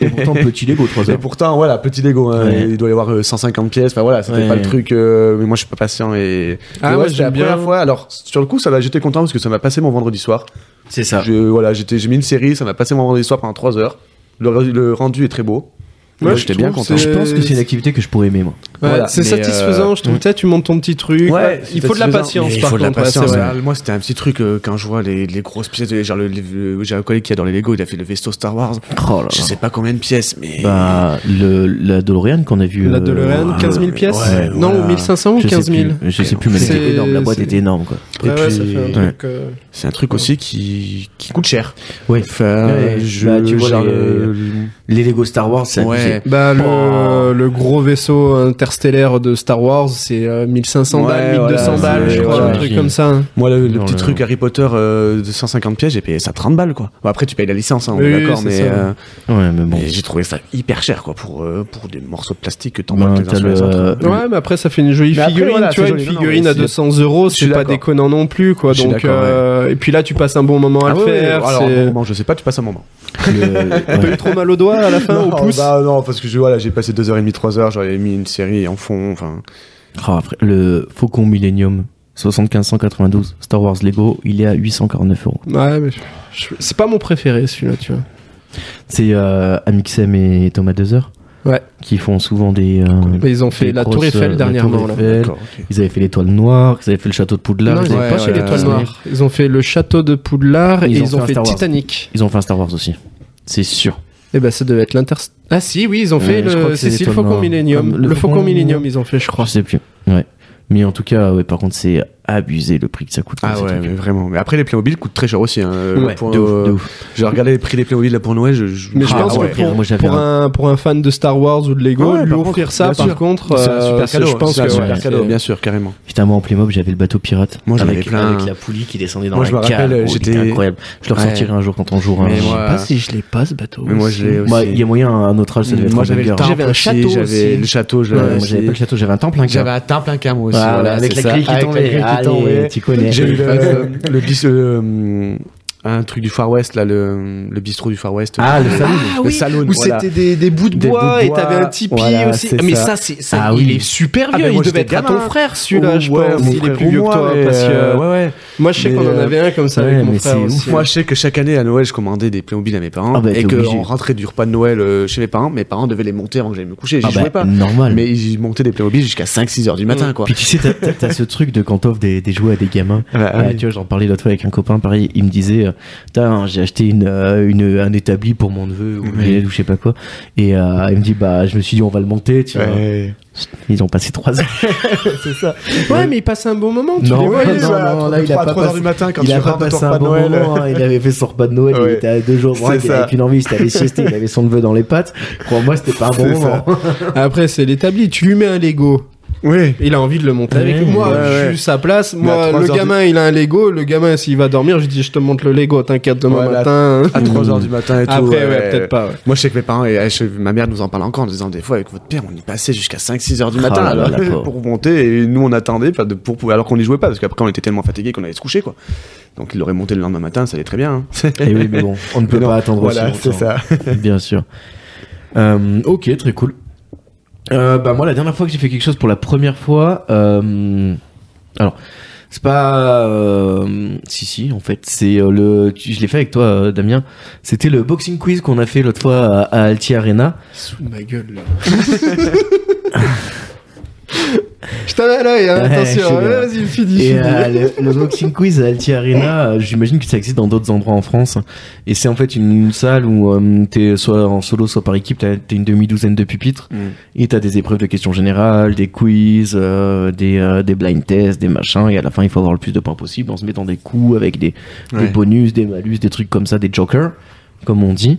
Et pourtant petit Lego 3 Et heures. pourtant, voilà, petit Lego, hein, Ouais. il doit y avoir euh, 150 pièces. Enfin voilà, c'était Ouais. pas le truc. euh, mais moi, je suis pas patient et. Ah Mais ouais, c'était la j'aime bien. première fois. Alors, sur le coup, ça va. J'étais content parce que ça m'a passé mon vendredi soir. C'est Ah. ça. Je- voilà, j'étais, j'ai mis une série, ça m'a passé mon vendredi soir pendant 3 heures. Le, re- le rendu est très beau. Moi, Moi, je j'étais bien trouve content. Je pense que c'est une activité que je pourrais aimer moi. Ouais, Voilà, c'est mais, satisfaisant, euh, je trouve. Tu sais, tu montes ton petit truc. Ouais, il faut de la satisfaisant. patience, Mais il par faut de la contre, ouais, patience. c'est vrai. Moi, c'était un petit truc euh, quand je vois les, les grosses pièces. de- genre, le- le- j'ai un collègue qui adore les Lego, il a fait le Vesto Star Wars. Oh là Je sais pas combien de pièces, mais. Bah, le, la DeLorean qu'on a vue. La euh, DeLorean, euh, 15 000 pièces hein. ouais, Non, voilà. 1500 ou je sais 15 000 plus, Je sais plus, mais elle C'est- était énorme. La boîte c'est- était énorme quoi. Et Ouais, ouais, ça puis- fait un ouais. truc. euh, C'est un truc aussi qui, qui coûte cher. Ouais. Enfin, Euh, Ouais, je, bah, tu vois, genre, les- le- Les Lego Star Wars, c'est Ouais. abusé. Bah, Oh. le, le gros vaisseau interstellaire de Star Wars, c'est euh, 1500 Ouais, balles, voilà, 1200 c'est- balles, je crois, voilà. un truc comme ça. hein. Moi, le, le Non, petit le- truc Harry Potter euh, de 150 pièces, j'ai payé ça 30 balles, quoi. Bon, après, tu payes la licence, hein, on Oui, est d'accord, c'est mais, ça. euh, Ouais, mais bon. mais j'ai trouvé ça hyper cher, quoi, pour, euh, pour des morceaux de plastique que Ben, t'emballes les uns t'as sur les le- autres. Oui. Ouais, mais après, ça fait une jolie Mais après, figurine, voilà, tu c'est vois, une joli, non, figurine mais à c'est- 200 euros, je suis c'est pas d'accord. déconnant non plus, quoi. Je suis Donc, d'accord, euh, et puis là, tu passes un bon moment à Ah le ouais, faire. alors, c'est- bon, je sais pas, tu passes un moment. [LAUGHS] Le- T'as eu trop mal au doigt [LAUGHS] à la fin, au pouce. bah, [LAUGHS] non, parce que je, voilà, j'ai passé 2h30, 3h, j'avais mis une série en fond, enfin. Oh, après, le Faucon Millennium 7592 Star Wars Lego, il est à 849 euros. Ouais, mais je- c'est pas mon préféré, celui-là, tu vois. C'est euh, Amixem et Thomas Dezer Ouais. qui font souvent des. euh, Mais ils ont fait des la Tour grosses, euh, Eiffel la dernièrement, Tour là. Eiffel. Ils avaient fait l'étoile noire, ils avaient fait le château de Poudlard. non, ils ils, n'ont avaient- ouais, pas fait ouais, l'étoile ouais. noire. Ils ont fait le château de Poudlard Ils et ont ils fait ont un fait Star Wars. Titanic. ils ont fait un Star Wars aussi. C'est sûr. Et ben ça devait être l'inter. Ah si, oui, ils ont fait Ouais, je crois le. que c'est C'est si, le l'étoile Faucon noire. Millenium. Comme le Le Faucon Faucon Millenium, ils ont fait, je Je crois. sais plus. Ouais. Mais en tout cas, ouais, par contre, c'est abusé le prix que ça coûte. Ah ces ouais, trucs. mais vraiment. Mais après, les Playmobil coûtent très cher aussi. Hein. Ouais, Pour, de ouf, euh, de ouf. J'ai regardé les prix des Playmobil là pour Noël. Je, je- Mais je Ah pense ouais. que pour, Moi, j'avais pour un, pour un fan de Star Wars ou de Lego, Ouais, par lui contre, offrir ça, bien par sûr. contre, C'est un euh, super cadeau. je pense c'est un que super ouais, cadeau, c'est- bien sûr, carrément. Putain, moi en Playmob, j'avais le bateau pirate. Moi, j'en avec, avais plein. Avec la poulie qui descendait dans Moi, la je me rappelle, cale. Oh, j'étais- c'était incroyable. Je le Ouais. ressortirai un jour quand on jouera. Mais un- Je sais moi- pas si je l'ai pas ce bateau. Mais moi, je l'ai aussi. Bah, Il y a moyen, à un autre âge, ça devait être moi un j'avais le banger. temple J'avais un aussi, château j'avais aussi. le château je Ouais, l'avais moi, j'avais pas le château, j'avais un temple. hein, j'avais un temple un camo aussi Ah, voilà, avec c'est la grille ça, qui avec tombait. la grille qui Allez, tombait. tu connais. j'ai eu le, le bis- euh, un truc du Far West là le, le bistrot du Far West Ah, le salon. Ah Le oui, saloon, où voilà. c'était des, des bouts de Des bouts bois de et bois, t'avais un tipi voilà, aussi. c'est Mais ça. ça, c'est ça, Ah il oui. est super Ah, vieux. ben, moi, il devait être j'étais à ton gamin. frère celui-là, je Oh, Ouais, pense. mon Il est frère plus vieux ou que moi, toi. mais, parce que- euh, ouais, ouais. Moi, je sais Mais, qu'on en euh, avait un comme ça ouais, avec mon mais frère c'est aussi. ouf. Moi, je sais que chaque année à Noël, je commandais des Playmobil à mes parents Ah bah, t'es et que obligé. on rentrait du repas de Noël euh, chez mes parents. Mes parents devaient les monter avant que j'aille me coucher. J'y Ah bah, Mm. jouais pas. Normal. Mais ils montaient des Playmobil jusqu'à 5-6 heures du matin, quoi. Puis tu sais, t'as- t'as t'as ce truc de quand t'offres des, des jouets à des gamins. Ouais, Ouais, Ah ouais. Euh, Tu vois, j'en parlais l'autre fois avec un copain, pareil, il me disait, euh, Putain, j'ai acheté une, euh, une, un établi pour mon neveu ou une Ouais. aide ou je sais pas quoi. Et euh, il me dit, bah, je me suis dit, on va le monter, tu vois. Ouais. Ils ont passé trois heures. c'est ça. Ouais, mais il passe un bon moment. tu Non, [LAUGHS] les vois, ouais, ils- non, à non, là, il a trois- pas trois heures passé- du matin quand il tu a pas rentres de ton passé un repas de bon Noël. moment, hein. il avait fait son repas de Noël, Ouais. il était à deux jours, C'est braque, il ça. avait qu'une envie, c'était aller siester, il avait son neveu dans les pattes. Crois-moi, c'était [LAUGHS] pas un bon C'est moment. Après, c'est l'établi. Tu lui mets un Lego. Oui. Il a envie de le monter avec Ouais, lui. Moi, ouais, ouais. je suis sa place. Mais à Moi, trois le heures du- gamin, il a un Lego. Le gamin, s'il va dormir, je dis, je te monte le Lego. T'inquiète, demain Voilà. matin. À 3 heures du matin et tout. Après, ouais, peut-être pas. ouais. Moi, je sais que mes parents et euh, je- ma mère nous en parle encore en disant des fois avec votre père, on y passait jusqu'à 5-6 heures du Oh matin là là, alors, la pauvre. pour monter et nous on attendait pas de- pour, pour- alors qu'on n'y jouait pas parce qu'après on était tellement fatigués qu'on allait se coucher quoi. Donc il aurait monté le lendemain matin, ça allait très bien. hein. Et oui, mais bon, on ne peut Mais non, pas attendre aussi Voilà, c'est longtemps. ça. [LAUGHS] Bien sûr. Euh, ok, très cool. Euh, bah moi, la dernière fois que j'ai fait quelque chose pour la première fois, euh, alors C'est pas. euh, si, si, en fait. C'est euh, le. tu- Je l'ai fait avec toi, euh, Damien. C'était le boxing quiz qu'on a fait l'autre fois à, à Alti Arena. Sous ma gueule là. [LAUGHS] Je t'avais à l'œil, hein, Ouais, je attention. sais Ouais, bien. Vas-y, finis. Et finis. euh, le, le boxing quiz à Alti Arena, euh, j'imagine que ça existe dans d'autres endroits en France. Et c'est en fait une salle où euh, t'es soit en solo, soit par équipe, t'as t'es une demi-douzaine de pupitres. Et t'as des épreuves de questions générales, des quiz, euh, des, euh, des blind tests, des machins. Et à la fin, il faut avoir le plus de points possible en se mettant des coups avec des, des Ouais. bonus, des malus, des trucs comme ça, des jokers, comme on dit.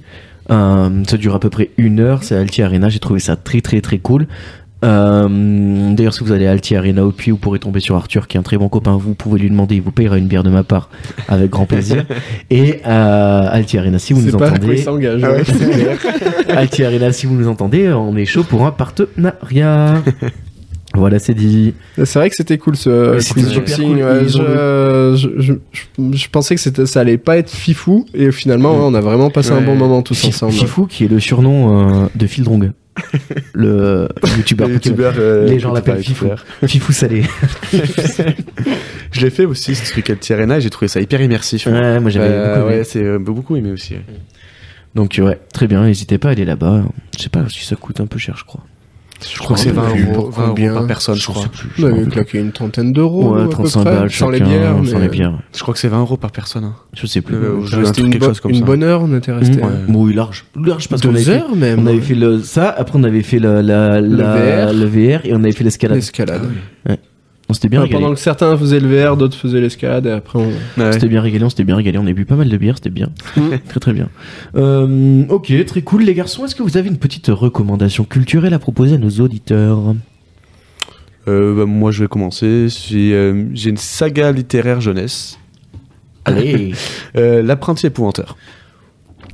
Euh, ça dure à peu près une heure. C'est à Alti Arena. J'ai trouvé ça très très très cool. Euh, D'ailleurs, si vous allez à Alti Arena au Puy, vous pourrez tomber sur Arthur, qui est un très bon copain. Vous pouvez lui demander, il vous payera une bière de ma part avec grand [LAUGHS] plaisir. Et euh, Alti Arena, si vous C'est nous pas à quoi entendez, il s'engage. hein. Ah ouais. [LAUGHS] ouais. Alti Arena, si vous nous entendez, on est chaud pour un [LAUGHS] partenariat. voilà, c'est dit. C'est vrai que c'était cool ce Ouais, c'était quiz super boxing. cool. ouais, Ils je, ont je, je- je- je pensais que c'était, ça allait pas être fifou et finalement Mm. ouais, on a vraiment passé un Ouais. bon moment tous Fi- ensemble. Fifou, qui est le surnom euh, de Phil Drong, le youtubeur Pokémon. Les youtubeurs, euh, Les gens que tu l'appellent parlais tout Fifou. à l'heure. Fifou salé. Je l'ai fait aussi, ce truc à Tirena, et j'ai trouvé ça hyper immersif. Ouais, moi j'avais Euh, beaucoup aimé. ouais, c'est euh, beaucoup aimé aussi. ouais. Donc euh, ouais, très bien, n'hésitez pas à aller là-bas. Je sais pas si ça coûte un peu cher, je crois. Je crois que c'est un peu 20 plus. euros, Pour 20 euros combien par personne, je Je crois. sais plus, je On m'en avait rappelle. claqué une trentaine d'euros. à Ouais, peu 35 près, balles sans chacun, hein, les bières. sans mais- euh, les bières. Je crois que c'est 20 euros par personne. hein. Je sais plus. Euh, Ouais. ou Ça un restait truc, une, quelque bo- chose comme une ça. bonne heure, on était resté. euh, Mmh. Bon, oui, large, large parce qu'on avait Deux fait, heures même. on avait fait le ça, après on avait fait la, la, la- VR. le VR et on avait fait l'escalade. hein, l'escalade. On s'était bien Enfin, régalé. pendant que certains faisaient le VR, d'autres faisaient l'escalade et après on. On s'était bien régalé, on s'était bien régalé, on a bu pas mal de bière, c'était bien. très très bien. Euh, ok, très cool les garçons. Est-ce que vous avez une petite recommandation culturelle à proposer à nos auditeurs Euh, bah, moi, je vais commencer. J'ai euh, j'ai une saga littéraire jeunesse. [LAUGHS] Allez, Euh, L'apprenti épouvanteur.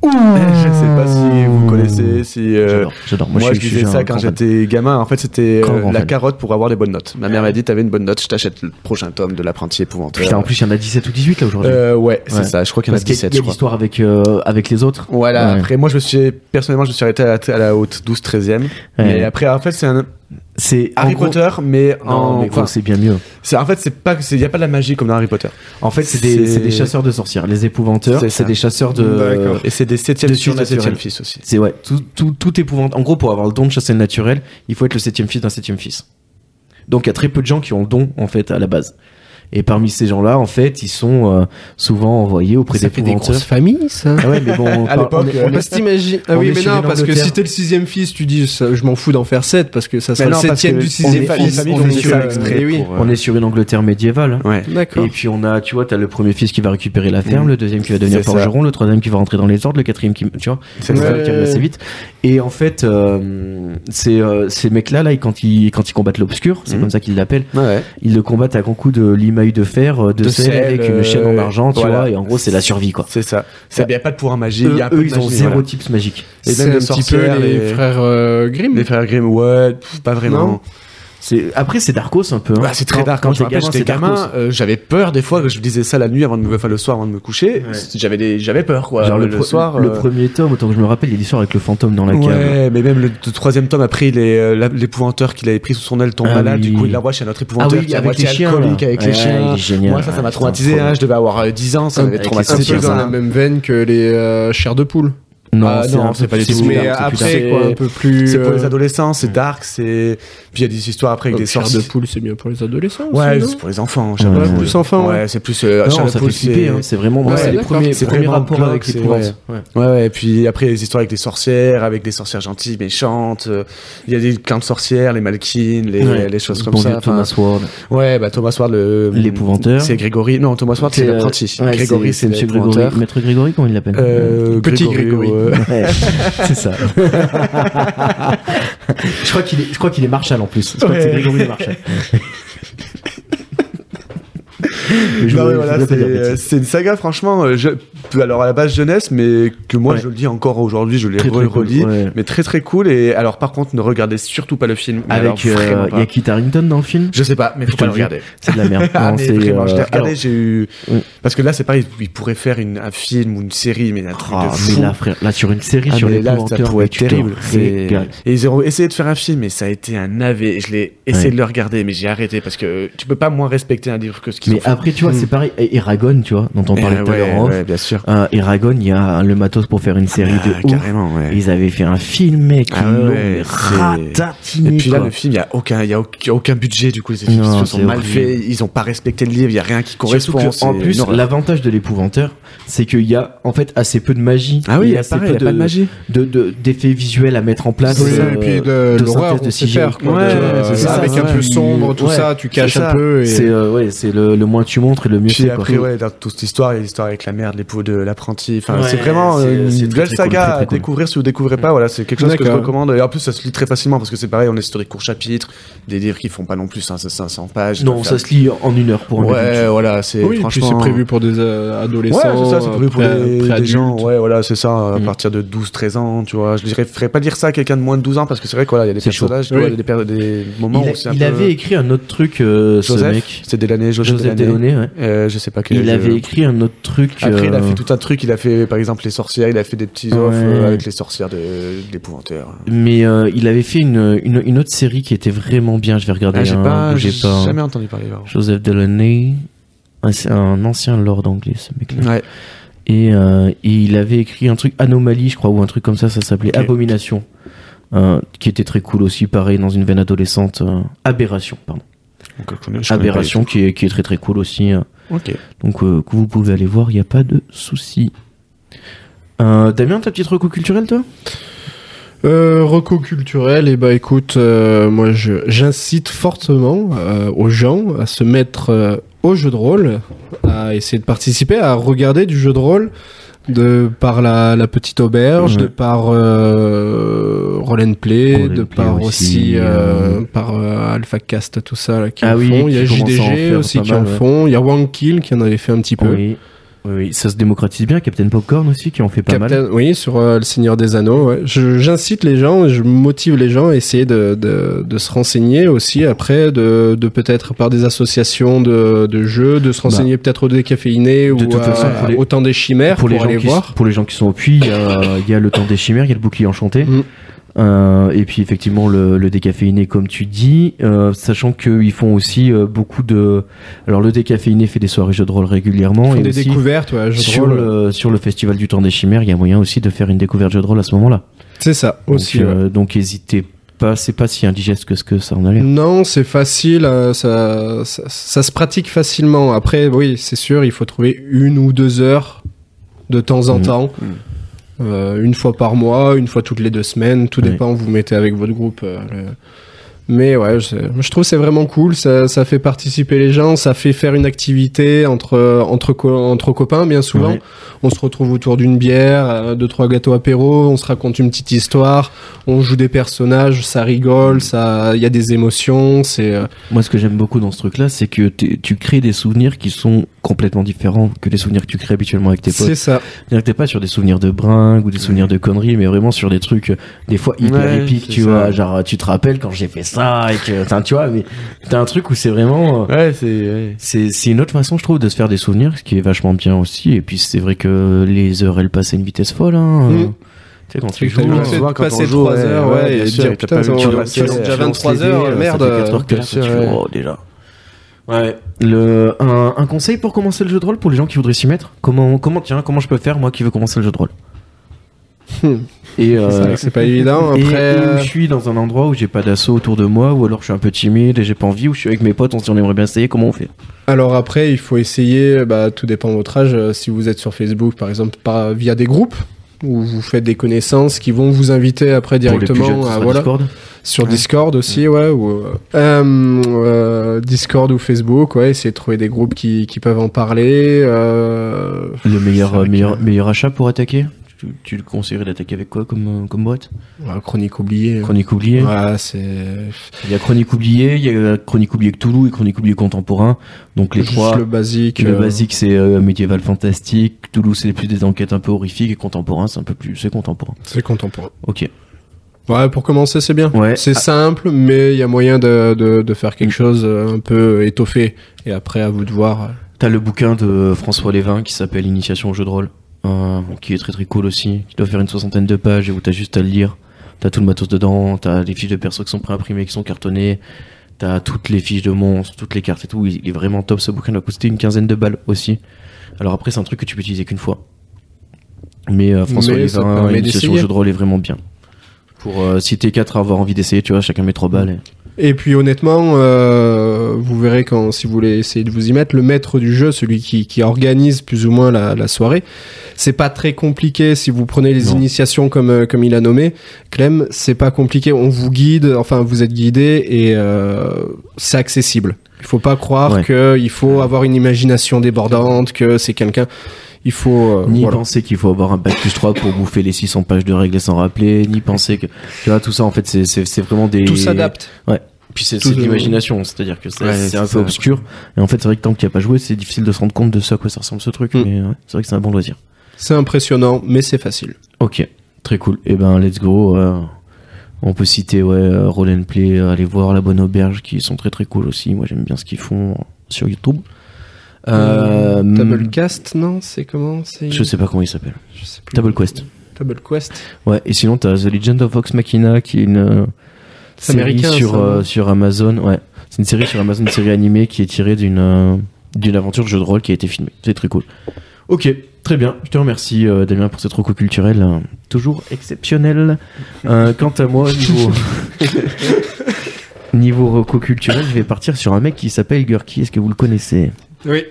Hmm. [LAUGHS] je sais pas si vous connaissez, si. euh, j'adore, j'adore. Moi, Moi, je, disais suis un ça quand grand fan. j'étais gamin. En fait, c'était Grand, euh, grand la fan. carotte pour avoir des bonnes notes. Ma mère m'a dit T'avais une bonne note, je t'achète le prochain tome de l'apprenti épouvanteur. Putain, en plus il y en a 17 ou 18 là aujourd'hui. Euh, ouais, Ouais. c'est ça. Je crois qu'il y en a Parce qu'il y a- 17, il y a je crois. l'histoire avec, euh, avec les autres. Voilà, Ouais. après, moi, je me suis. Personnellement, je me suis arrêté à la, à la haute 12, 13 e Mais après, en fait, c'est un C'est en Harry gros- Potter, mais Non, en. mais gros, enfin, c'est bien mieux. c'est- en fait, c'est pas. Il n'y a pas de la magie comme dans Harry Potter. En fait, c'est des, c'est des chasseurs de sorcières, les épouvanteurs. C'est ça. C'est des chasseurs D'accord. de. Et c'est des 7 De fils, suite des septième naturelle. fils aussi. C'est ouais, tout, tout, tout épouvante. En gros, pour avoir le don de chasser le naturel, il faut être le septième fils d'un septième fils. Donc, il y a très peu de gens qui ont le don, en fait, à la base. Et parmi ces gens-là, en fait, ils sont euh, souvent envoyés auprès Ça des fait des épouvanteurs. grosses familles, [LAUGHS] ça. Ah ouais, mais [LAUGHS] bon, on À parle- l'époque, on est- euh, on est- Parce que t'imagines- Ah on oui, est mais sur non, une parce que Angleterre. si t'es le sixième fils, tu dis ça, je m'en fous d'en faire sept parce que ça sera Bah Mais le non, parce septième que du on sixième est- on fils. est- donc, on est euh, fait exprès eh oui. pour, euh, on est sur une Angleterre médiévale. hein. Ouais. D'accord. Et puis on a, tu vois, t'as le premier fils qui va récupérer la ferme, Mm. le deuxième qui va devenir C'est ça. forgeron, le troisième qui va rentrer dans les ordres, le quatrième qui, tu vois, C'est le Ouais. cinquième qui arrive assez vite. Et en fait, euh, c'est, euh, ces mecs-là, là, ils- quand ils, quand ils combattent l'obscur, c'est Mm. comme ça qu'ils l'appellent, Ouais, ouais. ils le combattent à grands coups de limaille de fer, euh, de, De sel, sel, avec une chaîne en euh, argent, tu voilà. vois, et en gros, c'est la survie, quoi. C'est ça. Ça- Il n'y a pas de pouvoir magique. Eux, il y a un peu eux, de ils ont magie, zéro voilà. types magiques. Et C'est même un les petit peu sorcières, les les- frères euh, Grimm. Les frères Grimm, ouais, pff, pas vraiment. Non. C'est, après, c'est Darkos un peu. hein. Bah, c'est très Quand- dark. Quand Quand je t'es me rappelle, gamin, j'étais c'est gamin, Darkos. euh, j'avais peur des fois que je lisais ça la nuit avant de me, enfin le soir avant de me coucher. Ouais. C'est- J'avais des, j'avais peur quoi. Genre le, pro- soir. le euh, premier tome, autant que je me rappelle, il y a l'histoire avec le fantôme dans la cave. Ouais, mais même le, le troisième tome après il est, euh, la- l'épouvanteur qu'il avait pris sous son aile tombe Ah malade. oui. Du coup, il la voit chez un autre Ah épouvanteur oui, qui est à avec les moitié chiens. alcoolique avec les Ouais, il chiens. est génial. Moi, ça, ça Ouais, m'a c'est traumatisé. incroyable. hein, je devais avoir euh, 10 ans, ça Un- m'avait un traumatisé. peu ça. dans la même veine que les euh, chairs de poule. Euh, Non, Ah, c'est non, un c'est peu pas plus- du tout. c'est plus Mais dark, c'est plus après, dark. quoi, un peu plus. C'est pour les euh, adolescents, c'est dark, c'est. Puis il y a des histoires Euh, après avec des Chair sorcières. de poule, c'est bien pour les adolescents. Ouais, aussi, c'est non pour les enfants. Ouais, Charlotte ouais. Poule. plus enfant. Ouais. Ouais, c'est plus. euh, Non, Charlotte ça fait Poule, flipper, c'est- hein. c'est vraiment Ouais, c'est les d'accord. premiers, C'est premiers vraiment rapports glauque, avec c'est- l'épouvante. Ouais. Ouais, ouais, et puis après, les histoires avec les sorcières, avec des sorcières gentilles, méchantes. euh, Il y a des plein de sorcières, les Malkines, les, Ouais. euh, les choses Le comme bon ça. vieux enfin, Thomas Ward. Ouais, bah Thomas Ward, le. L'épouvanteur. C'est Grégory. Non, Thomas Ward, c'est euh, l'apprenti. ouais, Grégory, c'est Monsieur l'épouvanteur. Grégory. Maître Grégory, comment il l'appelle Euh, Petit Grégory. ouais. [LAUGHS] Ouais, c'est ça. [LAUGHS] je crois qu'il est, [LAUGHS] je crois qu'il est Marshall en plus. Je crois que c'est Ouais. Grégory Marshall. Mais je Non, voulais- mais je voilà, voulais pas c'est dire euh, bêtise. c'est une saga, franchement. euh, je- alors, à la base jeunesse, mais que moi, Ouais. je le dis encore aujourd'hui, je l'ai Très, très re- cool, relis. ouais. Mais très très cool. Et alors, par contre, ne regardez surtout pas le film. mais alors, Avec, vraiment euh, pas. il y a Kit Harington dans le film Je sais pas, mais Je faut te pas le le dis. regarder. C'est de la merde. [LAUGHS] Ah, Non, mais c'est, vraiment, je l'ai euh, regardé, alors- j'ai eu. Oui. Parce que là, c'est pareil, ils pourraient faire une, un film ou une série, mais un truc Ah, de mais fou. là, frère, là, sur une série, Ah, sur mais les là, ça pourrait être terrible. C'est- Et ils ont essayé de faire un film, et ça a été un navet. Je l'ai essayé Ouais. de le regarder, mais j'ai arrêté parce que tu peux pas moins respecter un livre que ce qu'ils ont Mais fait. après, tu vois, Mm. c'est pareil. Et Eragon, tu vois, dont on parlait Eh tout à l'heure ouais, en off. ouais, bien sûr. Euh, Eragon, il y a le matos pour faire une série Ah, de ouf. carrément, ouais. Ils avaient fait un film, mec. Ah ils l'ont ouais, c'est- ratatiné. Et puis là, quoi. le film, il n'y a, aucun- il y a aucun aucun budget, du coup, les effets Non, spéciaux sont c'est mal horrible. faits, ils n'ont pas respecté le livre, il n'y a rien qui Surtout correspond. que, en c'est plus, une horreur. l'avantage de l'épouvanteur, c'est qu'il y a en fait assez peu de magie. Ah oui, Il il y a assez peu de, magie. de- de- d'effets visuels à mettre en place. Oui, euh, et puis de, l'horreur synthèse qu'on sait CGI. faire, quoi, Ouais, de- euh, c'est ça, avec ouais. un peu sombre, tout Ouais, ça, tu c'est caches ça. un peu. Et... C'est euh, ouais, c'est le, le moins tu montres et le mieux c'est. Puis quoi. après, ouais, dans toute cette histoire, il y a l'histoire avec la mère, l'époux de l'apprenti. Enfin, Ouais, c'est vraiment c'est- euh, c'est une très, belle très cool, saga très, très à cool. découvrir si vous découvrez pas. Voilà, c'est quelque chose que je D'accord. recommande. Et en plus, ça se lit très facilement parce que c'est pareil, on est sur des courts chapitres, des livres qui font pas non plus 500 500 pages. Non, ça se lit en une heure pour un Ouais, adulte. voilà, c'est oui, puis franchement. c'est prévu pour des euh, Ouais, adolescents. c'est ça, c'est prévu pour pré- des, des préadultes. gens. Ouais, voilà, c'est ça, à Mm. partir de 12-13 ans, tu vois. Je dirais, ferais pas dire ça à quelqu'un de moins de 12 ans parce que c'est vrai qu'il y a des C'est chaud. personnages, Oui. ouais, des, per- des moments Il, où c'est un il peu- avait écrit un autre truc, euh, ce Joseph, mec. c'est Delaney, Joseph, Joseph Delaney. Delaunay, ouais. Euh, je sais pas quel Il je- avait écrit un autre truc. Après, il a euh, fait tout un truc. Il a fait, par exemple, les sorcières. Il a fait des petits Ouais. offres euh, avec les sorcières de, de l'épouvanteur. Mais euh, il avait fait une, une, une autre série qui était vraiment bien. Je vais regarder. Ah, j'ai hein, pas, bougez j'ai pas. jamais entendu parler. par contre. Joseph Delaunay. Ah, C'est un ancien lord anglais, ce mec-là. Ouais. Et, euh, et il avait écrit un truc Anomalie, je crois, ou un truc comme ça, ça s'appelait Ok. Abomination. euh, qui était très cool aussi, pareil, dans une veine adolescente. euh, Aberration, pardon. Donc, je connais- je connais pas Aberration, qui est, qui est très très cool aussi. euh. du tout. Ok. donc, euh, que vous pouvez aller voir, il n'y a pas de souci. Euh, Damien, ta petite reco culturelle, toi Euh, reco culturel, et bah écoute, euh, moi je- j'incite fortement euh, aux gens à se mettre euh, au jeu de rôle, à essayer de participer, à regarder du jeu de rôle de par la, la petite auberge, Ouais. de par euh, Roll and Play, Roll and de Play par aussi, aussi, euh, euh, par euh, Alpha Cast, tout ça là, qui Ah en oui, font. Il y a qui commence à en JDG faire aussi pas qui mal, en ouais. font. Il y a One Kill qui en avait fait un petit peu. oui. Euh. oui, oui, ça se démocratise bien. Captain Popcorn aussi, qui en fait pas mal. Captain- oui, sur euh, Le Seigneur des Anneaux. ouais. Je- J'incite les gens, je motive les gens à essayer de, de, de se renseigner aussi après, de, de peut-être par des associations de, de jeux, de se renseigner peut-être au décaféiné ou Bah. toute à- façon, pour les- au temps des chimères pour, les gens aller qui, voir. pour les gens qui sont au puits, il y a, il y a le temps des chimères, il y a le bouclier enchanté. Mm. Euh, et puis effectivement le, le décaféiné comme tu dis, euh, sachant qu'ils font aussi euh, beaucoup de... Alors le décaféiné fait des soirées jeux de rôle régulièrement. Ils font et des aussi, découvertes, ouais, jeux de sur, rôle. le, sur le festival du temps des chimères, il y a moyen aussi de faire une découverte jeu de rôle à ce moment-là. C'est ça Donc, aussi. ouais. Mm. euh, donc hésitez pas, c'est pas si indigeste que ce que ça en a l'air. Non, c'est facile, euh, ça, ça, ça se pratique facilement. Après, oui, c'est sûr, il faut trouver une ou deux heures de temps en Mhm. temps. Mhm. Euh, une fois par mois, une fois toutes les deux semaines, tout Oui. dépend, vous mettez avec votre groupe. euh, le- Mais ouais, je, je trouve que c'est vraiment cool, ça, ça fait participer les gens, ça fait faire une activité entre, entre, co- entre copains, bien souvent. Ouais. On se retrouve autour d'une bière, euh, deux, trois gâteaux apéro, on se raconte une petite histoire, on joue des personnages, ça rigole, ça, il y a des émotions, c'est, euh, Moi, ce que j'aime beaucoup dans ce truc-là, c'est que t'es- tu crées des souvenirs qui sont complètement différents que les souvenirs que tu crées habituellement avec tes potes. c'est ça. C'est-à-dire que t'es pas sur des souvenirs de bringue ou des souvenirs de conneries, mais vraiment sur des trucs, euh, des fois hyper Ouais, épiques, c'est tu ça. vois. Genre, tu te rappelles quand j'ai fait ça et que, enfin, tu vois, mais t'as un truc où c'est vraiment, euh, Ouais, c'est. ouais. c'est, c'est une autre façon, je trouve, de se faire des souvenirs, ce qui est vachement bien aussi. Et puis, c'est vrai que les heures, elles passent à une vitesse folle, hein. Mm. Euh, Tu sais, quand tu Tu joues, as Souvent, le euh, fait souvent, de quand passer on joue, 3 ouais, heures, ouais, ouais, bien et sûr, et dire t'as putain, pas vu le on- film on- passer, c'est déjà euh, 23 ça heures, fait merde. 4 heures que Bien là, sûr, tu fais, ouais. oh, déjà. Ouais. Le, un, un conseil pour commencer le jeu de rôle pour les gens qui voudraient s'y mettre Comment, comment, tiens, comment je peux faire, moi qui veux commencer le jeu de [LAUGHS] rôle Hmm. Et C'est vrai euh, que c'est pas évident. Et- Après, et, où euh, je suis dans un endroit où j'ai pas d'assaut autour de moi, ou alors je suis un peu timide et j'ai pas envie, ou je suis avec mes potes, on se dit on aimerait bien essayer, comment on fait alors après, il faut essayer, bah, tout dépend de votre âge, euh, si vous êtes sur Facebook, par exemple, pas via des groupes, où vous faites des connaissances qui vont vous inviter après Pour les directement plus jeunes, ce à, sera voilà. Discord. Sur Ouais. Discord aussi, ouais, ou euh, euh, euh, Discord ou Facebook, ouais, essayer de trouver des groupes qui, qui peuvent en parler. euh, Le meilleur, C'est vrai euh, meilleur, meilleur achat pour attaquer tu, tu le conseillerais d'attaquer avec quoi comme, euh, comme boîte Ouais, chronique oubliée. Chronique oubliée. Ouais, c'est Il y a Chronique oubliée, il y a Chronique oubliée Cthulhu et Chronique oubliée contemporain. Donc les juste trois. le basique. Le euh, basique c'est euh, médiéval fantastique, Cthulhu c'est plus des enquêtes un peu horrifiques et contemporain c'est un peu plus c'est contemporain. C'est contemporain. Ok. Ouais, pour commencer, c'est bien. Ouais. C'est Ah. Mm. simple, mais il y a moyen de, de, de faire quelque chose euh, un peu étoffé. Et après, à vous de voir. T'as le bouquin de François Lévin qui s'appelle Initiation au jeu de rôle, euh, qui est très très cool aussi, qui doit faire une soixantaine de pages et où t'as juste à le lire. T'as tout le matos dedans, t'as les fiches de perso qui sont préimprimées, qui sont cartonnées, t'as toutes les fiches de monstres, toutes les cartes et tout. Il il est vraiment top ce bouquin, il a coûté une quinzaine de balles aussi. Alors après c'est un truc que tu peux utiliser qu'une fois. Mais euh, François Mais ça Lévin, permet Initiation au d'essayer. jeu de rôle est vraiment bien. Pour euh, si t'es quatre à avoir envie d'essayer, tu vois, chacun met trois balles. et- Et puis, honnêtement, euh, vous verrez quand, si vous voulez essayer de vous y mettre, le maître du jeu, celui qui, qui organise plus ou moins la, la soirée, c'est pas très compliqué si vous prenez les Non. initiations comme, euh, comme il a nommé. Clem, c'est pas compliqué. On vous guide, enfin, vous êtes guidé et euh, c'est accessible. Il faut pas croire Ouais. que qu'il faut avoir une imagination débordante, que c'est quelqu'un. Il faut. euh, Ni voilà. penser qu'il faut avoir un bac plus 3 pour bouffer les 600 pages de règles et s'en rappeler, ni penser que. Tu vois, tout ça, en fait, c'est- c'est c'est vraiment des. Tout s'adapte. Puis c'est Tout c'est de se- l'imagination, c'est-à-dire que c'est Ouais, c'est c'est un ça. peu obscur. Et en fait, c'est vrai que tant qu'il n'y a pas joué, c'est difficile de se rendre compte de ce à quoi ça ressemble ce truc, Mm. mais ouais, c'est vrai que c'est un bon loisir. C'est impressionnant, mais c'est facile. Ok, très cool. Et ben, let's go. euh, on peut citer, ouais, euh, Roll and Play, euh, aller voir La Bonne Auberge, qui sont très très cool aussi. Moi, j'aime bien ce qu'ils font euh, sur YouTube. Euh, Tablecast, non C'est comment c'est... je sais pas comment il s'appelle. je sais plus. Table Quest. Table Quest. Ouais, et sinon, t'as The Legend of Vox Machina, qui est une euh, C'est série américain, sur, ça, non euh, sur Amazon. Ouais, c'est une série sur Amazon, une série animée qui est tirée d'une euh, d'une aventure de jeu de rôle qui a été filmée. C'est très cool. Ok, très bien. Je te remercie, euh, Damien, pour cette reco culturelle. euh, toujours exceptionnelle. Euh, quant à moi, [LAUGHS] niveau. Niveau reco culturel, je vais partir sur un mec qui s'appelle Gurki. Est-ce que vous le connaissez Oui.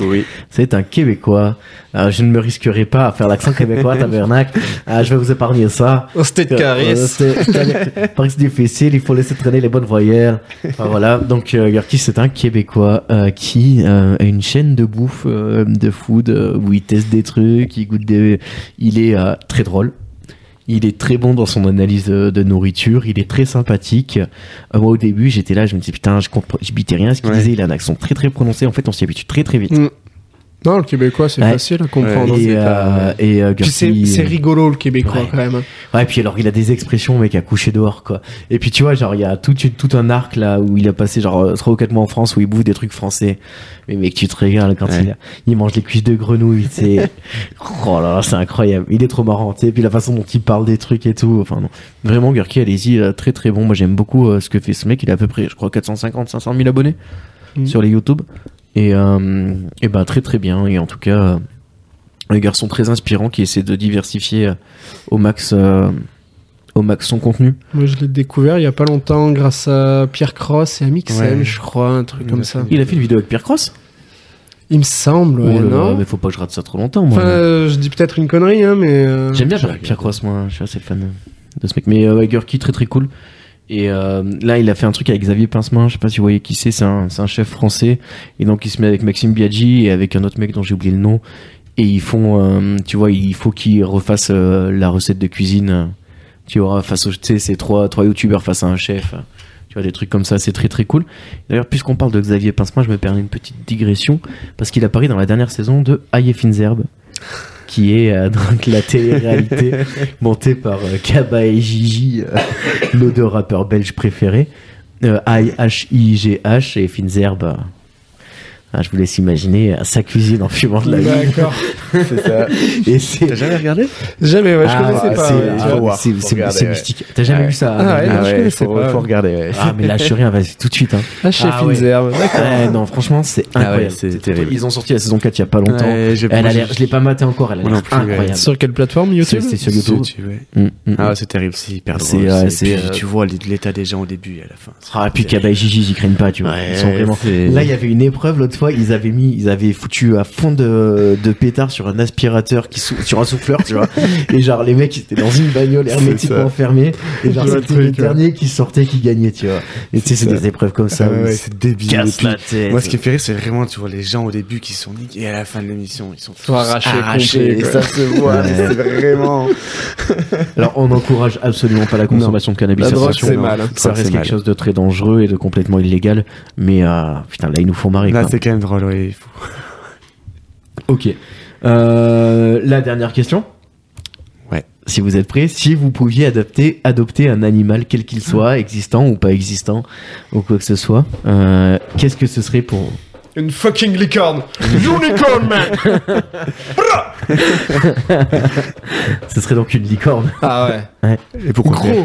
Oui. c'est un Québécois. Euh, je ne me risquerai pas à faire l'accent québécois, tabernacle. Euh, je vais vous épargner ça. C'était de Euh, caresse. c'est- c'est- parce que c'est difficile, il faut laisser traîner les bonnes voyelles. Enfin, voilà, donc euh, Gurki, c'est un Québécois euh, qui euh, a une chaîne de bouffe, euh, de food, euh, où il teste des trucs, il goûte des... Il est euh, très drôle. Il est très bon dans son analyse euh, de nourriture, il est très sympathique. Euh, moi au début j'étais là, je me disais putain je comprends, je bitais rien à ce qu'il Ouais. disait, il a un accent très très prononcé, en fait on s'y habitue très très vite. Mm. Non, le québécois, c'est Ouais. facile à comprendre. hein. Et, euh, et euh, Puis c'est, Gertie, c'est euh, rigolo le québécois Ouais. quand même. hein. Ouais, puis alors il a des expressions, mec, à coucher dehors, quoi. Et puis tu vois, genre, il y a tout, tout un arc là où il a passé genre 3 ou 4 mois en France où il bouffe des trucs français. Mais mec, tu te régales quand Ouais. il, il mange des cuisses de grenouille, tu sais. [LAUGHS] oh là là, c'est incroyable. Il est trop marrant, tu sais. Puis la façon dont il parle des trucs et tout. Enfin, non. Vraiment, Gurki, allez-y, euh, très très bon. Moi, j'aime beaucoup euh, ce que fait ce mec. Il a à peu près, je crois, 450, 500 000 abonnés Mhm. sur les YouTube. Et, euh, et ben, très très bien. Et en tout cas, euh, un garçon très inspirant qui essaie de diversifier euh, au max, euh, au max son contenu. Moi, je l'ai découvert il y a pas longtemps grâce à Pierre Cross et à Mixem, Ouais. je crois, un truc Il comme a ça. fait- Il a fait une vidéo avec Pierre Cross. Il me semble, ouais, Oh là là, non mais faut pas que je rate ça trop longtemps, moi. Enfin, euh, je dis peut-être une connerie, hein, mais. euh, J'aime bien Pierre, j'ai regardé. Pierre Cross, moi. Je suis assez fan de- de ce mec. Mais euh, ouais, Gurki, très très cool. Et euh, là, il a fait un truc avec Xavier Pincemain. Je sais pas si vous voyez qui c'est. C'est un, c'est un chef français. Et donc, il se met avec Maxime Biaggi et avec un autre mec dont j'ai oublié le nom. Et ils font, euh, tu vois, il faut qu'ils refassent euh, la recette de cuisine. euh, Tu vois, face au, tu sais, ces trois, trois youtubeurs face à un chef. euh, Tu vois, des trucs comme ça. C'est très très cool. D'ailleurs, puisqu'on parle de Xavier Pincemain, je me permets une petite digression. Parce qu'il apparaît dans la dernière saison de Aïe et Finzerbe qui est euh, donc la [LAUGHS] télé-réalité montée par euh, Kaba et Gigi, euh, nos deux rappeurs belges préférés. Euh, I-H-I-G-H et Finzerbe. euh, ah, je vous laisse imaginer euh, sa cuisine en fumant de la vie. D'accord. C'est [LAUGHS] ça. Et c'est. T'as jamais [LAUGHS] regardé Jamais, ouais, je Ah, connaissais ouais, pas. c'est- ouais, tu ah, vois. Faut voir, c'est- faut c'est- regarder, C'est ouais. mystique. T'as jamais Ah vu ça Ah ouais, Amanda non, je connaissais faut, pas. faut regarder. ouais. Ah, mais lâche rien, vas-y, tout de [LAUGHS] suite. hein. Ah, chez Ah, ouais. Finzer, ouais. Ouais, non, franchement, c'est Ah ouais, incroyable. c'est terrible. Ils ont sorti la saison 4 il y a pas longtemps. Ouais, j'ai- elle moi, a l'air, j'ai- je l'ai pas maté encore, elle a Moi l'air non plus, ouais. incroyable. Sur quelle plateforme C'est YouTube c'est sur YouTube. YouTube, ouais. Mm, mm, Ah, c'est terrible, c'est hyper drôle. C'est, ouais, Et c'est, puis, euh, Tu vois l'état des gens au début et à la fin. Ah, et puis Kaba et Gigi, j'y craignent pas, tu vois. Ouais, Ils sont vraiment. c'est- Là, il y avait une épreuve l'autre fois, ils avaient mis, ils avaient foutu à fond de, de pétard sur un aspirateur qui sou- sur un souffleur, tu [LAUGHS] vois. Et genre, les mecs, ils étaient dans une bagnole hermétiquement ça. fermée. Et genre, Je vois le c'était les truc, ouais. derniers qui sortaient qui gagnaient, tu vois. Et tu sais, c'est C'est ça. des épreuves comme ça. Ah où ouais, ils ouais, se c'est débile. Et cassent puis, la tête. moi, ce qui me fait rire, c'est vraiment, tu vois, les gens au début qui sont niqués et à la fin de l'émission, ils sont tous Sont arrachés, complet, et quoi. ça se voit. Ouais. mais C'est vraiment. Alors, on n'encourage absolument pas la consommation de cannabis. La ça, drogue, sûr, c'est non. mal, hein. Ça Ouais, reste c'est quelque mal. chose de très dangereux et de complètement illégal. Mais euh, putain, là, ils nous font marrer. Là, quoi. c'est quand même drôle, ouais, il faut- Ok. Euh, la dernière question. Ouais. Si vous êtes prêts, si vous pouviez adopter, adopter un animal quel Ah. qu'il soit, existant ou pas existant, ou quoi que ce soit, euh, qu'est-ce que ce serait pour Une fucking licorne Unicorn, man Ce serait donc une [LAUGHS] licorne. Ah ouais. Et pourquoi faire Gros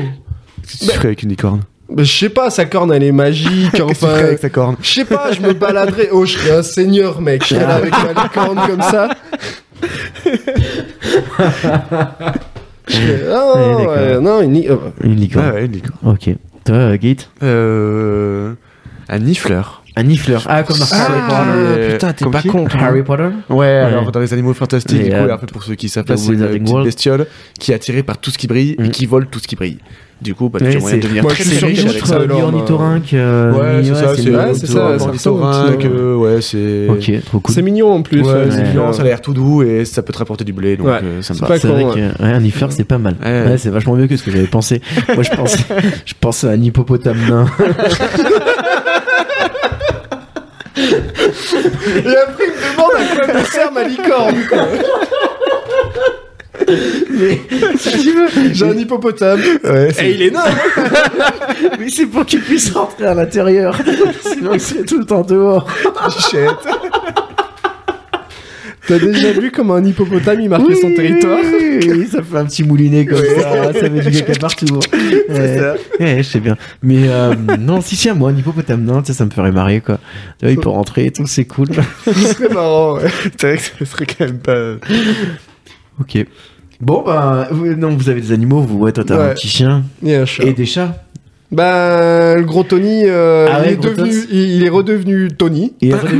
Qu'est-ce que tu ferais avec une licorne Bah, Je sais pas, sa corne, elle est magique, [LAUGHS] Qu'est-ce que tu ferais enfin... avec sa corne Je sais pas, je me baladerais... Oh, je serais un seigneur, mec Je serais là avec ma licorne comme ça Je serais- [LAUGHS] Ah, Ouais, non, d'accord. ouais, non, une... li- euh, Une licorne. Ah ouais, une licorne. Ok. Toi, euh, Gate Euh. Un nifleur. Un nifleur. Ah, comme Harry Potter. euh, putain, t'es comme pas hein. qui con. toi. Harry Potter Ouais, alors dans les animaux fantastiques, Et, du coup, euh, en fait, pour ceux qui savent The pas, c'est une Wizarding petite World. bestiole qui est attirée par tout ce qui brille Mm. et qui vole tout ce qui brille. Du coup, bah, Ouais, tu as moyen c'est- de devenir moi, très je suis sûr très riche qu'il avec serait- ça. Outre l'homme, mi ornithorynque. euh, Ouais, mi- c'est ça, c'est c'est le- ouais, c'est ça, un c'est un ornithorynque, ornithorynque. euh, ouais, c'est. Ok, trop cool. C'est mignon, en plus. Ouais, ouais. c'est ouais. mignon, ça a l'air tout doux et ça peut te rapporter du blé, donc Ouais, euh, ça me c'est va. pas C'est vrai con, que ouais, un nifleur c'est pas mal. Ouais. Ouais, c'est vachement mieux que ce que j'avais pensé. Moi je pensais, je pensais à un hippopotame nain. Et après, il me demande à quoi me sert ma licorne, quoi. [LAUGHS] Si tu veux. J'ai un hippopotame. Ouais, Et il est nain Mais c'est pour qu'il puisse rentrer à l'intérieur. [LAUGHS] Sinon, il serait tout le temps dehors. Bichette. T'as déjà vu comment un hippopotame, il marquait son territoire [LAUGHS] oui, oui, ça fait un petit moulinet comme ça. Ça met du caca partout. Ouais, ouais, je sais bien. Mais euh, non, si, si, à moi, un hippopotame, non, tu sais, ça me ferait marrer, quoi. Tu vois, il peut rentrer et tout, c'est cool. C'est très marrant, ouais. C'est vrai que ce serait quand même pas. ok. Bon, bah, vous- non, vous avez des animaux, vous, ouais, toi, t'as un Ouais. petit chien Et un chat. et des chats. Bah, le gros Tony, euh, Ah ouais, il, est gros devenu, Tony. il, il est redevenu Tony. Et après,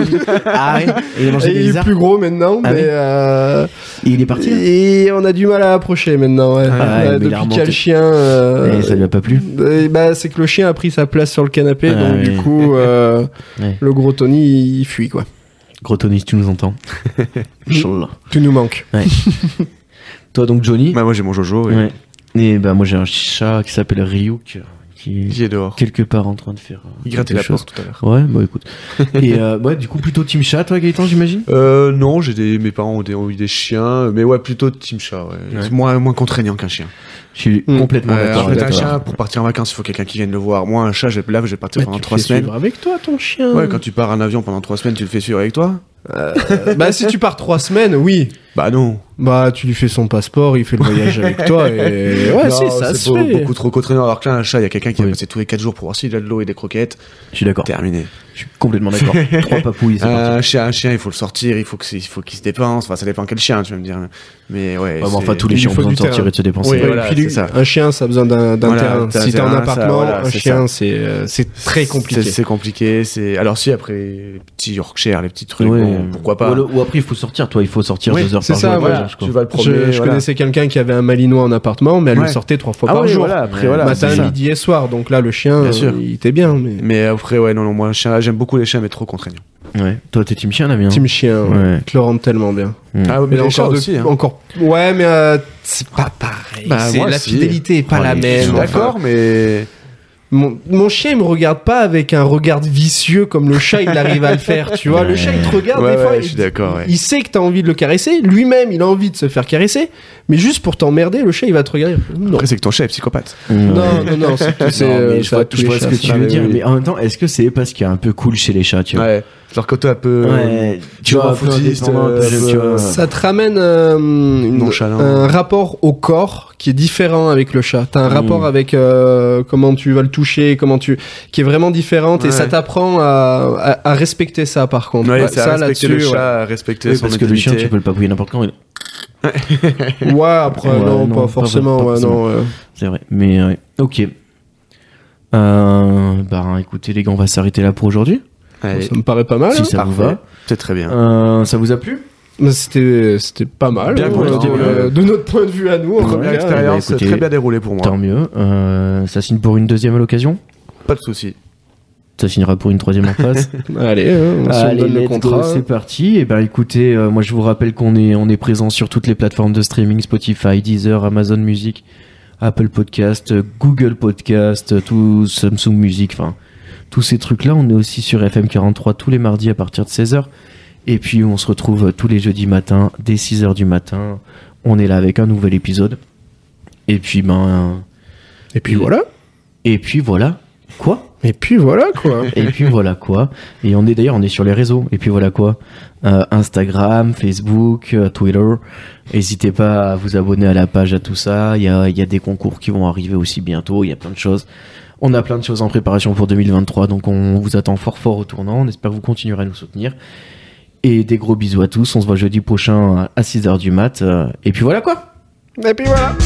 ah ouais, et il a mangé Et des il est lézards. plus gros maintenant, Ah mais oui. euh, Et il est parti. là et on a du mal à approcher maintenant. ouais. Ah ouais, Ouais, mais il a depuis remonté. qu'il y a le chien, euh, Eh, ça lui a pas plu. euh, bah, c'est que le chien a pris sa place sur le canapé, Ah donc ouais. du coup, euh, Ouais. le gros Tony, il fuit quoi. Gros Tony, si tu nous entends. Inch'Allah. Tu nous manques. Toi donc Johnny. Bah, moi j'ai mon Jojo et Ouais. Et bah moi j'ai un chat qui s'appelle Ryuk euh, qui qui est est dehors. quelque part en train de faire. euh, Il grattait quelque la chose. porte tout à l'heure. Ouais, bah écoute. Et euh, ouais, du coup plutôt team chat toi Gaëtan j'imagine. Euh, non, j'ai des, mes parents ont, des, ont eu des chiens, mais ouais, plutôt Team Chat. Ouais. C'est moins, moins contraignant qu'un chien. Je suis Mm. complètement Ouais, d'accord. en avec fait, un toi. chien, pour partir en vacances, il faut quelqu'un qui vienne le voir. Moi, un chat, je vais, là, je vais partir pendant trois semaines. avec toi ton chien. Ouais, quand tu pars en avion pendant trois semaines, tu le fais suivre avec toi [LAUGHS] bah si tu pars trois semaines, oui. Bah non. Bah tu lui fais son passeport, il fait le voyage avec toi [LAUGHS] et Eh ouais, Non, si, ça c'est se beau- fait. beaucoup trop contraignant. Alors que là, un chat, il y a quelqu'un qui Oui. va passer tous les quatre jours pour voir s'il a de l'eau et des croquettes. Je suis d'accord. Terminé. Je suis complètement d'accord. Trois papouilles, c'est parti. Un chien, un chien, il faut le sortir, il faut que c'est- il faut qu'il se dépense. Enfin, ça dépend quel chien, tu vas me dire. Mais ouais. Ouais, mais c'est- enfin tous les il chiens ont faut besoin du de sortir terrain. et de se dépenser. Oui, Ouais, voilà, et puis c'est lui, ça. Un chien, ça a besoin d'un d'un Voilà, terrain. t'as un Si t'as un terrain, ça, appartement, voilà, un c'est chien, c'est euh, c'est très compliqué. C'est- C'est compliqué. C'est alors si après les petits Yorkshire, les petits trucs, Ouais. bon, pourquoi pas. Ou, alors- ou après il faut sortir toi, il faut sortir Oui, deux heures c'est par ça, jour. voilà. par jour, quoi. Tu vas le Je, promener. je voilà. connaissais quelqu'un qui avait un malinois en appartement, mais elle Ouais. le sortait trois fois Ah par oui, jour. voilà, après voilà. Matin, c'est ça. midi et soir. Donc là, le chien, Bien sûr. euh, il était bien. Mais... Mais après ouais non non moi un chien, j'aime beaucoup les chiens mais trop contraignants. Ouais. Toi t'es team chien Damien. Team chien, ouais. Ouais. Te le rendent tellement bien. Ah ouais, mais, les chats de- aussi. hein. encore. Ouais, mais euh, c'est pas pareil. Bah, C'est- moi la aussi. fidélité est pas Oh, la les- Je même. suis enfin. d'accord mais Mon, mon chien, il me regarde pas avec un regard vicieux comme le chat, il arrive à le faire, tu vois. Le chat, il te regarde Ouais, des fois. ouais, il- je suis d'accord, ouais. Il sait que t'as envie de le caresser. Lui-même, il a envie de se faire caresser. Mais juste pour t'emmerder, le chat, il va te regarder. Non. après c'est que ton chat est psychopathe. Ouais. Non, non, [LAUGHS] non, c'est c'est, Non, mais euh, je ça vois- a tous Je les vois ce chats, que ça. tu veux oui, dire, oui. mais en même temps, est-ce que c'est parce qu'il y a un peu cool chez les chats, tu vois Ouais. Leur côté un peu euh, Ouais, tu tu vois, vois, un peu footiste, indépendant, un peu, euh, tu vois. Ça te ramène euh, une- Nonchalant. un rapport au corps qui est différent avec le chat. T'as un Mm. rapport avec euh, comment tu vas le toucher, comment tu, qui est vraiment différente et Ouais. ça t'apprend à, à- à respecter ça par contre. Ouais, Ouais, c'est à ça respecter le ouais. chat, à respecter Oui, son parce que le chien, intimité. tu peux le papouiller n'importe quand, Ouais, après, Ouais, non, non, pas pas forcément. pas ouais, forcément. non, ouais. c'est vrai. Mais euh, ouais. ok. Euh, bah écoutez, les gars, on va s'arrêter là pour aujourd'hui. Allez, Ça me paraît pas mal. si hein. ça vous parfait. va. C'est très bien. Euh, ça vous a plu Mais C'était c'était pas mal. Bien hein, cool, euh, c'était bien. euh, de notre point de vue à nous. en Ouais, tout Première cas. expérience bah, écoutez, très bien déroulée pour moi. Tant mieux. Euh, ça signe pour une deuxième à l'occasion Pas de souci. Ça finira pour une troisième en face Allez, hein, on se Bah, Allez, donne le let's go, contrat. c'est parti. Et ben écoutez, euh, moi je vous rappelle qu'on est on est présent sur toutes les plateformes de streaming Spotify, Deezer, Amazon Music, Apple Podcast, euh, Google Podcast, euh, tout Samsung Music, enfin tous ces trucs là. On est aussi sur FM 43 tous les mardis à partir de 16h. Et puis on se retrouve euh, tous les jeudis matins dès 6h du matin. On est là avec un nouvel épisode. Et puis ben Et puis voilà. et puis voilà. Quoi Et puis voilà quoi. et puis voilà quoi. Et on est d'ailleurs, on est sur les réseaux. Et puis voilà quoi. Euh, Instagram, Facebook, euh, Twitter. N'hésitez pas à vous abonner à la page, à tout ça. Il y a, il y a des concours qui vont arriver aussi bientôt. Il y a plein de choses. On a plein de choses en préparation pour 2023. Donc on vous attend fort fort au tournant. On espère que vous continuerez à nous soutenir. Et des gros bisous à tous. On se voit jeudi prochain à 6h du mat. Euh, Et puis voilà quoi. [LAUGHS] Et puis voilà. [LAUGHS]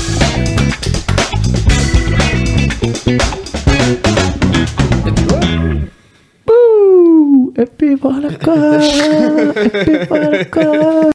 Et puis voilà quoi. Et puis voilà quoi.